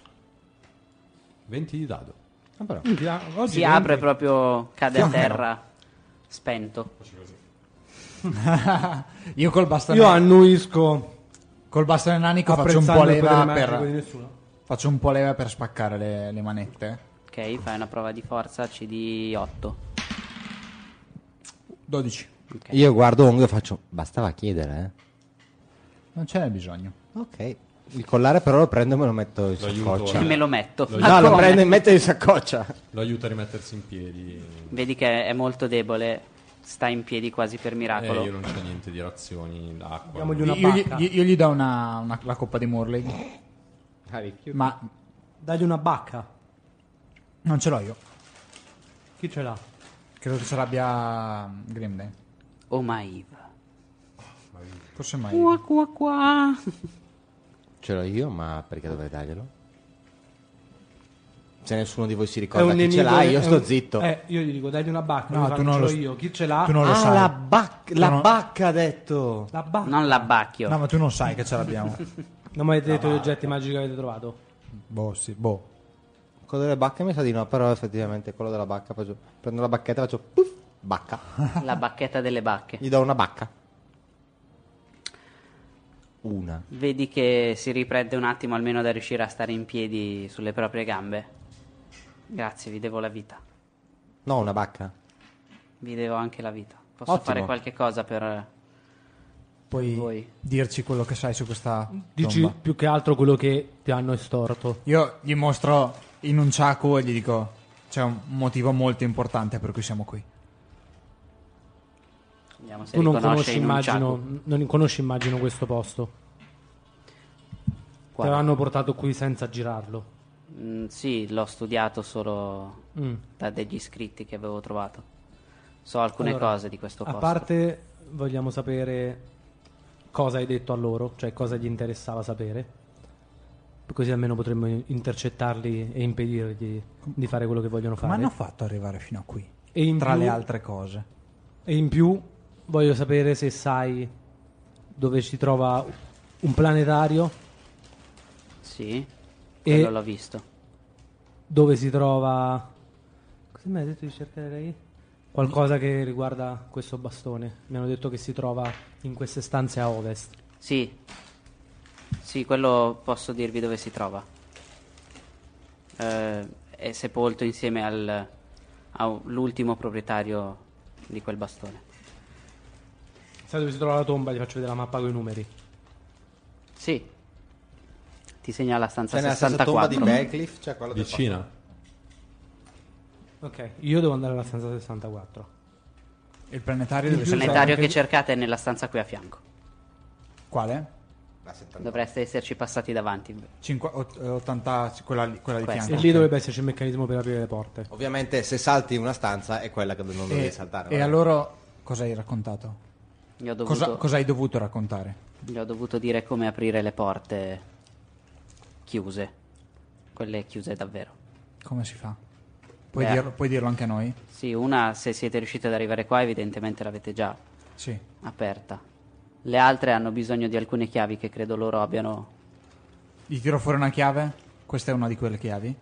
20 di dado.
Ah, però.
Si apre proprio, cade a terra, spento.
Io col bastone,
Io Ah, annuisco.
col bastone enanico faccio un
Apprezzando
po'
il
leva
potere magico di
per.
nessuno.
Faccio un po' leva per spaccare le, le manette.
Ok, fai una prova di forza CD 8.
12.
Io guardo Ong e faccio. Bastava chiedere,
Non ce n'è bisogno.
eh? Ok. Il collare però lo prendo e me lo metto in
Lo aiuto,
saccoccia.
E me eh. lo metto.
Lo-
Ma
No, lo
come?
prendo e metto in saccoccia.
Lo aiuta a rimettersi in piedi.
Vedi che è molto debole, sta in piedi quasi per
E
miracolo.
Eh, io non c'ho niente di razioni, l'acqua.
Diamogli una
non-
Io,
pacca.
Ah, gli- io- io gli do una, una- la coppa di Murley.
Ah,
Ma
Dagli una bacca.
non ce l'ho io.
Chi ce l'ha?
Credo che ce l'abbia Grimday.
Omaiva.
Forse mai.
Oh, Qua qua qua.
Ce l'ho io, ma perché dovrei darglielo? Se nessuno di voi si
È un
ricorda chi ce
nemico-
l'ha, io
è
sto
un-
zitto.
Eh, io gli dico, dagli una bacca.
No,
No,
tu
tu
non lo s-
io. Chi ce l'ha?
tu non lo
ah,
sai.
la, bac- la
Tu non-
bacca ha detto.
La bacca.
Non l'abbacchio.
No, ma tu non sai che ce l'abbiamo.
Non mi avete detto gli oggetti magici che avete trovato?
boh, sì, boh.
Quello delle bacche mi sa di no, però effettivamente quello della bacca faccio... Prendo la bacchetta e faccio... Puff, bacca.
La bacchetta delle bacche.
Gli do una bacca. Una.
Vedi che si riprende un attimo almeno da riuscire a stare in piedi sulle proprie gambe. Grazie, vi devo la vita.
No, una bacca.
Vi devo anche la vita. Posso
Ottimo.
fare qualche cosa per...
Puoi
Voi.
dirci quello che sai su questa
Dici
tomba.
più che altro quello che ti hanno estorto.
Io gli mostro in un ciaco e gli dico c'è un motivo molto importante per cui siamo qui.
Vediamo se
Tu non
riconosce
conosci,
in un
immagino,
ciaco.
non conosci, immagino, questo posto.
Quale?
Te l'hanno portato qui senza girarlo.
Mm, sì, l'ho studiato solo
Mm.
da degli iscritti che avevo trovato. So alcune
Allora,
cose di questo
A
posto.
parte, vogliamo sapere cosa hai detto a loro, cioè cosa gli interessava sapere. Così almeno potremmo intercettarli e impedirgli di fare quello che vogliono
Come
fare.
hanno fatto ad arrivare fino a qui?
E in
Tra
più-
le altre cose.
E in più voglio sapere se sai dove si trova un planetario
Sì,
E-
quello l'ho visto.
dove si trova. Cosa mi hai detto di cercare lei? Qualcosa che riguarda questo bastone. Mi hanno detto che si trova in queste stanze a ovest.
Sì. Sì, quello posso dirvi dove si trova. Eh, è sepolto insieme al all'ultimo proprietario di quel bastone.
Sai dove si trova la tomba? Gli faccio vedere la mappa con i numeri.
Sì. Ti segna la stanza
C'è Cioè, nella stessa
64.
tomba di Beckliffe, c'è quella del
Vicina.
Ok, io devo andare alla stanza 64.
Il planetario deve
Il
essere
planetario che cercate è nella stanza qui a fianco.
Quale?
La 70.
Dovreste esserci passati davanti.
Cinqua- ot- 80, quella lì, quella di
Questa.
E
fianco.
lì dovrebbe esserci il meccanismo per aprire le porte.
Ovviamente se salti una stanza è quella che non
E,
devi saltare.
e
vabbè.
a loro cosa hai raccontato?
Gli ho dovuto,
Cosa, cosa hai dovuto raccontare?
gli ho dovuto dire come aprire le porte chiuse. Quelle chiuse davvero.
Come si fa? Puoi,
Beh.
dirlo, puoi dirlo anche a noi?
Sì, una se siete riusciti ad arrivare qua evidentemente l'avete già
Sì.
aperta. Le altre hanno bisogno di alcune chiavi che credo loro abbiano.
Gli tiro fuori una chiave? Questa è una di quelle chiavi?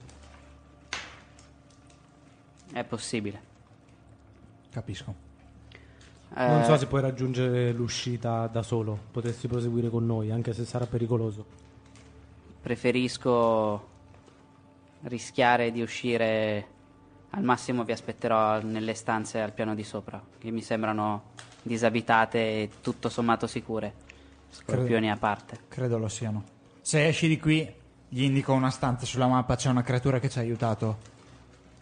È possibile.
Capisco.
Eh,
Non so se puoi raggiungere l'uscita da solo. Potresti proseguire con noi, anche se sarà pericoloso.
Preferisco rischiare di uscire. Al massimo vi aspetterò nelle stanze al piano di sopra, che mi sembrano disabitate e tutto sommato sicure. Scorpioni a parte.
Credo lo siano. Se esci di qui, gli indico una stanza sulla mappa, c'è una creatura che ci ha aiutato.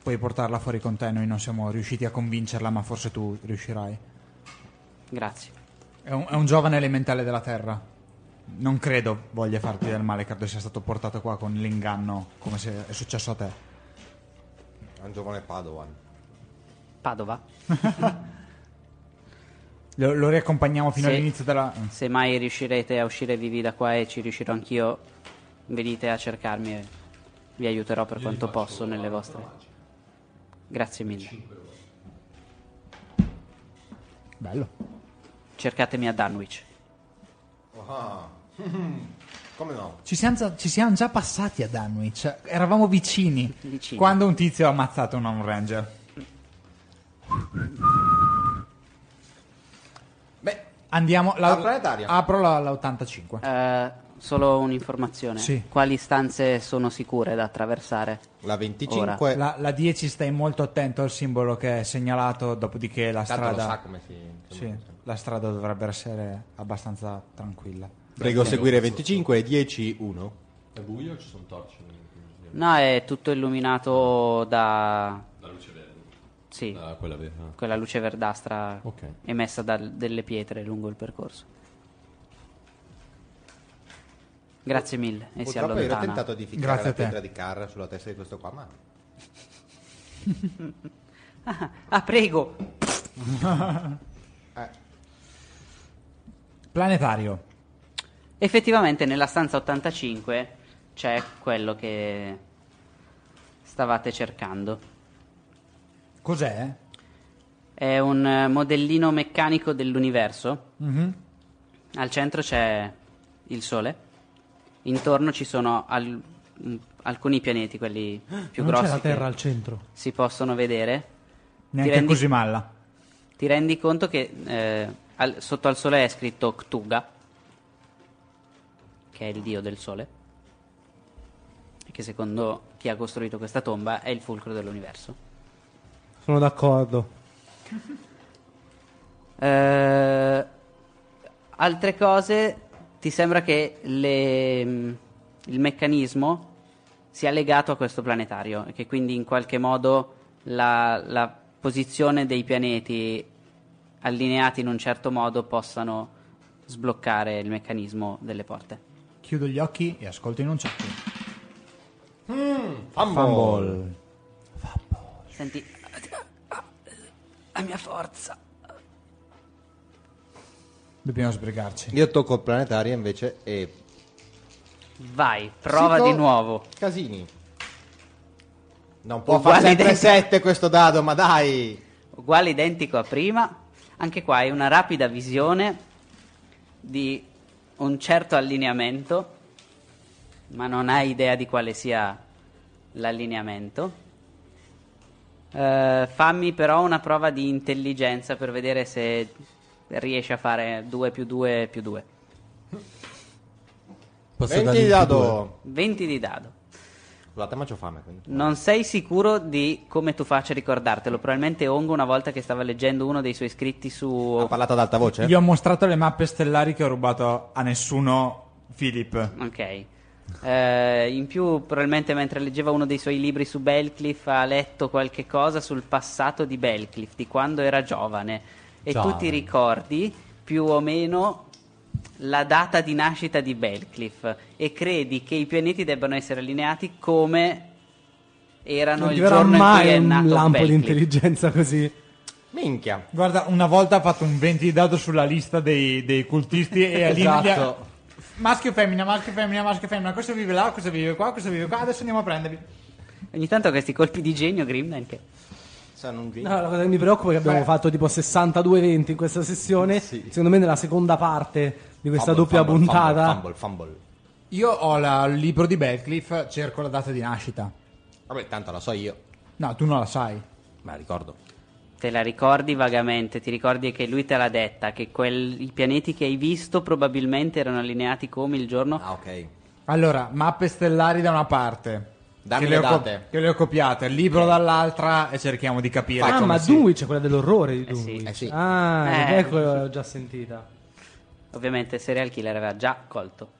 Puoi portarla fuori con te, noi non siamo riusciti a convincerla, ma forse tu riuscirai.
Grazie.
È un, è un giovane elementale della Terra. Non credo voglia farti del male, credo sia stato portato qua con l'inganno, come se è successo a te.
È un giovane Padovan.
Padova.
Lo, lo riaccompagniamo fino
Sì.
all'inizio della... eh,
Se mai riuscirete a uscire vivi da qua e ci riuscirò anch'io, venite a cercarmi e vi aiuterò per quanto posso nelle vostre. Grazie mille.
Bello.
Cercatemi a Dunwich.
Ah.
Come no?
Ci siamo, già- ci siamo già passati a Dunwich, eravamo vicini,
Vicini.
quando un tizio ha ammazzato un Home Ranger.
Beh,
Andiamo la,
Al planetario.
Apro la, la 85.
Eh, solo un'informazione.
Sì.
Quali stanze sono sicure da attraversare?
la 25...
La, la 10 stai molto attento al simbolo che è segnalato, dopodiché la
Tanto lo sa
strada
come si...
Sì, la strada dovrebbe essere abbastanza tranquilla.
Prego seguire 25 e 10, 1.
È buio, ci sono torce.
No, è tutto illuminato da...
La luce verde.
Sì,
Ah, quella vera.
quella luce verdastra
Ok.
emessa da delle pietre lungo il percorso. Grazie mille e si
Purtroppo ero
allontana.
tentato di ficcare
Grazie
la
a te.
pietra di Carra sulla testa di questo qua, ma...
Ah, prego!
Eh,
Planetario.
Effettivamente nella stanza 85 c'è quello che stavate cercando.
Cos'è?
È un eh, modellino meccanico dell'universo.
Mhm.
Al centro c'è il Sole, intorno ci sono al- m- alcuni pianeti, quelli più
Ah, non
grossi.
c'è la
che
Terra al centro.
Si possono vedere.
Neanche
ti, rendi,
così malla.
ti rendi conto che eh, al- sotto al Sole è scritto Ktuga, che è il dio del Sole, e che secondo chi ha costruito questa tomba è il fulcro dell'universo.
Sono d'accordo.
Eh, altre cose, ti sembra che le- mh, il meccanismo sia legato a questo planetario e che quindi in qualche modo la, la posizione dei pianeti allineati in un certo modo possano sbloccare il meccanismo delle porte.
Chiudo gli occhi e ascolto in un chat.
Fumble.
Senti, la mia forza.
Dobbiamo sbrigarci.
Io tocco il planetario invece e...
Vai, prova
Psico-
di nuovo.
Casini. Non può
Uguale
fare sempre
dentro.
7 questo dado, ma dai!
uguale identico a prima. Anche qua è una rapida visione di un certo allineamento, ma non hai idea di quale sia l'allineamento. Eh, fammi però una prova di intelligenza per vedere se riesci a fare 2 più 2 più 2.
Posso dargli
20 di
il
dado!
20 di dado.
Scusate, ma c'ho fame. Quindi.
Non sei sicuro di come tu faccia a ricordartelo. Probabilmente Ongo una volta che stava leggendo uno dei suoi scritti
Ho
su...
parlato ad alta voce?
Gli ho mostrato le mappe stellari che ho rubato a nessuno, Philip.
Ok. Eh, in più, probabilmente mentre leggeva uno dei suoi libri su Belcliff, ha letto qualche cosa sul passato di Belcliff, di quando era giovane. E tu
Giovane.
ti ricordi più o meno la data di nascita di Belcliff e credi che i pianeti debbano essere allineati come erano
Non
il
ti verrà
giorno in cui
mai
è
un
nato
lampo di
Belcliff.
intelligenza così.
Minchia.
Guarda, una volta ha fatto un 20 di dato sulla lista dei, dei cultisti e all'India.
Esatto.
Maschio e femmina, maschio e femmina, maschio e femmina. Questo vive là, questo vive qua, questo vive qua. Adesso andiamo a prendervi.
Ogni tanto questi colpi di genio, Grimden, che
Sono un
No, la cosa che mi preoccupa è che abbiamo
Beh.
fatto tipo 62 eventi in questa sessione. Secondo me nella seconda parte di questa doppia puntata
Fumble, fumble, fumble.
Io ho la- il libro di Belcliff, cerco la data di nascita.
Vabbè, tanto la so io.
No, tu non la sai.
Ma la ricordo.
Te la ricordi vagamente, ti ricordi che lui te l'ha detta, che quel- i pianeti che hai visto probabilmente erano allineati come il giorno.
Ah, ok.
Allora, mappe stellari da una parte.
Dammi
che
le
ho co-
date.
che le ho copiate, il libro dall'altra e cerchiamo di capire.
Faccio
Ah,
come
ma
si-
Dunwich è quella dell'orrore di
Eh sì.
Dunwich.
Eh sì.
Ah,
Eh.
ecco, l'ho già sentita.
Ovviamente il serial killer aveva già colto.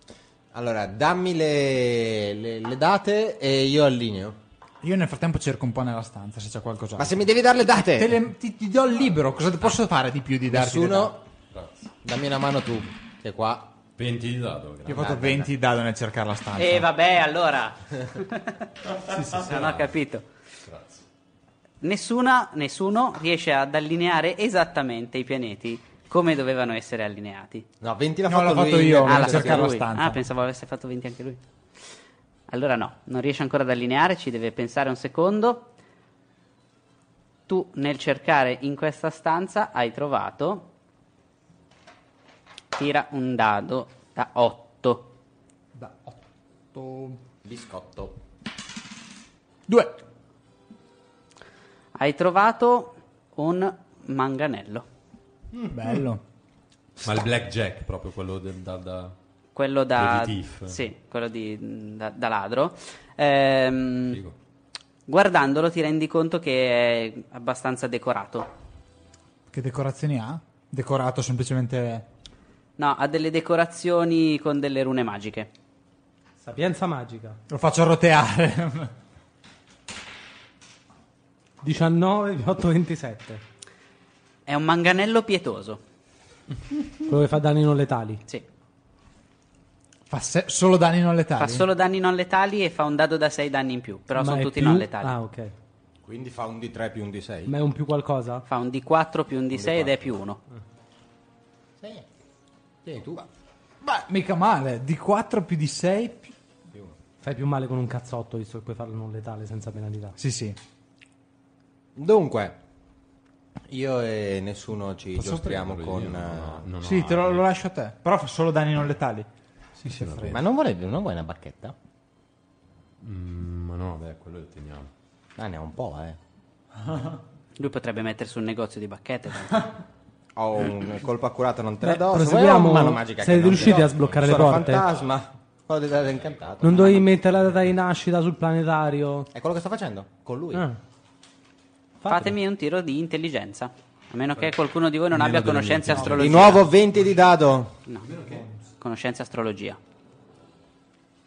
Allora, dammi le, le- le date e io allineo.
Io nel frattempo cerco un po' nella stanza se c'è qualcosa.
Ma se mi devi dare le date!
Te le- ti, ti do il libro, cosa posso fare di più di darti? le date?
Nessuno, dammi una mano tu, che qua...
20 di dato,
Io ho
grazie.
fatto 20 dado nel cercare la stanza.
E vabbè, allora. non ho
sì.
capito.
Grazie.
Nessuna, nessuno riesce ad allineare esattamente i pianeti come dovevano essere allineati.
No, 20 l'ha
No,
fatto
l'ho
lui.
fatto io.
nella
l'ha
l'ha
sessione.
fatto
cercato la
lui.
stanza.
Ah, pensavo avesse fatto 20 anche lui. Allora no, non riesce ancora ad allineare, ci deve pensare un secondo. Tu nel cercare in questa stanza hai trovato tira un dado da 8.
Da 8.
Biscotto.
2.
Hai trovato un manganello,
Bello.
Ma il blackjack, proprio quello del da, da-
quello da
Quello di Thief.
Sì, quello di- da, da ladro. Ehm,
figo.
guardandolo ti rendi conto che è abbastanza decorato.
Che decorazioni ha? Decorato semplicemente.
No, ha delle decorazioni con delle rune magiche.
Sapienza magica.
Lo faccio roteare.
19 più 8, 27.
È un manganello pietoso.
Quello che fa danni non letali.
Sì.
Fa se- solo danni non letali.
Fa solo danni non letali e fa un dado da 6 danni in più, però
Ma
sono
è
tutti
più-
non letali.
Ah, ok.
Quindi fa un D3 più un D6.
Ma è un più qualcosa?
Fa un D4 più un D6 ed è più 1.
Tieni tu.
Beh, mica male, di 4 più di 6. Più...
Fai più male con un cazzotto, visto che puoi farlo non letale senza penalità.
Sì, sì.
Dunque, io e nessuno ci
Posso
giostriamo
prenderlo
con...
io? No,
eh,
no, no,
sì,
no,
te lo,
no.
lo lascio a te. Però fa solo danni non letali. Sì, sì,
Ma non, vorrebbe- non vuoi una bacchetta?
Mm, ma no, beh, quello lo teniamo.
Ah, ne ho un po', eh.
Lui potrebbe mettersi un negozio di bacchette. tanto.
Ho un colpo accurato, non te la
Beh,
do. Se
proseguiamo.
vuoi, ho una mano magica
Siete
che non
riusciti
te la
a
do.
sbloccare le
Sono
porte?
fantasma. Quello del dado incantato.
Non dovevi mettere la data di nascita sul planetario?
È quello che sto facendo con lui.
Ah.
Fatemi un tiro di intelligenza. A meno che qualcuno di voi non abbia conoscenze
Di
astrologia.
nuovo 20 di dado.
Conoscenze astrologia.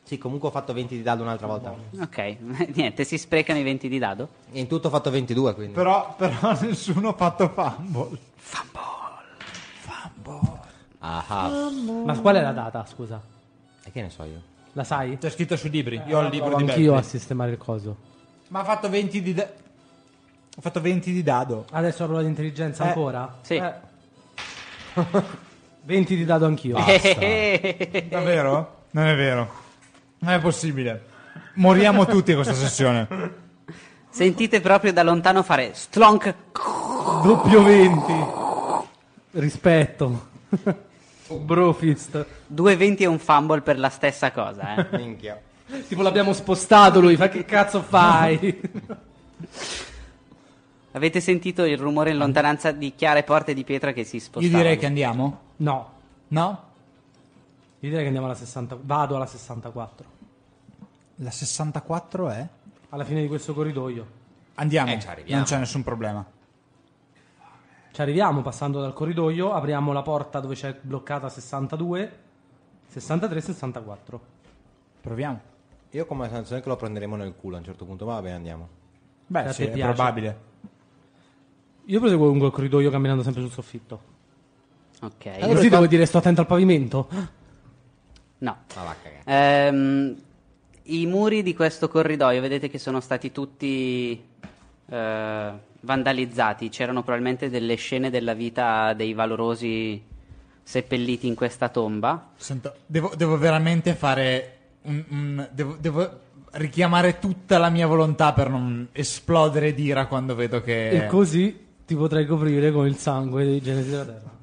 Sì, comunque ho fatto 20 di dado un'altra volta.
Ok, niente, si sprecano i 20 di dado.
E in tutto ho fatto 22, quindi.
Però, però nessuno ha fatto fumble.
Ah, ah.
Ma qual è la data, scusa?
E che ne so io?
La sai?
C'è scritto sui libri. Io ho il libro
Provo
di
anch'io a
Beppe.
sistemare il coso.
Ma ha fatto 20 di... da- Ha fatto 20 di dado.
Adesso la prova di intelligenza
Eh,
ancora?
sì.
Eh. 20 di dado anch'io.
Davvero? Non è vero. Non è possibile. Moriamo tutti in questa sessione.
Sentite proprio da lontano fare stlonk.
Doppio 20. Rispetto. Brofist.
Due 20 e un fumble per la stessa cosa. eh.
Minchia.
Tipo l'abbiamo spostato lui, fa che cazzo fai?
Avete sentito il rumore in lontananza di chiare porte di pietra che si
Io
spostavano?
direi che andiamo.
no.
No?
Io direi che andiamo alla 60. Vado alla 64.
La 64 è?
Alla fine di questo corridoio.
Andiamo.
Eh, ci arriviamo.
non c'è nessun problema.
Ci arriviamo passando dal corridoio, apriamo la porta dove c'è bloccata 62, 63, 64.
Proviamo.
Io ho come la sensazione che lo prenderemo nel culo a un certo punto, ma va bene, andiamo.
Se
Beh,
a
sì,
te
è
piace.
probabile.
Io proseguo lungo il corridoio camminando sempre sul soffitto.
Ok,
Allora-
Così
fa-
devo dire sto attento al pavimento.
no.
Ma va, cagare.
Ehm, I muri di questo corridoio vedete che sono stati tutti eh, vandalizzati. C'erano probabilmente delle scene della vita dei valorosi seppelliti in questa tomba.
Sento- devo, devo veramente fare un... un- devo, devo richiamare tutta la mia volontà per non esplodere di ira quando vedo che...
E così ti potrai coprire con il sangue dei genesi della terra.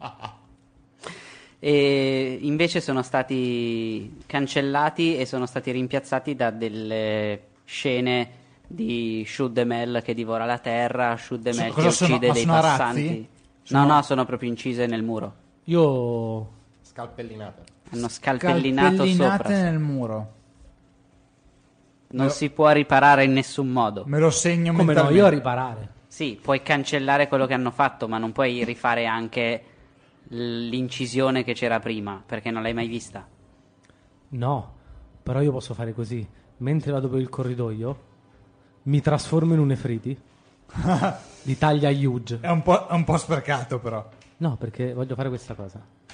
E invece sono stati cancellati e sono stati rimpiazzati da delle scene di Shoot-em-Mel che divora la terra, Shoot-em-Mel
So-
che
cosa sono-
uccide
ma
dei
sono arazzi?
passanti.
Sono-
No, no, sono proprio incise nel muro.
Io
Scalpellinato.
Hanno scalpellinato
Calpellinate
sopra.
nel muro.
Non si può riparare in nessun modo.
Me lo segno
come no,
mentalmente.
io a riparare.
Sì, puoi cancellare quello che hanno fatto, ma non puoi rifare anche l- l'incisione che c'era prima, perché non l'hai mai vista.
No, però io posso fare così. Mentre vado per il corridoio, mi trasformo in un efriti di taglia huge.
È un, po', è un po' spercato però.
No, perché voglio fare questa cosa.
Eh.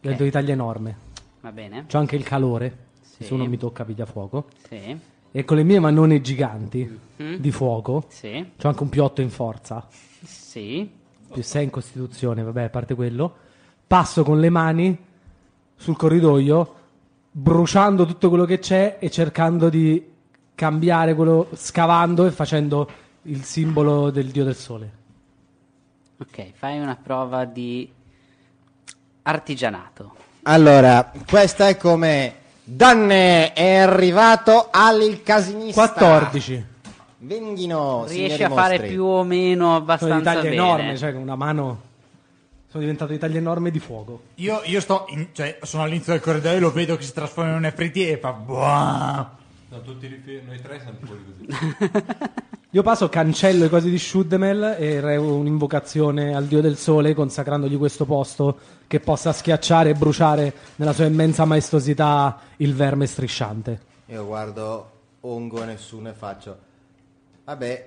Divento di taglia enorme.
Va bene?
C'ho anche il calore.
Sì.
Se uno mi tocca piglia fuoco.
Sì,
E con le mie manone giganti
Mm-hmm.
di fuoco,
sì,
c'ho anche un piotto in forza.
sì.
più 6 in costituzione, vabbè, a parte quello, passo con le mani sul corridoio, bruciando tutto quello che c'è e cercando di cambiare quello, scavando e facendo il simbolo del dio del sole.
Ok, fai una prova di artigianato.
Allora, questa è come... Danne è arrivato al casinista.
14.
Oh,
Venghino,
Riesci
signori
a fare
mostri.
più o meno
Sono di
abbastanza
taglia
bene.
enorme, cioè con una mano sono diventato di taglia enorme di fuoco.
Io, io sto, in- cioè, sono all'inizio del corridoio e lo vedo che si trasforma in un efriti e fa buah.
No, tutti rifi- noi tre siamo fuori così.
Io passo, cancello le cose di Shuddemel e revo un'invocazione al dio del sole consacrandogli questo posto che possa schiacciare e bruciare nella sua immensa maestosità il verme strisciante.
Io guardo Ongo e nessuno e faccio. Vabbè,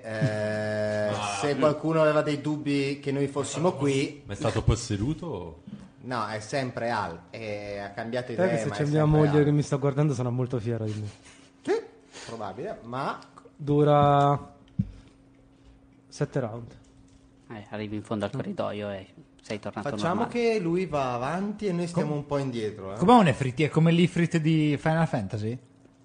eh,
Ah.
se qualcuno aveva dei dubbi che noi fossimo qui,
Ma è stato posseduto? o-
no, è sempre Al. E ha
Eh,
cambiato idea.
Sai che se
ma
c'è
è
mia
sempre
moglie
Al.
che mi sta guardando sarà molto fiera di me.
Sì, probabile, ma
Dura 7 round.
Eh, arrivi in fondo al corridoio e sei tornato
Facciamo
normale.
che lui va avanti e noi stiamo un po' indietro. eh.
Com'è un Efrit? È come l'Ifrit di Final Fantasy?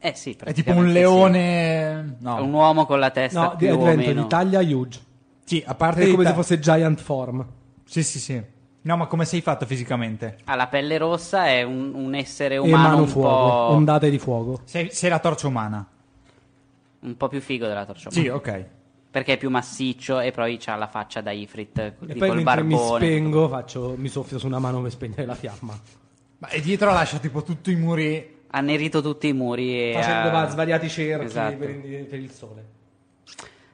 Eh sì,
È tipo
praticamente
un leone...
sì. È
No.
un uomo con la testa
No, di-
Eh, più o
diventa
meno.
di taglia huge.
Sì, a parte...
È come
i ta-
se fosse Giant Form.
Sì, sì, sì. No, ma come sei fatto fisicamente?
Ha la pelle rossa, è un, un essere
e
umano
mano
un
fuoco,
po',
ondate di fuoco.
Sei, sei la torcia umana.
un po' più figo della torcia
Sì,
umana.
ok.
Perché è più massiccio e poi ha la faccia da Ifrit,
E
tipo
poi
il
mentre mi
barbone.
spengo, faccio, mi soffio su una mano per spegnere la fiamma.
Ma e dietro lascia tipo tutti i muri...
Ha nerito tutti i muri e
Facendo
ha-
va- svariati cerchi
Esatto.
per, il, per il sole.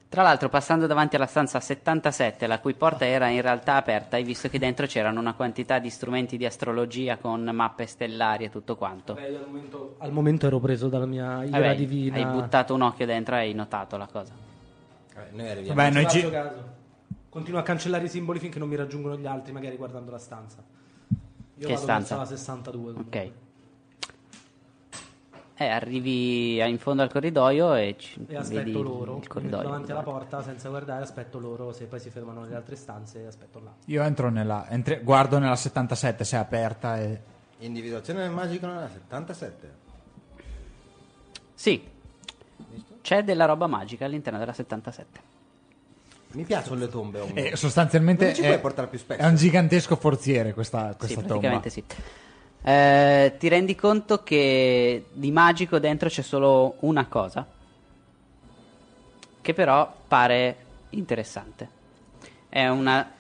Tra l'altro, passando davanti alla stanza 77, la cui porta era in realtà aperta, hai visto che dentro c'erano una quantità di strumenti di astrologia con mappe stellari e tutto quanto.
al momento,
Al momento ero preso dalla mia ira
Vabbè,
divina.
hai buttato un occhio dentro e hai notato la cosa.
Vabbè, Eh, noi arriviamo.
Vabbè, noi ci...
caso. Continuo a cancellare i simboli finché non mi raggiungono gli altri, magari guardando la stanza. Io
Che
vado
stanza?
verso la 62.
Ok.
comunque.
Eh, arrivi a- in fondo al corridoio e, ci,
E aspetto
vedi
loro.
il
mi metto
corridoio.
davanti alla porta senza guardare, aspetto loro. Se poi si fermano nelle altre stanze, aspetto là.
Io entro nella... entri- guardo nella 77 se è aperta e...
Individuazione del magico non è 77.
Sì. C'è della roba magica all'interno della 77.
Mi piacciono le tombe. Ombre.
e sostanzialmente
Non ci
è,
puoi portare più spesso.
è un gigantesco forziere questa, questa
sì,
tomba.
praticamente sì. Eh, ti rendi conto che di magico dentro c'è solo una cosa che però pare interessante. È una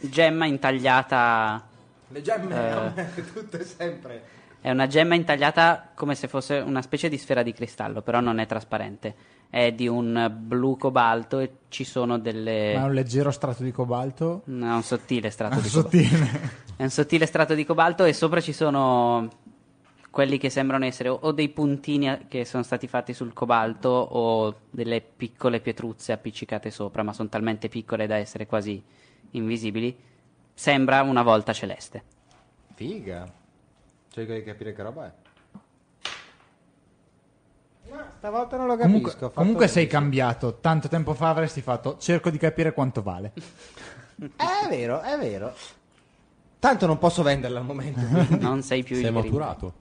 gemma intagliata
Le gemme a me, tutte e sempre.
È una gemma intagliata come se fosse una specie di sfera di cristallo, però non è trasparente. È di un blu cobalto e ci sono delle.
Ma è un leggero strato di cobalto.
No, è un sottile strato di
Sottile.
cobalto. È un sottile strato di cobalto e sopra ci sono quelli che sembrano essere o- o dei puntini a- che sono stati fatti sul cobalto o delle piccole pietruzze appiccicate sopra, ma sono talmente piccole da essere quasi invisibili. Sembra una volta celeste.
Figa. Cerco di capire che roba è. No, stavolta non lo
Comunque,
capisco. ho fatto
comunque
un-
sei cambiato. Tanto tempo fa avresti fatto. Cerco di capire quanto vale.
Eh, È vero, è vero. Tanto non posso venderla al momento. quindi.
Non sei più
Sei
il Grinch.
maturato.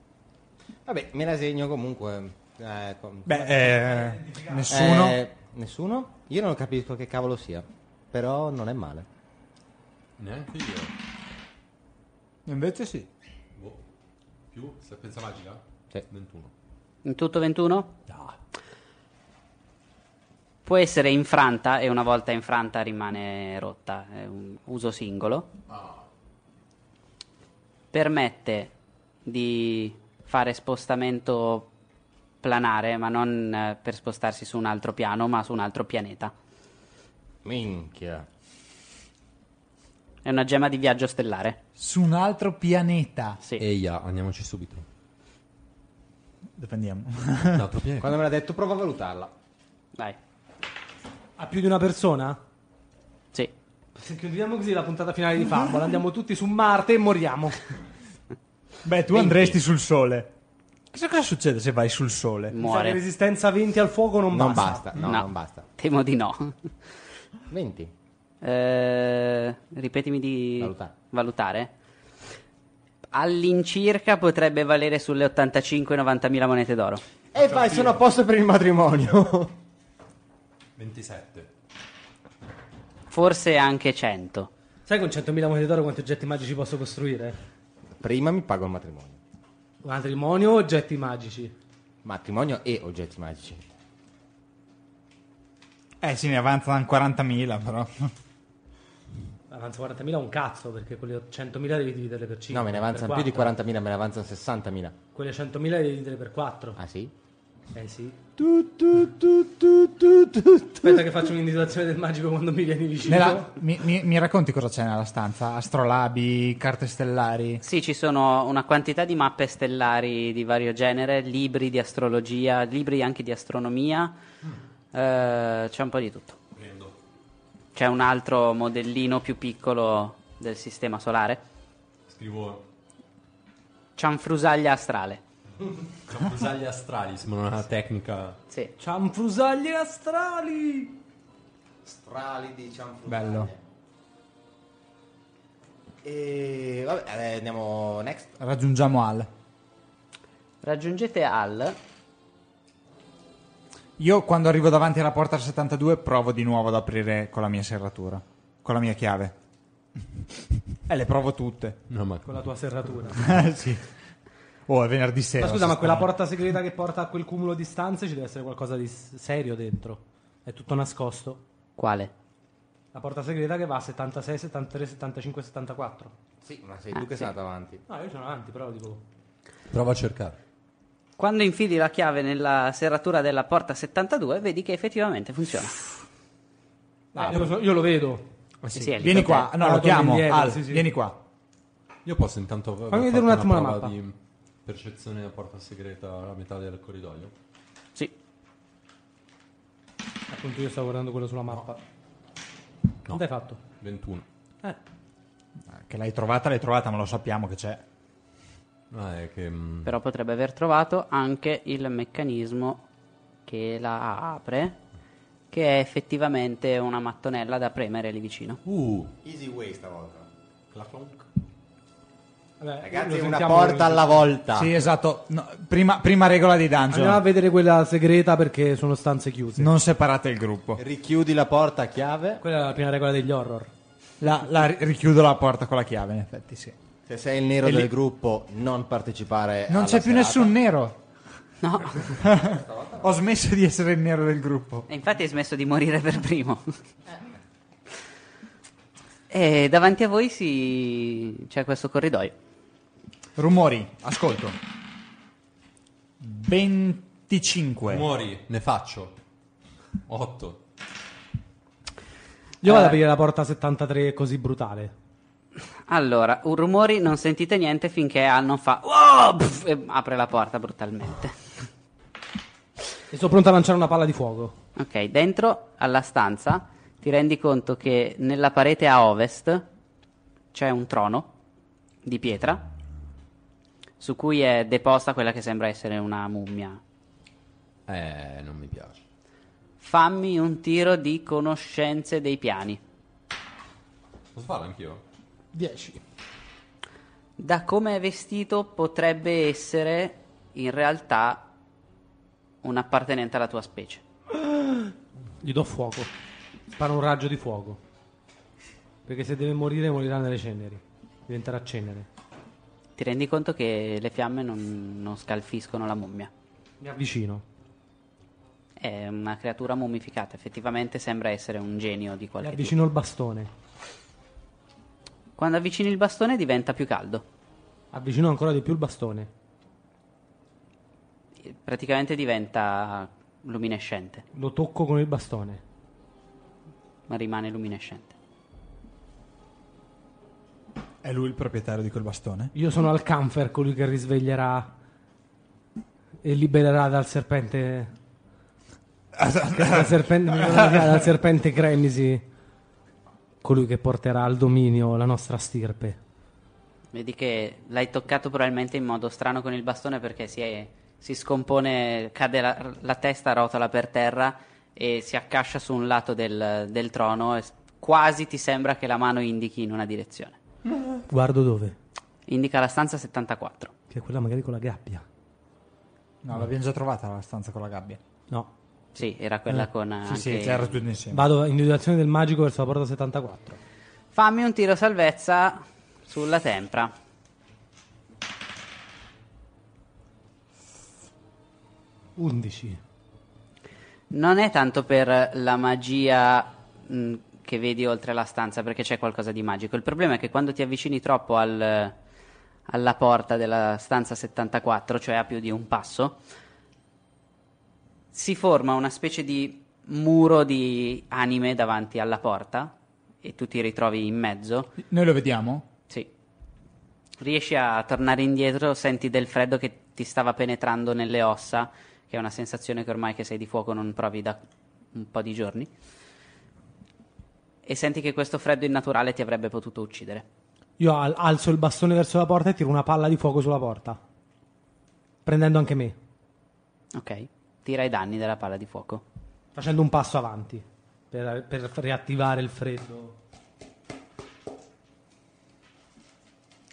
Vabbè, me la segno comunque. Eh, com-
Beh, eh,
Eh,
nessuno.
nessuno? Io non capisco che cavolo sia. Però non è male.
Neanche io.
Invece sì.
Boh. Più? Serpenza magica?
Sì.
21.
In tutto 21? Può essere infranta e una volta infranta rimane rotta, è un uso singolo. Permette di fare spostamento planare, ma non eh, per spostarsi su un altro piano, ma su un altro pianeta.
Minchia.
È una gemma di viaggio stellare.
Su un altro pianeta.
Sì.
Eia, andiamoci subito.
Dove andiamo?
Un altro piede.
Quando me l'ha detto, prova a valutarla.
Dai.
A più di una persona?
Sì.
Se chiudiamo così la puntata finale di Fabula, andiamo tutti su Marte e moriamo.
Beh, tu andresti sul sole. Chissà cosa succede se vai sul sole.
Mi sa che
Muore.
Resistenza 20 al fuoco non,
Non basta, no,
No.
non basta.
Temo di no.
20.
Eh, ripetimi di
Valutare.
valutare. All'incirca potrebbe valere sulle 85-90 mila monete d'oro.
E vai, sono a posto per il matrimonio.
27.
Forse anche 100.
Sai con 100.000 monete d'oro quanti oggetti magici posso costruire?
Prima mi pago il matrimonio.
Matrimonio o oggetti magici?
Matrimonio e oggetti magici.
Eh sì, ne avanzano 40.000 però.
Avanza 40.000 un cazzo, perché quelle 100.000 devi dividerle per 5.
No, me ne avanzano più di 40.000, me ne avanzano 60.000.
Quelle 100.000 le devi dividere per 4.
Ah sì?
Eh sì.
Tu, tu, tu, tu, tu, tu, tu.
Aspetta che faccio un'individuazione del magico quando mi vieni vicino.
Nella- mi, mi- mi racconti cosa c'è nella stanza? Astrolabi, carte stellari.
Sì, ci sono una quantità di mappe stellari di vario genere, libri di astrologia, libri anche di astronomia. Eh, c'è un po' di tutto. C'è un altro modellino più piccolo del sistema solare.
Scrivo
Cianfrusaglia astrale.
Usagli astrali, sembra una tecnica.
Sì.
Cianfrusaglie astrali!
Strali di cianfrusaglia.
Bello.
E vabbè, eh, andiamo next.
Raggiungiamo Al.
Raggiungete Al.
Io quando arrivo davanti alla porta 72 provo di nuovo ad aprire con la mia serratura, con la mia chiave. e le provo tutte.
No, ma
Con la tua serratura.
sì. Oh, è venerdì sera.
Ma scusa, ma
sta
quella
storia.
porta segreta che porta a quel cumulo di stanze ci deve essere qualcosa di s- serio dentro. È tutto nascosto.
Quale?
La porta segreta che va a 76, 73, 75, 74.
Sì, ma sei tu che
sì.
sei andato avanti.
Ah,
No, io sono avanti, però dico.
prova a cercare.
Quando infili la chiave nella serratura della porta 72, vedi che effettivamente funziona.
Ah, io, lo so- io lo vedo.
Sì, sì, è lì
Vieni
con te.
qua, no,
Ah,
lo
torno
chiamo.
indietro,
Al,
sì, sì.
vieni qua.
Io posso intanto aver
Fammi
fatto
vedere un attimo la
una prova
mappa.
di percezione a porta segreta alla metà del corridoio.
Sì.
Appunto, io stavo guardando quello sulla mappa. Non l'hai fatto?
21.
Eh.
Ah, Che l'hai trovata, l'hai trovata, ma lo sappiamo che c'è.
Ah, è che mm,
Però potrebbe aver trovato anche il meccanismo che la apre, che è effettivamente una mattonella da premere lì vicino.
uh,
Easy way stavolta.
claclonk.
Vabbè,
Ragazzi,
lo
una
sentiamo-
porta alla
Ah.
volta.
Sì, esatto. no, prima, prima regola di
Andiamo a
dungeon.
vedere quella segreta perché sono stanze chiuse.
Non separate il
ecco.
gruppo.
Richiudi la porta a chiave.
Quella è la prima regola degli horror.
La, la ri- richiudo la porta con la chiave, in effetti, sì.
Se sei il nero
E lì-
del gruppo, non partecipare.
Non
alla
c'è più
serata.
nessun nero.
No,
Ho smesso di essere il nero del gruppo.
e infatti hai smesso di morire per primo. Eh. E davanti a voi si... c'è questo corridoio.
Rumori, ascolto. 25.
Muori, ne faccio. 8.
Io vado ad
Eh.
aprire la porta 73 così brutale.
Allora, un rumori, non sentite niente finché Al non fa... "Wow!" Pff, e apre la porta brutalmente.
E sono pronto a lanciare una palla di fuoco.
Ok, dentro alla stanza ti rendi conto che nella parete a ovest c'è un trono di pietra su cui è deposta quella che sembra essere una mummia.
Eh, non mi piace.
Fammi un tiro di conoscenze dei piani.
Posso farlo anch'io?
10.
Da come è vestito potrebbe essere in realtà un appartenente alla tua specie.
Gli do fuoco. Sparo un raggio di fuoco. Perché se deve morire, morirà nelle ceneri. Diventerà cenere.
Ti rendi conto che le fiamme non, non scalfiscono la mummia.
Mi avvicino.
È una creatura mummificata, effettivamente sembra essere un genio di
Mi
qualche tipo.
avvicino il bastone.
Quando avvicini il bastone diventa più caldo.
Avvicino ancora di più il bastone.
Praticamente diventa luminescente,
Lo tocco con il bastone.
ma rimane luminescente.
È lui il proprietario di quel bastone?
Io sono al canfer, colui che risveglierà e libererà dal serpente. dal serpente, libererà dal serpente Cremisi. Colui che porterà al dominio la nostra stirpe.
Vedi che l'hai toccato probabilmente in modo strano con il bastone perché si, è- si scompone, cade la, la testa, rotola per terra e si accascia su un lato del, del trono e s- quasi ti sembra che la mano indichi in una direzione.
Guardo dove?
Indica la stanza 74.
Che è quella magari con la gabbia.
No, l'abbiamo già trovata la stanza con la gabbia.
No.
Sì, era quella con... eh,
Sì, sì,
anche-
c'era tutto insieme.
Vado in direzione del magico verso la porta 74.
Fammi un tiro salvezza sulla tempra.
Undici.
Non è tanto per la magia mh, che vedi oltre la stanza, perché c'è qualcosa di magico. Il problema è che quando ti avvicini troppo al- alla porta della stanza 74, cioè a più di un passo, si forma una specie di muro di anime davanti alla porta e tu ti ritrovi in mezzo.
Noi lo vediamo?
Sì. Riesci a tornare indietro, senti del freddo che ti stava penetrando nelle ossa, che è una sensazione che ormai che sei di fuoco non provi da un po' di giorni. E senti che questo freddo innaturale ti avrebbe potuto uccidere.
Io al- alzo il bastone verso la porta e tiro una palla di fuoco sulla porta. Prendendo anche me.
Ok? Tira i danni della palla di fuoco.
Facendo un passo avanti. Per, per riattivare il freddo.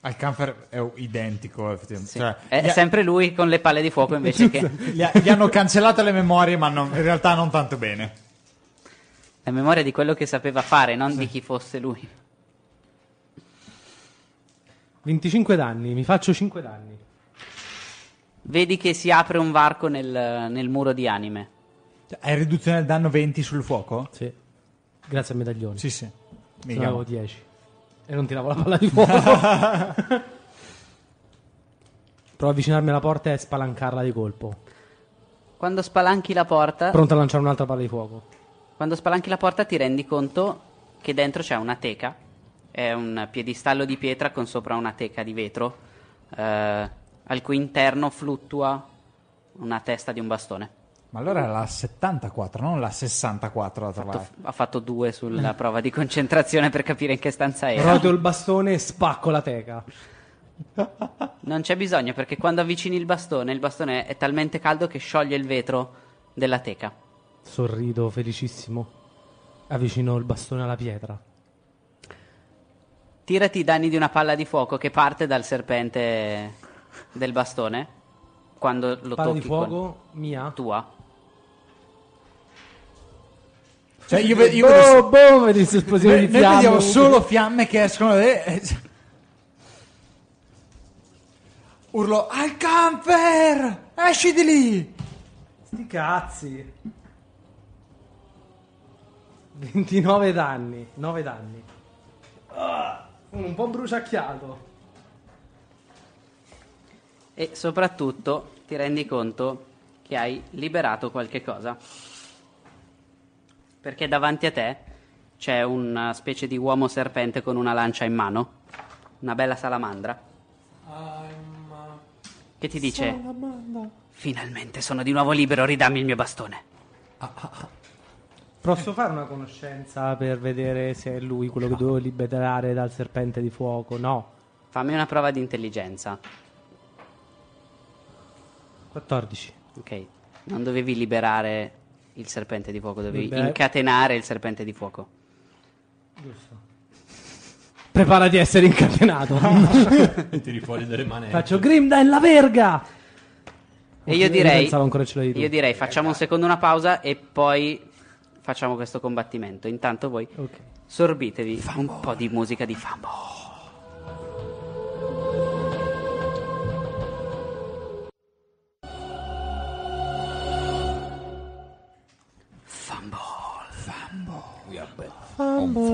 Alcanfer è identico, effettivamente.
Sì.
Cioè,
è
gli,
sempre lui con le palle di fuoco invece che...
gli ha- gli hanno cancellato le memorie, ma non- in realtà non tanto bene.
La memoria di quello che sapeva fare, non di chi fosse lui.
25 danni, mi faccio 5 danni.
Vedi che si apre un varco nel, nel muro di anime.
Cioè, Hai riduzione del danno 20 sul fuoco?
Sì. Grazie al medaglione.
Sì, sì.
Se
Mica.
no avevo 10. E non tiravo la palla di fuoco. Provo a avvicinarmi alla porta e spalancarla di colpo.
Quando spalanchi la porta,
Pronto a lanciare un'altra palla di fuoco.
quando spalanchi la porta ti rendi conto che dentro c'è una teca. È un piedistallo di pietra con sopra una teca di vetro, eh, al cui interno fluttua una testa di un bastone.
Ma allora era la 74, non la 64 da trovare.
Ah.
Ha fatto due sulla prova di concentrazione per capire in che stanza era.
Roto il bastone e spacco la teca.
Non c'è bisogno perché quando avvicini il bastone, il bastone è talmente caldo che scioglie il vetro della teca.
Sorrido felicissimo. Avvicino il bastone alla pietra.
Tirati i danni di una palla di fuoco che parte dal serpente del bastone quando lo
Palla
tocchi
di fuoco mia.
con tua.
Cioè, io, ve- io vedo-
boh, boh, vedi questa esplosione
noi
di fiamme.
vediamo solo fiamme che escono e... Urlo, al camper! Esci di lì!
Sti cazzi.
29 danni. 9 danni. Ah,
Sono un po' bruciacchiato.
E soprattutto ti rendi conto che hai liberato qualche cosa. Perché davanti a te c'è una specie di uomo serpente con una lancia in mano, una bella salamandra. Che ti dice: Finalmente sono di nuovo libero, ridammi il mio bastone.
Posso fare una conoscenza per vedere se è lui quello che dovevo liberare dal serpente di fuoco? No.
Fammi una prova di intelligenza.
14.
Ok, non dovevi liberare il serpente di fuoco, dovevi
Vabbè.
incatenare il serpente di fuoco.
Prepara di essere incatenato.
E tiri fuori delle manette.
Faccio Grimda in la verga.
E io
Io
direi,
pensavo ancora ce l'avevi tu.
io direi facciamo un secondo una pausa e poi facciamo questo combattimento. Intanto voi
Ok.
sorbitevi un po' di musica di Fambo.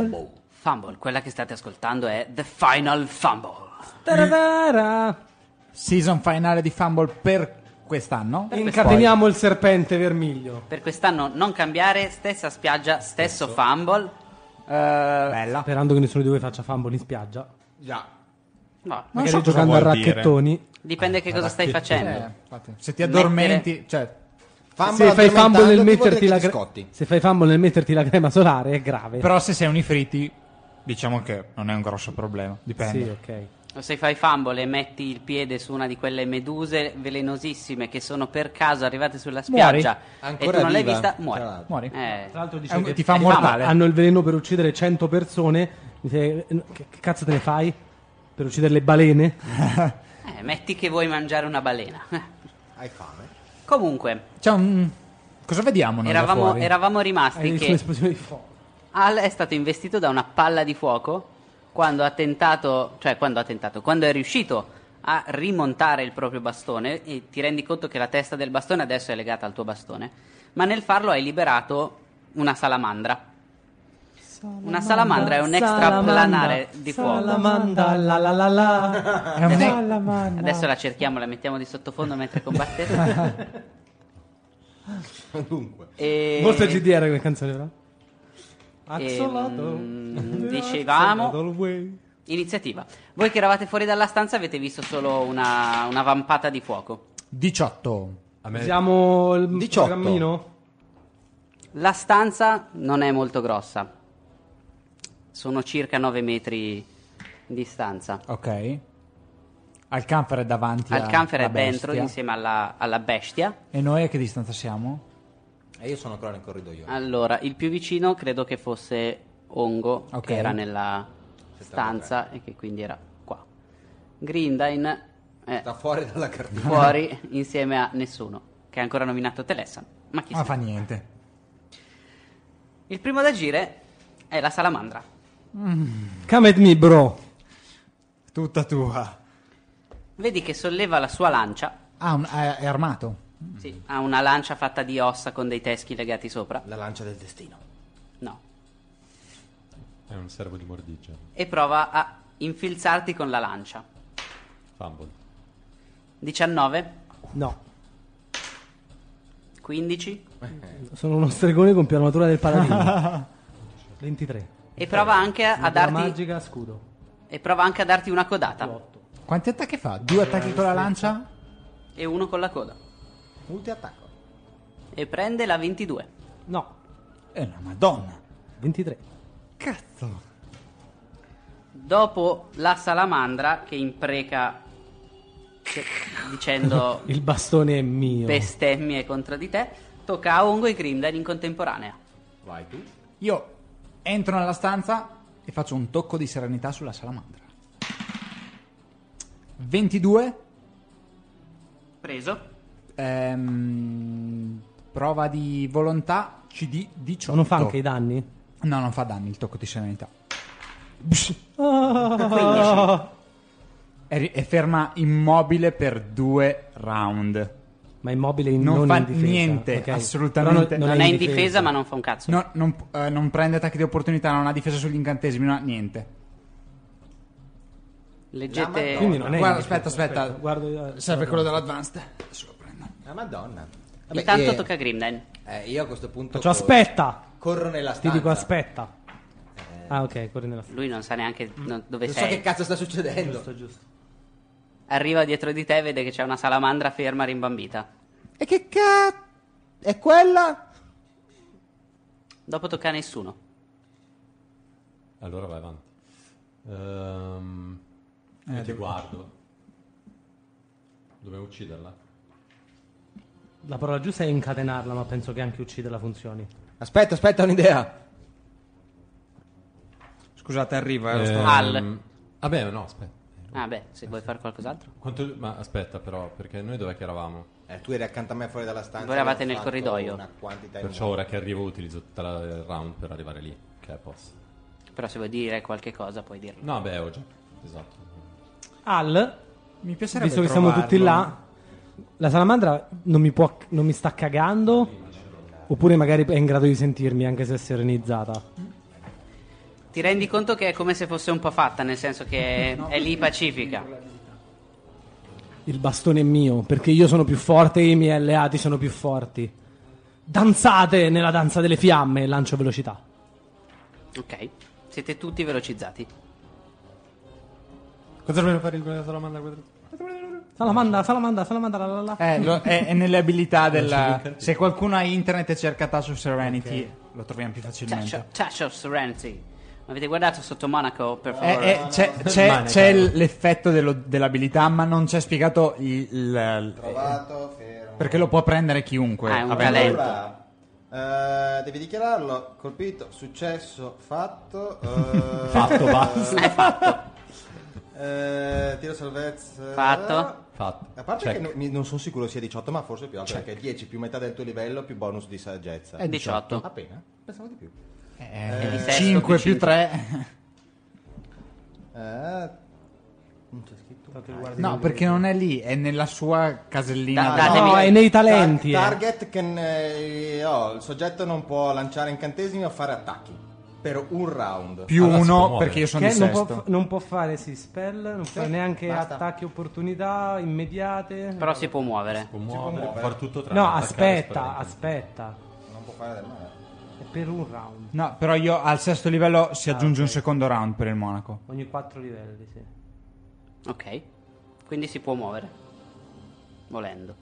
boh.
Fumble, quella che state ascoltando è The Final Fumble.
Tarara.
Season finale di Fumble per quest'anno.
Incateniamo il serpente vermiglio.
Per quest'anno non cambiare, stessa spiaggia, stesso fumble. Eh,
Bella.
Sperando che nessuno di voi faccia fumble in spiaggia.
No,
Non
Magari
so cosa
giocando a
vuol dire.
racchettoni.
dipende
Ah,
che cosa stai facendo.
Eh, infatti, se ti addormenti... Cioè,
Se fai, fumble nel metterti la cre-
Scotti.
se fai fumble nel metterti la crema solare è grave.
però se sei un ifriti, diciamo che non è un grosso problema. Dipende.
Sì, ok.
O se fai fumble e metti il piede su una di quelle meduse velenosissime che sono per caso arrivate sulla spiaggia e
Ancora
tu non l'hai
viva,
vista,
tra
muori.
l'altro.
Muori.
Eh,
Tra l'altro dice
È un-
che
ti fa
che
mortale.
hanno il veleno per uccidere 100 persone. Dice, Che che cazzo te ne fai? Per uccidere le balene?
eh, metti che vuoi mangiare una balena. Eh,
Hai fame?
Comunque,
Cioè, mm, cosa vediamo noi da
eravamo,
fuori?
eravamo rimasti
Hai visto
che
l'esplosione di fuoco.
Al è stato investito da una palla di fuoco quando ha tentato, cioè quando ha tentato, quando è riuscito a rimontare il proprio bastone e ti rendi conto che la testa del bastone adesso è legata al tuo bastone, ma nel farlo hai liberato una salamandra. Una salamandra è un extraplanare di fuoco.
Salamanda, la la la la.
È un-
Adesso la cerchiamo, la mettiamo di sottofondo mentre combattete.
Dunque.
E...
Molto GDR quella canzone,
Ehm,
però.
Axolotl. mm, dicevamo-
Axolotl way.
Iniziativa. Voi che eravate fuori dalla stanza avete visto solo una, una vampata di fuoco.
18.
A me
Usiamo il
18.
programmino?
La stanza non è molto grossa, sono circa 9 metri di stanza.
Ok. Alcanfer è davanti a-
Alcanfer
alla
è dentro
bestia.
insieme alla, alla bestia.
E noi a che distanza siamo?
E io sono ancora nel corridoio.
Allora, il più vicino credo che fosse Ongo,
Ok.
che era nella
73.
stanza e che quindi era qua. Grindine è
Da fuori dalla cartina.
fuori insieme a nessuno, che è ancora nominato Telessan, ma chi
Ma
sa.
Ah, fa niente.
Il primo ad agire è la salamandra.
Come at me, bro.
Tutta tua.
Vedi che solleva la sua lancia,
Ah, un- è, è armato.
sì, ha una lancia fatta di ossa con dei teschi legati sopra,
La lancia del destino.
no,
È un servo di mordigia.
e prova a infilzarti con la lancia.
Fumble.
19,
No.
15
Sono uno stregone con più armatura del paladino. 23.
e prova anche a,
Armatura
darti,
magica, scudo.
e prova anche a darti una codata
Quanti attacchi fa? Due attacchi con la lancia?
e uno con la coda
Multiattacco.
e prende la 22.
No.
È una Eh, madonna.
23.
Cazzo.
Dopo la salamandra che impreca che- dicendo
Il bastone è mio.
bestemmie contro di te, tocca a Ongo e Grimdan in contemporanea.
Vai tu.
Io entro nella stanza e faccio un tocco di serenità sulla salamandra. 22.
Preso.
Ehm, prova di volontà CD 18.
non fa anche i danni?
No, non fa danni il tocco di serenità.
15.
Ah.
È, ri- è ferma immobile per due round.
Ma immobile in
Non
non
fa
in difesa,
niente,
ok?
assolutamente.
Però
Non è in difesa, ma non fa un cazzo.
No, non, eh, non prende attacchi di opportunità, non ha difesa sugli incantesimi, non ha niente.
Leggete.
Quindi non è in
Guarda,
difesa.
aspetta, aspetta.
Guardo, eh,
Serve quello dell'advanced. Adesso lo prendo.
La madonna. Vabbè,
Intanto
eh,
tocca a Grimden.
eh, io a questo punto...
Faccio
cor-
aspetta.
Corro nella
Ti
stanza.
dico aspetta. Ah, ok, corri nella stanza.
Lui non sa neanche no- dove
Non so
sei.
che cazzo sta succedendo.
Arriva dietro di te e vede che c'è una salamandra ferma rimbambita.
E che cazzo... È quella?
Dopo tocca a nessuno.
Allora vai avanti. Ehm, io ti guardo. Dovevo ucciderla?
La parola giusta è incatenarla, ma penso che anche ucciderla funzioni.
Aspetta, aspetta, ho un'idea.
Scusate, arriva. eh, lo sto-
Ehm,
Al.
Vabbè, no, aspetta.
Ah, beh, se vuoi fare qualcos'altro.
Quanto- ma aspetta però, perché noi dov'è che eravamo?
Eh, tu eri accanto a me fuori dalla stanza.
Voi eravate
io ho
nel
fatto
corridoio.
Una quantità
Perciò
enorme.
ora che arrivo utilizzo tutta la- il round per arrivare lì, che è posto.
Però se vuoi dire qualche cosa puoi dirlo.
No, beh, ho già... Esatto.
Al,
Mi piacerebbe
visto che siamo tutti
trovarlo.
là, la salamandra non mi, può, non mi sta cagando? Oppure magari è in grado di sentirmi, anche se è serenizzata.
Ti rendi conto che è come se fosse un po' fatta, nel senso che è lì pacifica.
Il bastone è mio, perché io sono più forte e i miei alleati sono più forti. Danzate nella danza delle fiamme, lancio velocità.
Ok. Siete tutti velocizzati.
Cosa volevo fare in quella salamandra quadrata?
Salamanda, salamanda, salamanda, la la la.
Eh, lo- è, è nelle abilità del. Se qualcuno ha internet e cerca Tasso Serenity, lo troviamo più facilmente.
Touch, touch of Serenity. Ma avete guardato sotto Monaco, per
Eh,
favore?
eh, c'è, c'è- c'è l- l'effetto dello- dell'abilità, ma non c'è spiegato il, il-
Trovato, fermo.
perché lo può prendere chiunque.
Ah, è un
avendo-
talento.
Allora, eh, devi dichiararlo. Colpito, successo, fatto. eh,
Fatto, basta.
È fatto.
eh, tiro salvezza.
Fatto.
Fatto.
A parte
Check.
che non, mi- non sono sicuro sia 18, ma forse è più alto. Perché 10 più metà del tuo livello più bonus di saggezza.
È
18.
Appena? Pensavo di più.
eh,
di sesto,
5
più
più 3.
Eh, non c'è scritto.
No, perché non è lì, è nella sua casellina.
Da-
No,
datemi-
No, è nei talenti.
Tar-
eh.
target che ne- oh, il soggetto non può lanciare incantesimi o fare attacchi per un round.
più
Allora Ah, si può
uno
muovere.
perché io sono
Che
di
non può,
sesto.
fa- non può fare sì, spell, non fa neanche
basta.
attacchi opportunità immediate.
Però si può muovere.
Può muovere, può
muovere.
fare tutto tranne
no,
attaccare,
aspetta,
sparare.
aspetta.
Ah, Non può fare del male.
È per un round,
No, però io al sesto livello
Ah,
si aggiunge un secondo round per il monaco.
ogni 4 livelli, sì.
Ok. Quindi si può muovere. Volendo.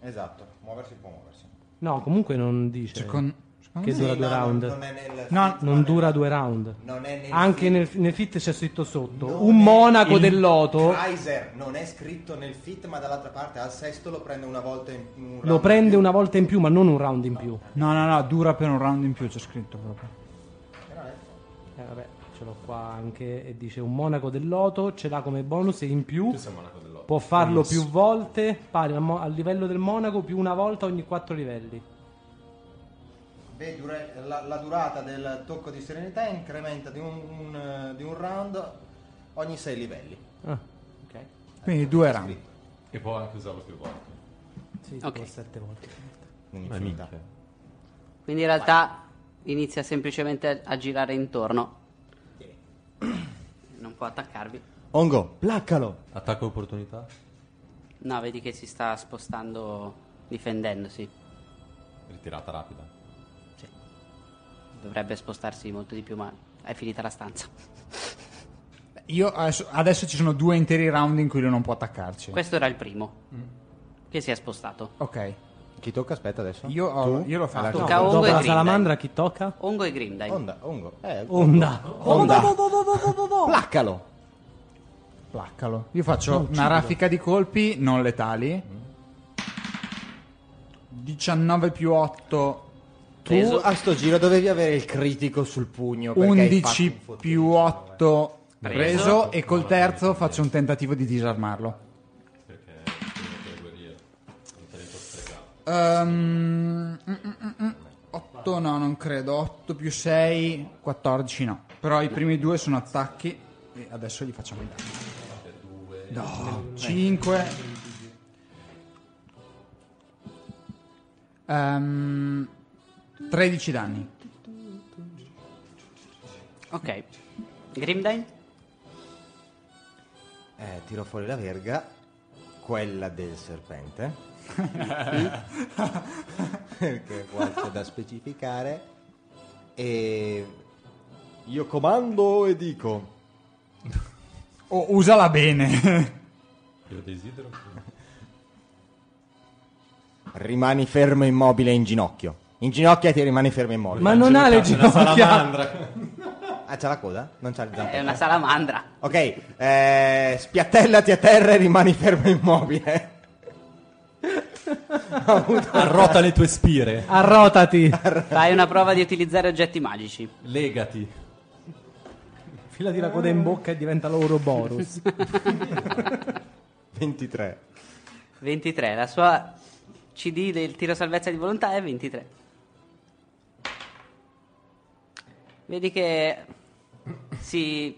Esatto, muoversi può muoversi.
No, comunque non dice
Secon- secondo
che
me-
dura
Sì,
due
no,
round.
Non, è nel
No,
Non dura due round.
Non è nel
Anche
fit.
nel, nel fit c'è scritto sotto.
Non
un
è-
monaco
il-
del loto
Kaiser non è scritto nel fit, ma dall'altra parte al sesto lo prende una volta in un round.
lo prende una volta in più, ma non un round in più.
No, no, no, dura per un round in più, c'è scritto proprio.
Eh, vabbè, c'è ce l'ho qua anche, e dice un monaco del loto ce l'ha come bonus e in più
Tu sei monaco dell'otto.
può farlo più volte, pari al, mo- al livello del monaco più una volta ogni quattro livelli.
Beh, dura- la, la durata del tocco di serenità incrementa di un, un, eh, di un round ogni 6 livelli.
Ah,
Ok.
Quindi due round.
E può anche usarlo più volte.
sì,
Ok.
tipo sette volte.
Ma
Un'infinità.
minchia.
Quindi in realtà inizia semplicemente a girare intorno. Non può attaccarvi.
Ongo, placcalo!
Attacco opportunità.
No, vedi che si sta spostando, difendendosi.
Ritirata rapida.
Sì. Dovrebbe spostarsi molto di più, ma è finita la stanza.
Io adesso, adesso ci sono due interi round in cui lui non può attaccarci.
Questo era il primo che si è spostato.
ok.
Chi tocca aspetta adesso?
Io, ho-
Tu?
io l'ho fatto.
Alla-
Tocca a Ongo
Dopo
e
la
Grindel.
salamandra chi tocca?
Ongo e Grimdai.
Onda, Ongo. Eh,
Onda.
Onda. Placcalo!
Placcalo. Io faccio una raffica di colpi non
Mm.
letali. 19 più 8,
Tu
Peso.
a sto giro dovevi avere il critico sul pugno. perché hai fatto
11
un fottino.
più 8
Preso.
preso, e col terzo faccio un tentativo di disarmarlo. Ehm, mm, mm, mm, mm. 8 no, non credo. 8 più 6, 14 no. Però i primi due sono attacchi e adesso gli facciamo i danni. No, 5. Ehm, 13 danni.
Ok. Grimdai?
Eh, tiro fuori la verga, quella del serpente. Perché qua c'è da specificare. E io comando e dico:
Oh, usala bene.
Io desidero.
rimani fermo immobile in ginocchio. In ginocchio e ti rimani fermo immobile.
Ma non ha le ginocchia.
Ah, c'ha la coda? Non c'ha il
È
zampe.
una salamandra.
Ok, eh, spiattellati a terra e rimani fermo immobile.
Arrota le tue spire.
Arrotati.
Fai una prova di utilizzare oggetti magici.
Legati.
Filati la coda in bocca e diventa l'Ouroboros.
23.
23. La sua CD del tiro salvezza di volontà è 23. Vedi che si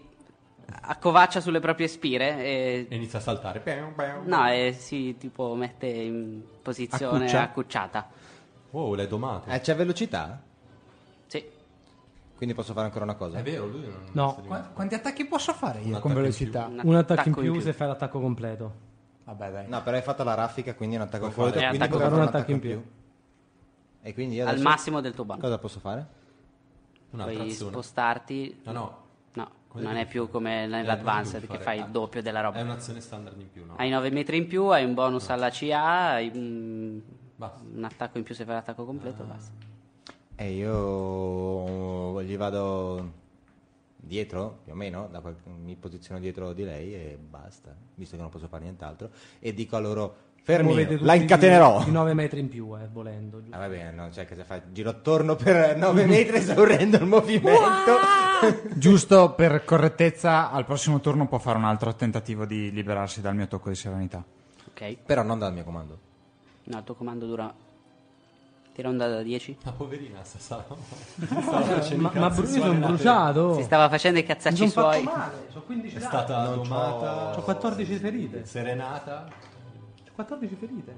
accovaccia sulle proprie spire e...
E inizia a saltare.
No, e si tipo mette in posizione
Accuccia.
accucciata.
Wow, l'hai domato.
Eh, c'è velocità?
Sì.
Quindi posso fare ancora una cosa?
È vero, lui non
No.
si
Qua-
dimentica.
quanti attacchi posso fare io
Un
con
attacco in
velocità?
Un,
Un attacco in più se fai l'attacco completo.
Vabbè, dai.
No, però hai fatto la raffica, quindi un attacco
Puoi
fuori.
fare-
Quindi
Eh, attacco
puoi fare
fuori, un attacco in
E quindi io
Al
adesso
massimo del tuo bonus.
cosa posso fare?
Un'altra
Puoi
azione.
spostarti.
No, no.
No,
Cosa
non
devi
è più
fare?
come
Eh,
nell'advanced
devi
che
fare-
fai il doppio della
È
roba.
un'azione standard in più, no?
Hai 9 metri in più, hai un bonus alla CA, hai un,
Basta.
un attacco in più se fai l'attacco completo, basta.
E io gli vado dietro, più o meno, da qual- mi posiziono dietro di lei e basta, visto che non posso fare nient'altro. E dico a loro, fermi,
Muovete
la
tutti
incatenerò.
Di 9 metri in più, eh, volendo. giusto?
Ah, va bene, no, cioè che se fa giro attorno per 9 metri esaurendo il movimento.
Giusto per correttezza, al prossimo turno può fare un altro tentativo di liberarsi dal mio tocco di serenità.
Ok?
Però non dal mio comando.
No, il tuo comando dura. Tira un dado da 10.
La poverina sta stava
Ma, ma Bruno mi sono bruciato.
Si stava facendo i
Mi
cazzacci
son Oh. fatto
suoi.
male. Ho 15
È
danni.
stata
Non
domata.
Ho 14 ferite.
Serenata.
Ho 14 ferite.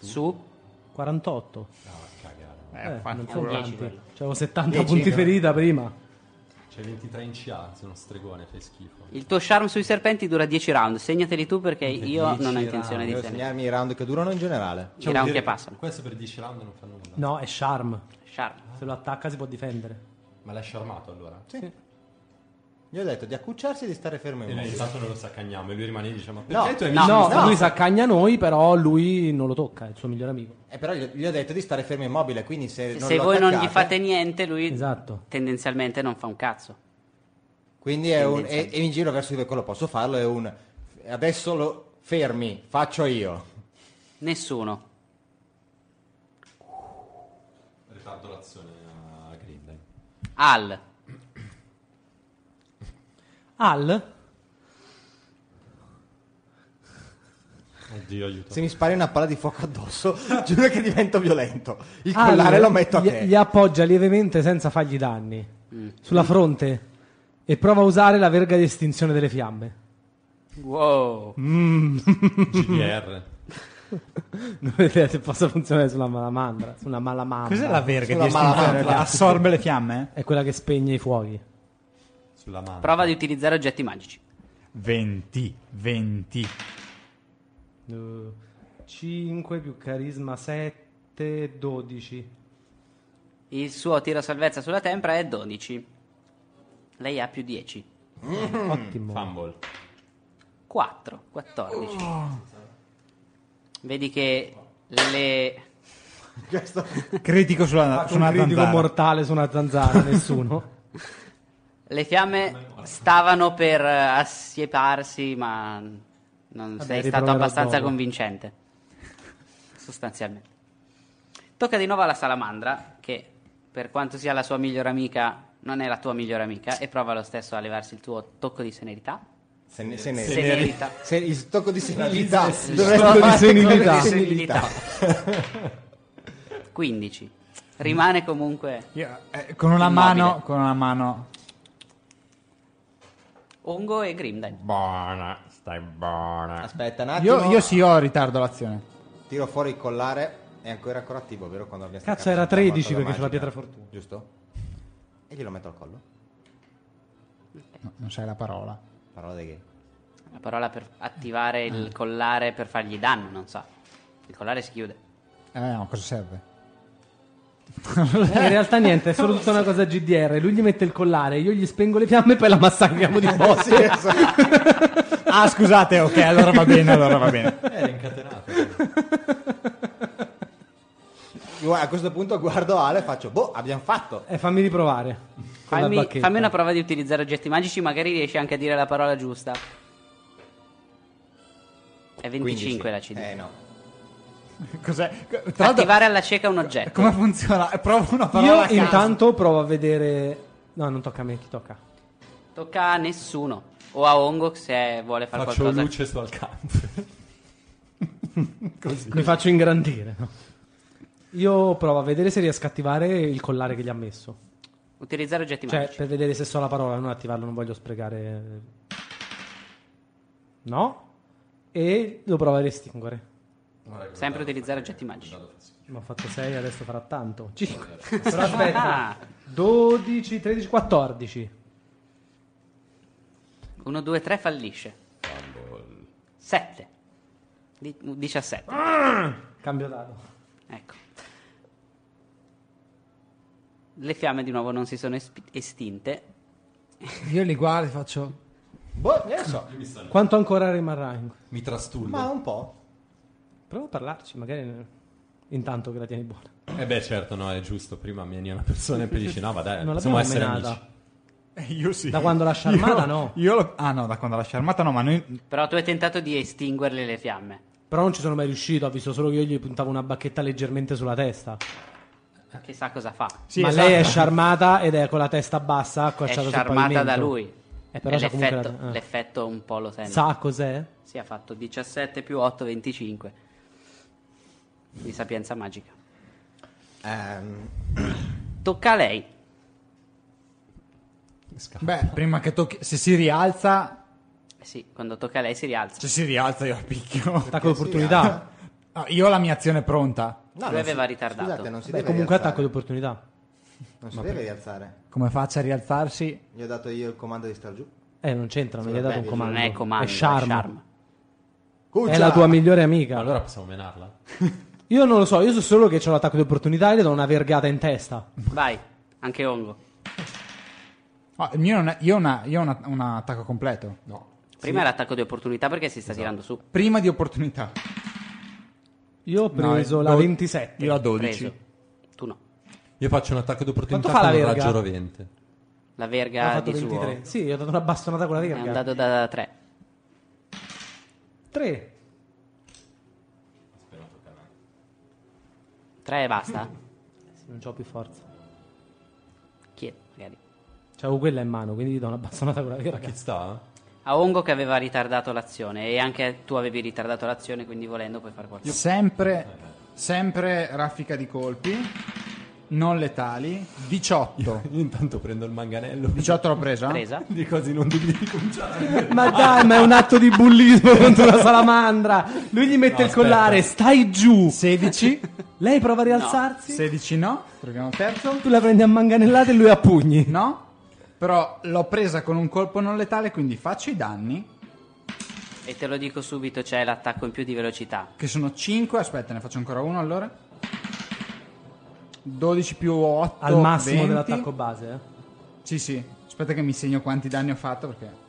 Su.
48.
Ah, cagare.
Eh, non so
fanculo.
quanti.
10 quello.
C'avevo 70 punti ferita prima.
C'è 23 in CA, sei uno stregone, fai schifo.
Il tuo charm sui serpenti dura 10 round. Segnateli tu perché io
10
non ho intenzione
round.
di
Devo
segnare.
segnarmi i round che durano in generale.
I round che
Dire-
passano.
Diciamo Questo per 10 round non fa nulla.
No, è charm.
Charm.
Se lo attacca si può difendere.
Ma l'hai sciarmato allora?
Gli ho detto di accucciarsi e di stare fermo in
E noi
mezzo.
intanto non lo saccagnamo e lui rimane lì e dice ma perché i tuoi
No,
amici mi stanno-
lui si accagna a noi, però lui non lo tocca, è il suo migliore amico.
Eh, però gli, gli ho detto di stare fermo immobile, quindi se, non
Se
lo
voi non gli
attaccate-
fate niente, lui
Esatto.
tendenzialmente non fa un cazzo.
Quindi è un, e, e in giro verso di voi quello posso farlo, è un... Adesso lo fermi, faccio io.
Nessuno.
Ritardo l'azione a Grindel.
Al.
Al?
Oddio, aiuto.
Se mi spari una palla di fuoco addosso, giuro che divento violento. Il
Ah,
Al
collare lo metto a
gli,
te.
gli appoggia lievemente senza fargli danni sulla fronte e prova a usare la verga di estinzione delle fiamme.
Wow.
GDR.
Non vedete se possa funzionare sulla malamandra, su una malamandra.
Cos'è la verga
Sulla
di estinzione?
malamandra.
Assorbe le fiamme?
È quella che spegne i fuochi.
Sulla mano.
Prova di utilizzare oggetti magici.
20, 20.
5 più carisma 7, 12.
Il suo tiro salvezza sulla tempra è 12. Lei ha più 10.
Ottimo.
Fumble.
4, 14.
Oh.
Vedi che le...
Questo-
Critico sulla,
Fatto
su
un
una
critico
zanzara.
mortale su una zanzara, nessuno.
Le fiamme stavano per eh, assieparsi, ma non sei stato
riproverò
abbastanza
dopo.
convincente. Sostanzialmente. Tocca di nuovo alla salamandra, che per quanto sia la sua migliore amica, non è la tua migliore amica, e prova lo stesso a levarsi il tuo tocco di serenità.
Se ne, se ne-
Senilità.
se- il tocco di senilità. Dovrei
Tocco di
trovare il
senilità.
tocco di
Senilità. 15. Rimane comunque
Io, eh, con una
Immobile.
mano, con una mano.
Ongo e Grimden.
Buona, stai buona.
Aspetta un attimo.
Io, io sì, io ritardo l'azione.
Tiro fuori il collare. È ancora ancora attivo, vero? Quando abbiamo
Cazzo,
staccato
era
la
13
cosa
perché c'è la
magica.
pietra fortuna.
Giusto? E glielo metto al collo.
No, non sai la parola.
Parola dei gay.
La parola per attivare il collare per fargli danno, non so. Il collare si chiude.
Eh, no, cosa serve?
Eh, in realtà niente, è solo tutta una cosa GDR. Lui gli mette il collare, io gli spengo le fiamme e poi la massacriamo di botte.
Sì, esatto.
Ah, scusate, ok, allora va bene, allora va bene.
Era incatenato.
Io A questo punto guardo Ale e faccio, boh, abbiamo fatto.
E Eh, fammi riprovare. con la
Fammi,
bacchetta.
fammi una prova di utilizzare oggetti magici, magari riesci anche a dire la parola giusta. È 25 la
15.
CD.
Eh no.
Cos'è? Tra l'altro,
Attivare alla cieca un oggetto.
come funziona? Eh, Provo una parola.
Io
a caso.
intanto provo a vedere... No, non tocca a me, chi tocca?
Tocca a nessuno. O a Ongo se vuole fare
Faccio
qualcosa.
luce su Alcante. Così.
Mi faccio ingrandire. no? Io provo a vedere se riesco a attivare il collare che gli ha messo.
Utilizzare oggetti
Cioè,
magici.
per vedere se so la parola, non attivarlo, non voglio sprecare... No? E lo provo a restinguere.
Sempre utilizzare oggetti magici.
Ma ho fatto 6, adesso farà tanto. 5. Però aspetta.
Ah.
12, 13, 14.
1, 2, 3 fallisce. 7. 17.
Cambio dado.
Ecco. Le fiamme di nuovo non si sono espi- estinte.
Io li guardo e faccio.
Boh, non lo so.
Quanto ancora rimarrà? in-
Mi trastullo.
Ma un po'.
Prova a parlarci, magari ne- intanto che la tieni buona.
Eh beh, certo, no, è giusto. Prima vieni una persona e poi dici, no, va dai,
Non
possiamo
l'abbiamo
essere amici.
menata.
Eh, Io sì.
Da quando la sciarmata,
Io-
no.
Io lo- ah, no, da quando la sciarmata, no, ma noi.
Però tu hai tentato di estinguerle le fiamme.
Però non ci sono mai riuscito, ha visto solo che io gli puntavo una bacchetta leggermente sulla testa.
Chissà cosa fa.
Sì,
Ma
esatto.
lei Eh. è sciarmata ed è con la testa bassa,
è
accocciata sul
sciarmata
pavimento.
da lui.
Eh, però
E
c'ha comunque la-
l'effetto,
eh.
l'effetto un po' lo sente.
Sa cos'è?
Si ha fatto 17 più 8, 25. Di sapienza magica.
Ehm,
Tocca a lei.
Beh, prima che tocchi. Se si rialza.
Eh Sì, quando tocca a lei si rialza.
Se si rialza, io la picchio.
Attacco
eh.
d'opportunità.
No, io ho la mia azione pronta.
no,
Lui
non
aveva
si-
ritardato.
Scusate, non si
Beh,
deve
comunque
rialzare.
attacco d'opportunità.
Non si deve rialzare.
Come faccio a rialzarsi?
Gli ho dato io il comando di star giù.
Eh, non c'entra, non gli hai dato un
Beh,
comando.
Non è comando,
È charm.
è charm.
È la tua migliore amica.
Allora possiamo menarla?
Io non lo so, io so solo che ho l'attacco di opportunità e le do una vergata in testa.
Vai, anche Ongo.
Ah, il mio non è- io ho una- io ho una- un attacco completo.
No.
Prima è l'attacco di opportunità perché si sta tirando su.
Prima di opportunità.
Io ho preso
No,
la
do-
27.
Io la 12.
Preso. Tu no.
Io faccio un attacco
Quanto
d'opportunità
fa
con
la
un
verga?
raggio rovente.
La
Ho
verga
fatto
Ah, di suo
23. Sì, io ho dato una bastonata con la
è
verga.
andato da 3.
3.
3 e basta.
Non ho più forza.
Chi è? Magari.
C'avevo quella in mano, quindi gli do una bastonata con la vera
Chi sta?
A Ongo che aveva ritardato l'azione e anche tu avevi ritardato l'azione, quindi volendo puoi fare qualcosa.
Sempre, sempre raffica di colpi, non letali, 18.
Io intanto prendo il manganello
18 l'ho presa?
Presa.
di cose non devi ricominciare.
Ma dai, ma è un atto di bullismo contro la salamandra. Lui gli mette il collare, stai giù.
16,
Lei prova a rialzarsi,
16 no, proviamo il terzo,
tu la prendi a manganellate e lui a pugni.
no, però l'ho presa con un colpo non letale, quindi faccio i danni,
E te lo dico subito, c'è l'attacco in più di velocità.
che sono 5, aspetta ne faccio ancora uno allora, 12 più 8,
Al massimo
20.
dell'attacco base. eh.
Sì, sì. Aspetta che mi segno quanti danni ho fatto perché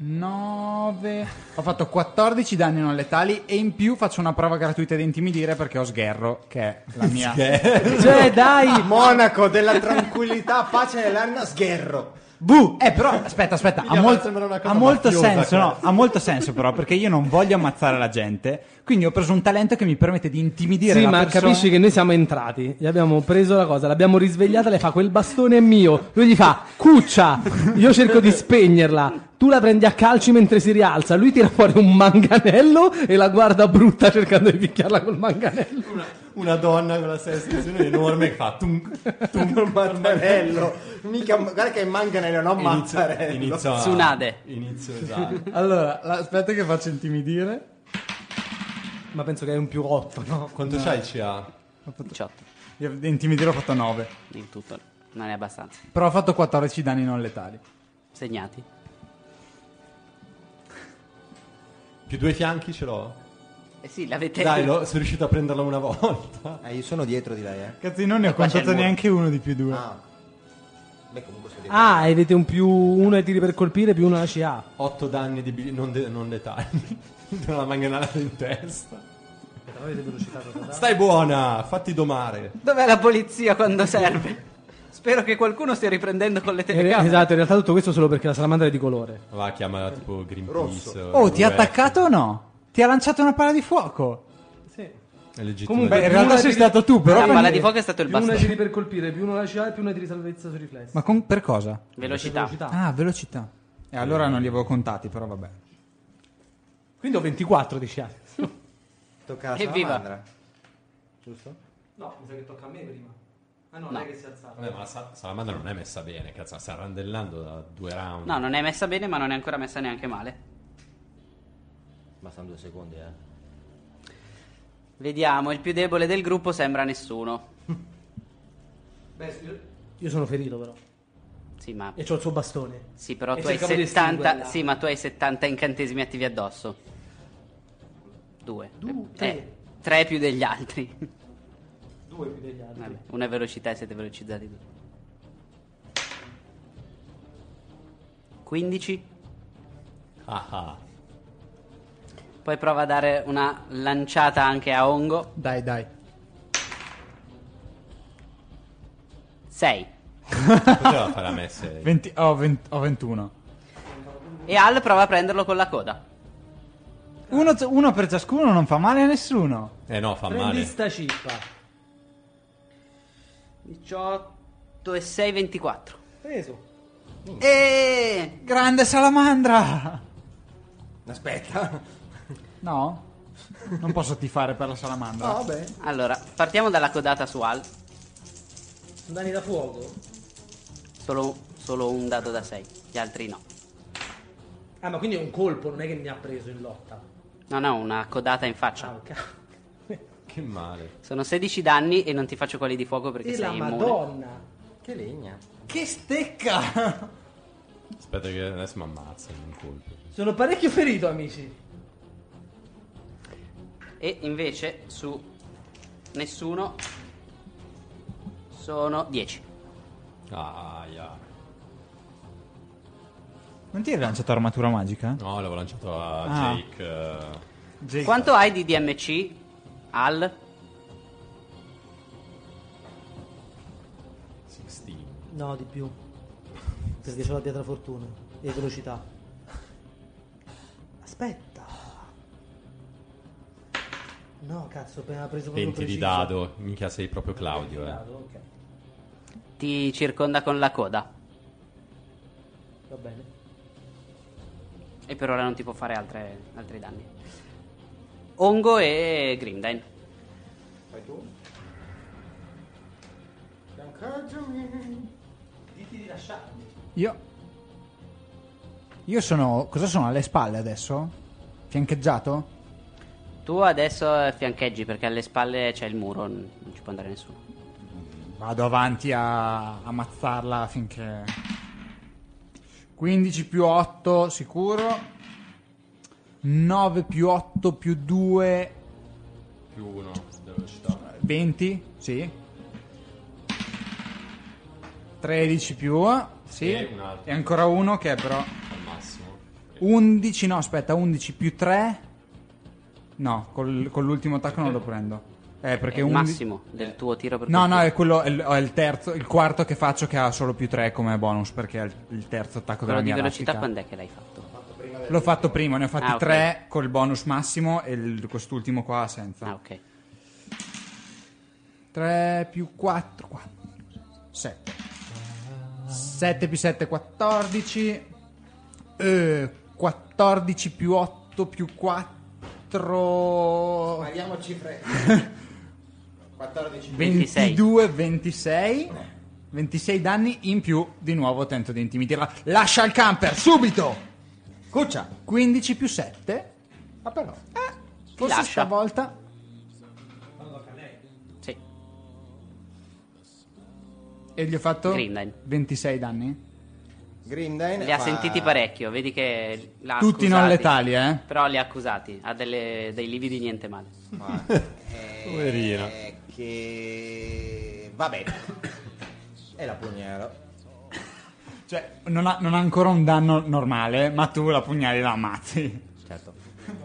9 Ho fatto 14 danni non letali e in più faccio una prova gratuita di intimidire perché ho sgherro che è la mia
eh.
Cioè, dai,
Monaco della tranquillità, pace nell'anima, sgherro.
Bu! Eh però aspetta, aspetta, ha,
fa
molto-
sembrare una
ha
cosa
molto
mafiosa
senso, no,
questa.
ha molto senso però perché io non voglio ammazzare la gente, quindi ho preso un talento che mi permette di intimidire
Sì,
la
ma
persona.
capisci che noi siamo entrati, gli abbiamo preso la cosa, l'abbiamo risvegliata, lei fa quel bastone è mio, lui gli fa cuccia, io cerco di spegnerla, tu la prendi a calci mentre si rialza, lui tira fuori un manganello e la guarda brutta cercando di picchiarla col manganello.
Una, una donna con la sensazione enorme che fa tum, tum,
Un mattarello. Mica, guarda che è manganello, non
inizio,
mattarello.
inizio a-
Tsunade.
Inizio esatto.
Allora, la- aspetta che faccio intimidire.
Ma penso che è un più 8, no?
Quanto c'hai CA?
18
Io di intimidire ho fatto 9,
in tutto, non è abbastanza.
però ho fatto 14 danni non letali.
Segnati.
Più due fianchi ce l'ho?
Eh sì, l'avete
Dai, lo- sono riuscito a prenderla una volta.
Eh, io sono dietro di lei, eh.
Cazzo, io non ne ho
qua c'è
contato
il muro.
neanche uno di più due.
Ah. Beh, comunque sono dietro.
Ah, e avete un più 1 ai tiri per colpire, più 1 alla CA.
8 danni di bi- non, de- non letali. Una manganata in testa. Stai buona, fatti domare.
Dov'è la polizia quando serve? Spero che qualcuno stia riprendendo con le
Eh,
telecamere.
Esatto, in realtà tutto questo solo perché la salamandra è di colore.
Va, chiamala tipo Greenpeace.
Oh, ti ha
WWF.
attaccato o no? Ti ha lanciato una palla di fuoco.
È legittimo.
Comunque-
Beh, in
Più
realtà
una
sei
di-
stato tu, però.
la
quindi-
palla di fuoco è stato il
Più una
bastone.
tiri per colpire, più una la CA e più una tiri salvezza sui riflessi.
Ma con- per cosa?
Velocità.
Ah, velocità. E allora non li avevo contati, però vabbè.
Quindi ho ah. 24 di CA.
Tocca la
Evviva.
salamandra. Giusto?
No, mi sa che tocca a me prima. Ah no,
lei che
si è alzata.
Vabbè, ma la sa- salamandra non è messa bene, cazzo, sta randellando da due round.
No, non è messa bene, ma non è ancora messa neanche male.
Bastano due secondi, eh.
Vediamo, il più debole del gruppo sembra nessuno.
Io sono ferito però.
Sì, ma
E ho il suo bastone.
Sì, però
E
tu hai
cercavo di
70.
estinguerla.
Sì, ma tu hai 70 incantesimi attivi addosso. Due. Eh,
tre.
eh, tre più degli altri.
Due più degli altri.
Vabbè, una è velocità e siete velocizzati due. 15.
Ah, ah.
Poi prova a dare una lanciata anche a Ongo.
Dai, dai.
6.
Poteva fare la messa. lei.
Venti- ho, vent- oh, ho 21.
E Al prova a prenderlo con la coda.
Uno, uno per ciascuno non fa male a nessuno.
Eh no, fa
Prendi
male.
sta cippa.
18 e 6, 24.
Preso. Mm.
E...
Grande salamandra!
Aspetta.
No? Oh, Non posso tifare per la salamandra.
Vabbè.
Allora, partiamo dalla codata su Al.
Sono danni da fuoco?
Solo, solo un dado da 6, gli altri no.
Ah, ma quindi è un colpo, non è che mi ha preso in lotta.
No, no, una codata in faccia.
Ah, ok.
Che male.
Sono 16 danni e non ti faccio quelli di fuoco perché
E la
sei immune.
madonna.
Che legna.
Che stecca!
Aspetta che adesso mi ammazza in un colpo.
Sono parecchio ferito, amici.
E invece su nessuno sono 10.
Ah, yeah.
Non ti hai lanciato armatura magica?
No, l'avevo lanciato a
Ah.
Jake. eh.
Jake.
Quanto hai di DMC al?
16.
No, di più. Perché c'ho la pietra fortuna e velocità. Aspetta. No, cazzo, ho appena preso proprio
20 di
preciso.
dado. Minchia, sei proprio Claudio, eh.
Dado, ok.
ti circonda con la coda.
Va bene.
E per ora non ti può fare altre- altri danni. Ongo e Grimdain.
Fai tu? Fiancaggiami.
Io. Io sono. Cosa sono? Alle spalle adesso? Fiancheggiato?
Tu adesso eh, fiancheggi perché alle spalle c'è il muro, n- non ci può andare nessuno.
Vado avanti a ammazzarla finché. 15 più 8 sicuro. 9 più 8 più 2
Più uno della velocità.
20, sì. 13 più, sì.
E un altro.
E ancora uno che è però
Al massimo.
11, no, aspetta, 11 più 3. No, col- con l'ultimo attacco non lo prendo. Eh,
È
perché
il
11
massimo del tuo tiro per
No, no,
colpire.
è quello, è il, è il terzo, il quarto che faccio che ha solo più 3 come bonus perché è il, il terzo attacco
quello
della
di
mia
velocità
elastica.
quando è che l'hai fatto?
L'ho fatto prima, ne ho fatti
Ah, ok.
3 col bonus massimo e il- quest'ultimo qua senza.
Ah, ok.
3 più 4, 4 7 7 più 7 14 Eh, 14 più 8 più 4
Andiamo cifre. 14.
26.
22 26 26 danni in più di nuovo tento di intimidirla lascia il camper subito
Cuccia.
15 più 7
Ma però.
eh, forse
lascia.
stavolta
Sì.
e gli ho fatto
Grindine.
26 danni
Grimdine.
Li ha
fa-
sentiti parecchio, vedi che l'ha
Tutti
accusati,
non letali, eh?
Però li ha accusati, ha delle- dei lividi niente male.
Ma-
Poverina.
eh, Che. Vabbè. E la eh, pugnalo.
Cioè, non ha, non ha ancora un danno normale, ma tu la pugnali e la ammazzi.
Certo.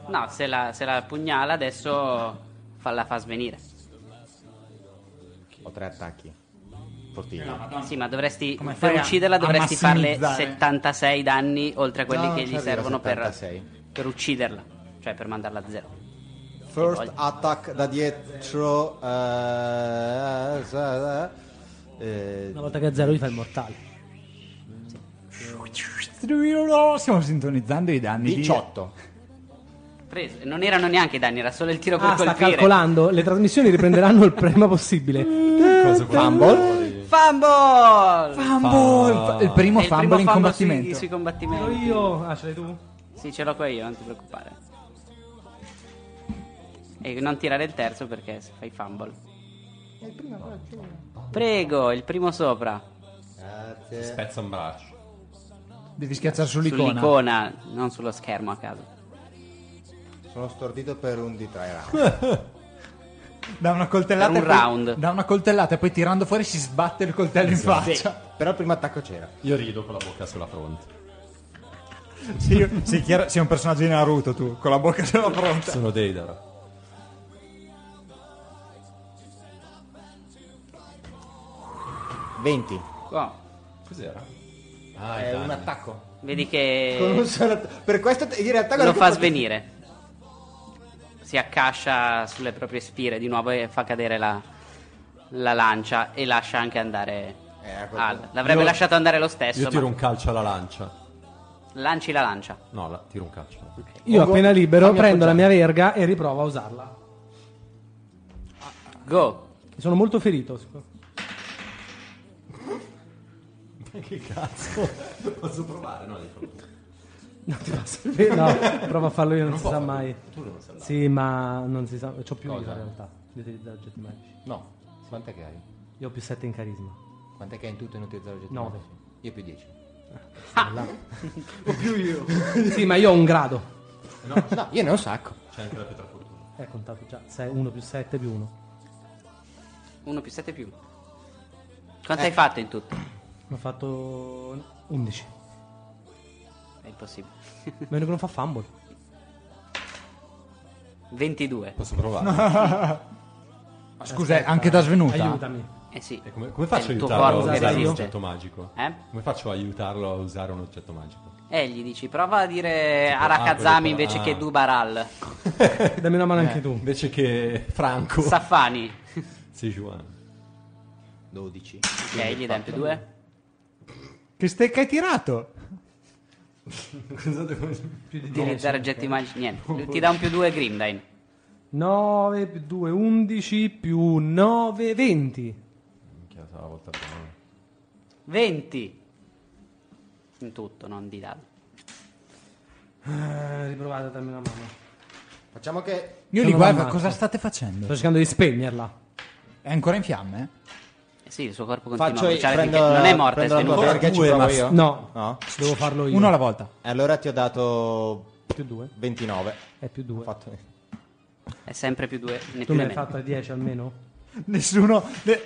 No, se la, se la pugnala adesso fa- la fa svenire.
Ho tre attacchi. Fortini.
Sì, ma dovresti
Come
per
fai a-
ucciderla
a
dovresti farle
massimizzare?
76 danni oltre a quelli
No,
che
ci
gli
arrivo a
servono per,
76.
per ucciderla, cioè per mandarla a zero.
First attack da dietro. eh, eh, eh, eh,
Una volta che è zero gli fa il mortale.
Stiamo sintonizzando i danni. di-
18.
Preso. Non erano neanche i danni, era solo il tiro per
Ah, sta
colpire.
calcolando. Le trasmissioni riprenderanno il prima possibile.
Cosa Fumble?
Fumble!
Fumble! Il primo
È il primo
fumble in
sui-
combattimento.
Sui, combattimenti.
Io. Ah, ce l'hai tu?
Sì, ce l'ho qua io, non ti preoccupare. E non tirare il terzo perché se fai fumble. Prego, il primo sopra.
Grazie.
Spezza un braccio.
Devi schiacciare sull'icona.
Sull'icona, non sullo schermo a caso.
Sono stordito per un di 3 round.
Da una coltellata.
Per un
e poi-
round.
Da una coltellata e poi tirando fuori si sbatte il coltello in faccia.
Cioè, Però il primo attacco c'era.
Io rido con la bocca sulla fronte.
Sì, io- sei, chiaro- sei un personaggio di Naruto tu, con la bocca sulla fronte.
Sono Deidara.
Venti.
Oh,
Cos'era? Ah, i
È un
danni.
attacco.
vedi
Con un
che
solo att- Per questo t- in realtà
lo
guarda
fa
che-
svenire. Si accascia sulle proprie spire di nuovo e fa cadere la, la lancia e lascia anche andare
Eh, ecco.
Al. L'avrebbe
Io-
lasciato andare lo stesso,
Io tiro
ma
un calcio alla lancia.
lanci la lancia.
No, la- tiro un calcio. alla lancia.
Io,
Pongo-
appena libero,
fammi
prendo la
appoggiare.
mia verga e riprovo a usarla.
Go.
Sono molto ferito. sic-
Ma che cazzo? Posso provare? No, dico.
No, ti passo il ver- No, prova a farlo io, non, si
può
sa
farlo.
mai.
Tu non sai.
Sì, ma non si sa. C'ho più
Cosa?
io in realtà di utilizzare oggetti magici.
No. Quant'è che hai?
Io ho più 7 in carisma.
Quant'è che hai in tutto in utilizzare oggetti?
Nove.
magici? Io più 10.
sì, ma io ho un grado.
No, io ne ho un sacco.
C'è anche la pietra fortuna.
È contato già. 1 più 7 più 1.
1 più 7 più. Quanto
Eh.
hai fatto in tutto?
Ho fatto 11.
È impossibile.
A Meno che non fa fumble.
22.
Posso provare?
Ma scusa, è anche da svenuta.
Aiutami.
Eh sì.
E come, come faccio
È
a
il tuo
aiutarlo
corpo
Esatto. a
che
usare un
resiste.
oggetto magico?
Eh?
Come faccio a aiutarlo a usare un oggetto magico?
E Eh, gli dici, prova a dire
Tipo, ah,
Arakazami
quello-
invece
ah.
che Dubaral.
Dammi una mano anche tu.
Invece che Franco
Safani.
Sejuani.
12.
Ok, gli dai più due.
Che stecca hai tirato?
Cosa devo
Più di
Utilizzare oggetti magici. Niente. Ti dà un più due Grimdine.
9 più 2, 11 più 9, 20.
Minchia, sarà la volta buona.
20. In tutto, non di dado.
Eh, riprovate a darmi una mano.
Facciamo che
Io
Sono
li guardo,
ammazzo.
cosa state facendo?
Sto cercando di spegnerla.
È ancora in fiamme?
Eh Sì, il suo corpo continua
faccio
a
i-
bruciare
prendo,
finché non è morta, è
prendo la tua
svenuta.
verga e ci
Due,
provo
ma-
io.
no.
No.
Devo farlo io.
Uno alla volta.
E Allora ti ho dato
Più 2.
29.
È più
Ho
2.
fatto-
È sempre più due, né
Tu
più
ne
né
hai
meno.
fatta 10 almeno?
Nessuno. ne-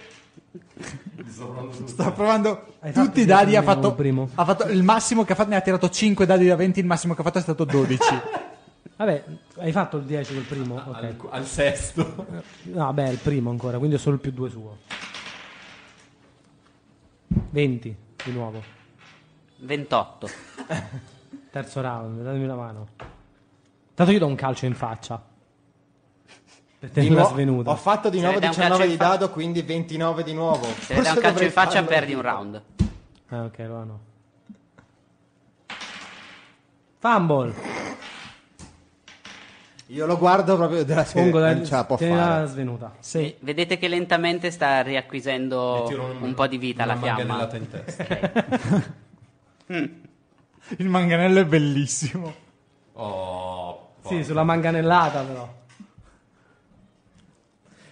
Sta provando
Hai fatto
tutti i
dieci
dadi. Ha
almeno
fatto,
il primo.
ha fatto il massimo che ha fatto. Ne ha tirato 5 dadi da 20. Il massimo che ha fatto è stato 12.
Vabbè, hai fatto il 10 col primo? Ok.
Al, al sesto.
No, beh, è il primo ancora, quindi ho solo il più 2 suo. 20 di nuovo.
28.
Terzo round, datemi la mano. Tanto io do un calcio in faccia. Per te
Di
una
nuovo-
svenuta.
Ho fatto di
Se
nuovo
ne dai un
19
calcio
di
in fa-
dado, quindi 29 di nuovo.
Se ne dai un calcio in faccia, perdi un round.
Ah, ok, allora no. Fumble.
Io lo guardo proprio della
Pongo
non eh, ce la può
tieni la
fare.
svenuta.
Sì.
Vedete che lentamente sta riacquisendo
Gli tiro
Oh, un, po' di vita
una
la fiamma.
manganellata in testa.
Il manganello è bellissimo.
Oh,
Sì,
porca.
sulla manganellata però.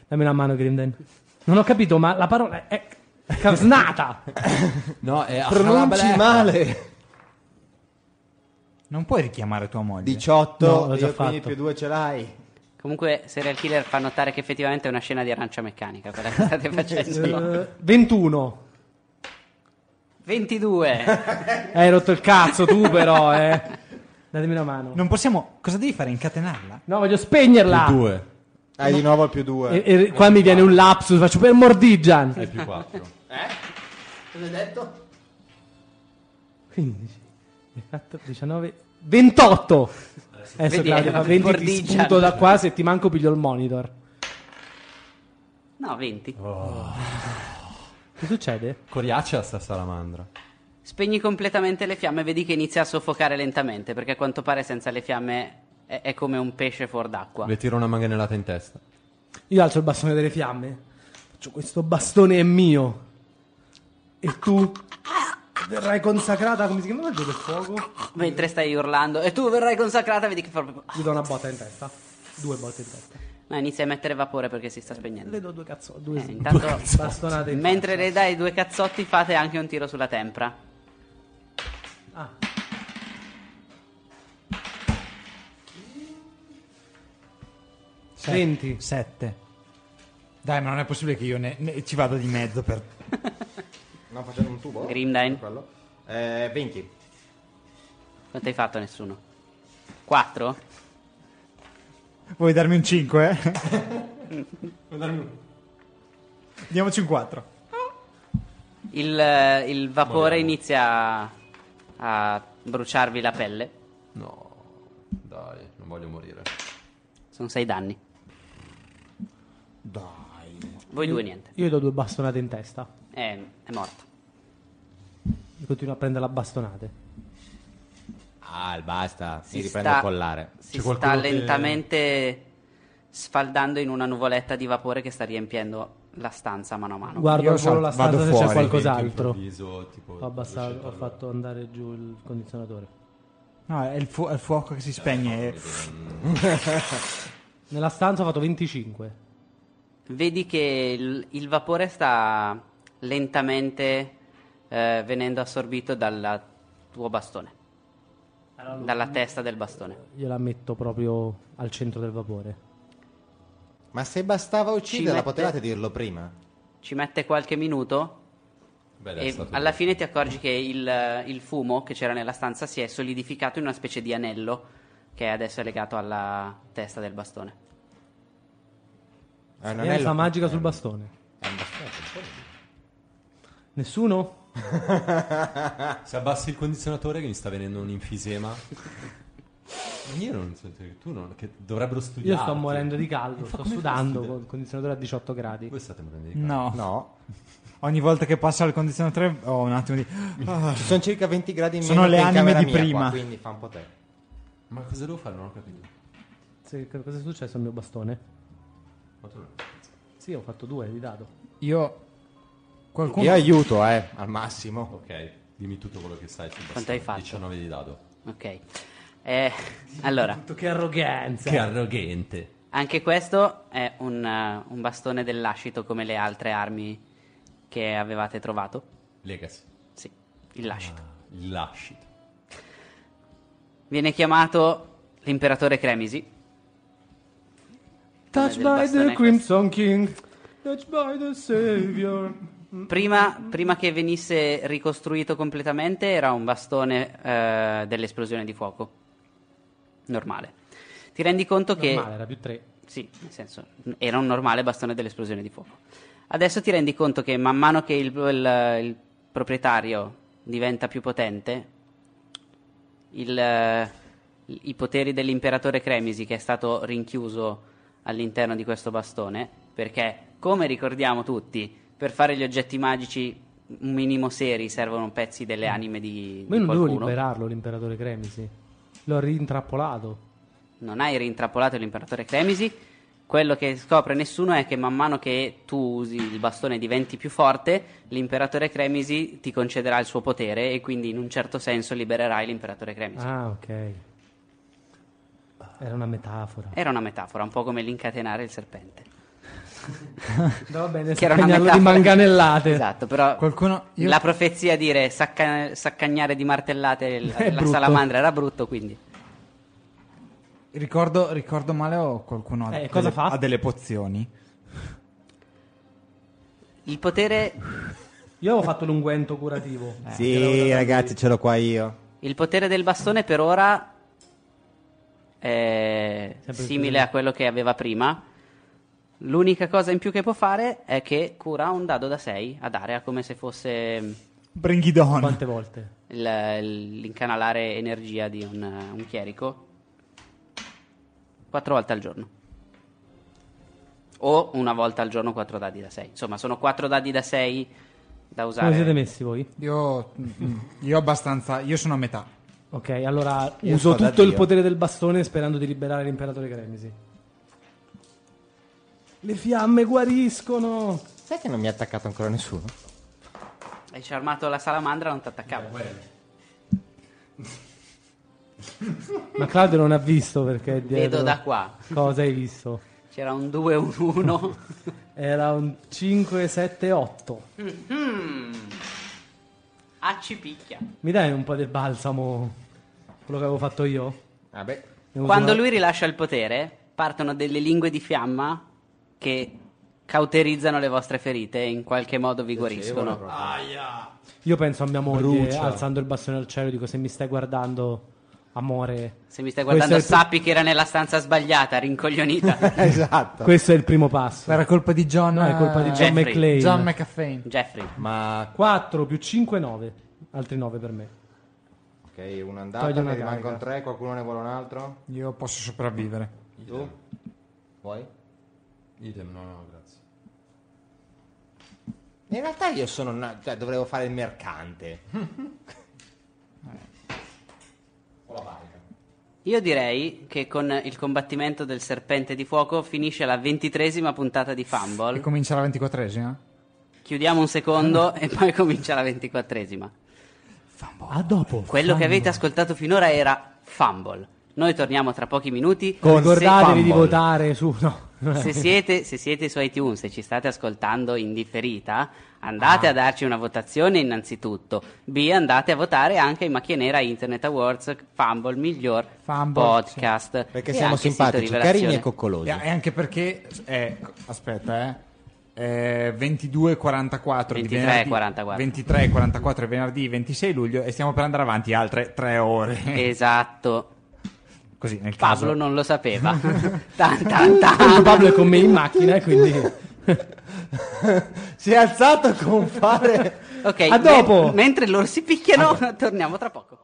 Dammi la mano, Grimden. Non ho capito, ma la parola è casnata.
No, è
Pronunci male.
Non puoi richiamare tua moglie.
18,
No, l'ho già
io quindi
fatto.
più 2 ce l'hai.
Comunque, Serial Killer fa notare che effettivamente è una scena di arancia meccanica quella che state facendo.
Eh, 21.
22.
Eh, Hai rotto il cazzo tu però, eh. Datemi una mano.
Non possiamo. Cosa devi fare? Incatenarla?
No, voglio spegnerla.
Più due.
Hai di nuovo il più 2.
Eh,
E, e Eh, qua mi viene un lapsus, faccio per Mordigian.
È più 4.
Cosa hai detto?
15, 14, 19, 28. Adesso
Vedi,
Claudio
eh,
fa 20 ti
Mordigian.
sputo da qua se ti manco piglio il monitor.
No, 20.
Oh.
Che succede?
Coriacea sta salamandra.
Spegni completamente le fiamme e vedi che inizia a soffocare lentamente, perché a quanto pare senza le fiamme è, è come un pesce fuor d'acqua.
Le tiro una manganellata in testa.
Io alzo il bastone delle fiamme. Faccio questo bastone è mio. E tu verrai consacrata, come si chiama il gioco del fuoco?
Mentre stai urlando, e tu verrai consacrata, vedi che fa proprio...
Gli do una botta in testa. Due botte in testa.
No, inizia a mettere vapore perché si sta spegnendo.
Le do due cazzo, due
Eh, intanto,
bastonate in
mentre le dai due cazzotti, fate anche un tiro sulla tempra.
Ah.
Se-
20.
7. Dai, ma non è possibile che io ne- ne- ci vada di mezzo per.
No, facendo un tubo.
Grimdine.
Quello. Eh, 20.
Quanto hai fatto nessuno? 4?
Vuoi darmi un 5? Eh? Diamoci un 4.
Il, eh, il vapore inizia a bruciarvi la pelle.
No, dai, non voglio morire.
Sono 6 danni. Dai. Voi due niente.
Io gli do due bastonate in testa.
È, è morto.
Continuo a prendere la bastonate.
Ah, basta.
Si
Mi riprendo
sta-
il collare.
Si sta lentamente sfaldando in una nuvoletta di vapore che sta riempendo la stanza mano a mano.
Guardo
io
al volo
sal-
la
vado
stanza se c'è
fuori,
qualcos'altro.
Improvviso, tipo,
Ho, abbassato, ho
allora.
fatto andare giù il condizionatore.
No, è il, fu- è il fuoco che si spegne. eh. e-
Nella stanza ho fatto 25.
Vedi che il, il vapore sta lentamente eh, venendo assorbito dal tuo bastone, dalla testa del bastone.
Gliela metto proprio al centro del vapore.
Ma se bastava ucciderla,
mette-
potevate dirlo prima.
Ci mette qualche minuto
Beh, dai, è
e
stato
alla
bello.
fine ti accorgi che il, il fumo che c'era nella stanza si è solidificato in una specie di anello che adesso è legato alla testa del bastone.
Eh, È un
E la
anello.
magica sul bastone.
È un bastone.
Nessuno?
Se abbassi Ah, il condizionatore che mi sta venendo un infisema. Io non so, te- tu non, che dovrebbero studiare.
Io sto morendo di caldo,
Ma
sto
come fai a
sudando
studiare?
con il condizionatore a 18 gradi.
Voi state morendo di caldo.
No.
No.
ogni volta che passa al condizionatore ho un attimo di... Ah.
Ci sono circa 20 gradi in
Sono
meno
le
che in
anime
camera
di
mia qua,
prima.
quindi fa un po' te.
Ma cosa devo fare? Non ho capito.
Se- che cosa è successo al mio bastone?
Quattro ore.
Sì, ho fatto due di dado.
Io... Qualcuno...
Io aiuto, eh, al massimo.
Ok, dimmi tutto quello che sai sul bastone.
Quanto hai fatto?
19 di dado.
Ok. Eh, allora,
Che arroganza!
Che arrogante.
anche questo è un, eh, un bastone dell'ascito come le altre armi che avevate trovato.
Legacy. Ah,
Sì, il lascito.
Il lascito.
Viene chiamato l'imperatore Cremisi.
Touched
Del
by
bastone
the
questo.
Crimson King. Touched by the Savior.
Prima, prima che venisse ricostruito completamente era un bastone eh, dell'esplosione di fuoco. Normale. Ti rendi conto
Eh.
che...
Normale, era più tre.
Sì, nel senso, era un normale bastone dell'esplosione di fuoco. Adesso ti rendi conto che man mano che il, il- il proprietario diventa più potente, il, eh, i poteri dell'imperatore Cremisi, che è stato rinchiuso all'interno di questo bastone, perché, come ricordiamo tutti, per fare gli oggetti magici un minimo seri servono pezzi delle anime di, di
Ma io non devo
qualcuno.
liberarlo l'imperatore Cremisi. L'ho rintrappolato.
non hai rintrappolato l'imperatore Cremisi. Quello che scopre nessuno è che man mano che tu usi il bastone e diventi più forte, l'imperatore Cremisi ti concederà il suo potere e quindi in un certo senso libererai l'imperatore Cremisi.
Ah, ok. Era una metafora.
Era una metafora, un po' come l'incatenare il serpente.
No, va bene,
Che era una
spagnarlo
metafora.
di manganellate.
Esatto, però
Qualcuno... Io...
la profezia dire sacca- saccagnare di martellate la,
È
la
brutto.
salamandra era brutto, quindi
Ricordo, ricordo male o qualcuno ha,
Eh, cosa
delle-
fa?
ha delle pozioni.
il potere,
Io avevo fatto l'unguento curativo.
Eh.
Eh,
sì, ragazzi, ce l'ho qua io.
il potere del bastone per ora è
Sempre
simile a quello che aveva prima. L'unica cosa in più che può fare è che cura un dado da 6 ad area come se fosse mm,
Bring it on.
Quante volte?
il- l'incanalare energia di un, eh, un chierico. Quattro volte al giorno. O una volta al giorno quattro dadi da 6. Insomma, sono quattro dadi da 6 da usare.
Come siete messi voi?
Io, mm, io abbastanza... Io sono a metà.
Ok, allora
Io
uso
sto da
tutto il
Dio.
potere del bastone sperando di liberare l'imperatore Cremisi.
Le fiamme guariscono.
Sai che non mi ha attaccato ancora nessuno?
Hai charmato la salamandra, non ti attaccava.
Ma Claudio non ha visto perché è dietro.
Vedo da qua.
Cosa hai visto?
C'era un 2, un 1.
Era un 5, 7, 8.
Ah, ci picchia.
Mi dai un po' del balsamo? Quello che avevo fatto io?
Vabbè.
Ne uso
Quando
una-
lui rilascia il potere, partono delle lingue di fiamma che cauterizzano le vostre ferite e in qualche modo vi guariscono.
Ah.
Io penso a mia moglie
Brucia.
alzando il bastone al cielo, dico se mi stai guardando, amore.
Se mi stai
questo
guardando,
è il pri-
sappi che era nella stanza sbagliata, rincoglionita.
esatto.
Questo è il primo passo.
Era colpa di John...
No, è colpa di John
Jeffrey.
McClane.
eh, John McAfee.
Jeffrey,
Ma
4 più 5, 9. Altri 9 per me.
ok,
Togli
uno è andato,
una
ne rimangono
carica.
tre, qualcuno ne vuole un altro?
Io posso sopravvivere.
Tu? Vuoi?
Idem, no, no, grazie.
In realtà io sono una- cioè dovevo fare il mercante. O la banca.
io direi che con il combattimento del serpente di fuoco finisce la ventitresima puntata di Fumble.
E comincia la ventiquattresima?
Chiudiamo un secondo e poi comincia la ventiquattresima.
A dopo.
Quello che avete ascoltato finora era Fumble. Noi torniamo tra pochi minuti.
Con-
Se-
Ricordatevi di
Fumble.
votare su... No.
se siete, se siete su iTunes e ci state ascoltando in differita, andate a darci una votazione innanzitutto. B, andate a votare anche in Macchia Nera Internet Awards Fumble miglior
Fumble,
podcast.
Perché
e
siamo
anche Sito
simpatici,
Rivelazione.
carini e coccolosi.
E e anche perché... eh, aspetta, eh. Eh, 22.44
23,
di venerdì
44.
23.44 è venerdì 26 luglio e stiamo per andare avanti altre tre ore
Esatto.
così nel caso
Pablo non lo sapeva. tan, tan, tan.
Pablo è con me in macchina, quindi...
Si è alzato con fare...
Ok,
A dopo.
men- mentre loro si picchiano, torniamo tra poco.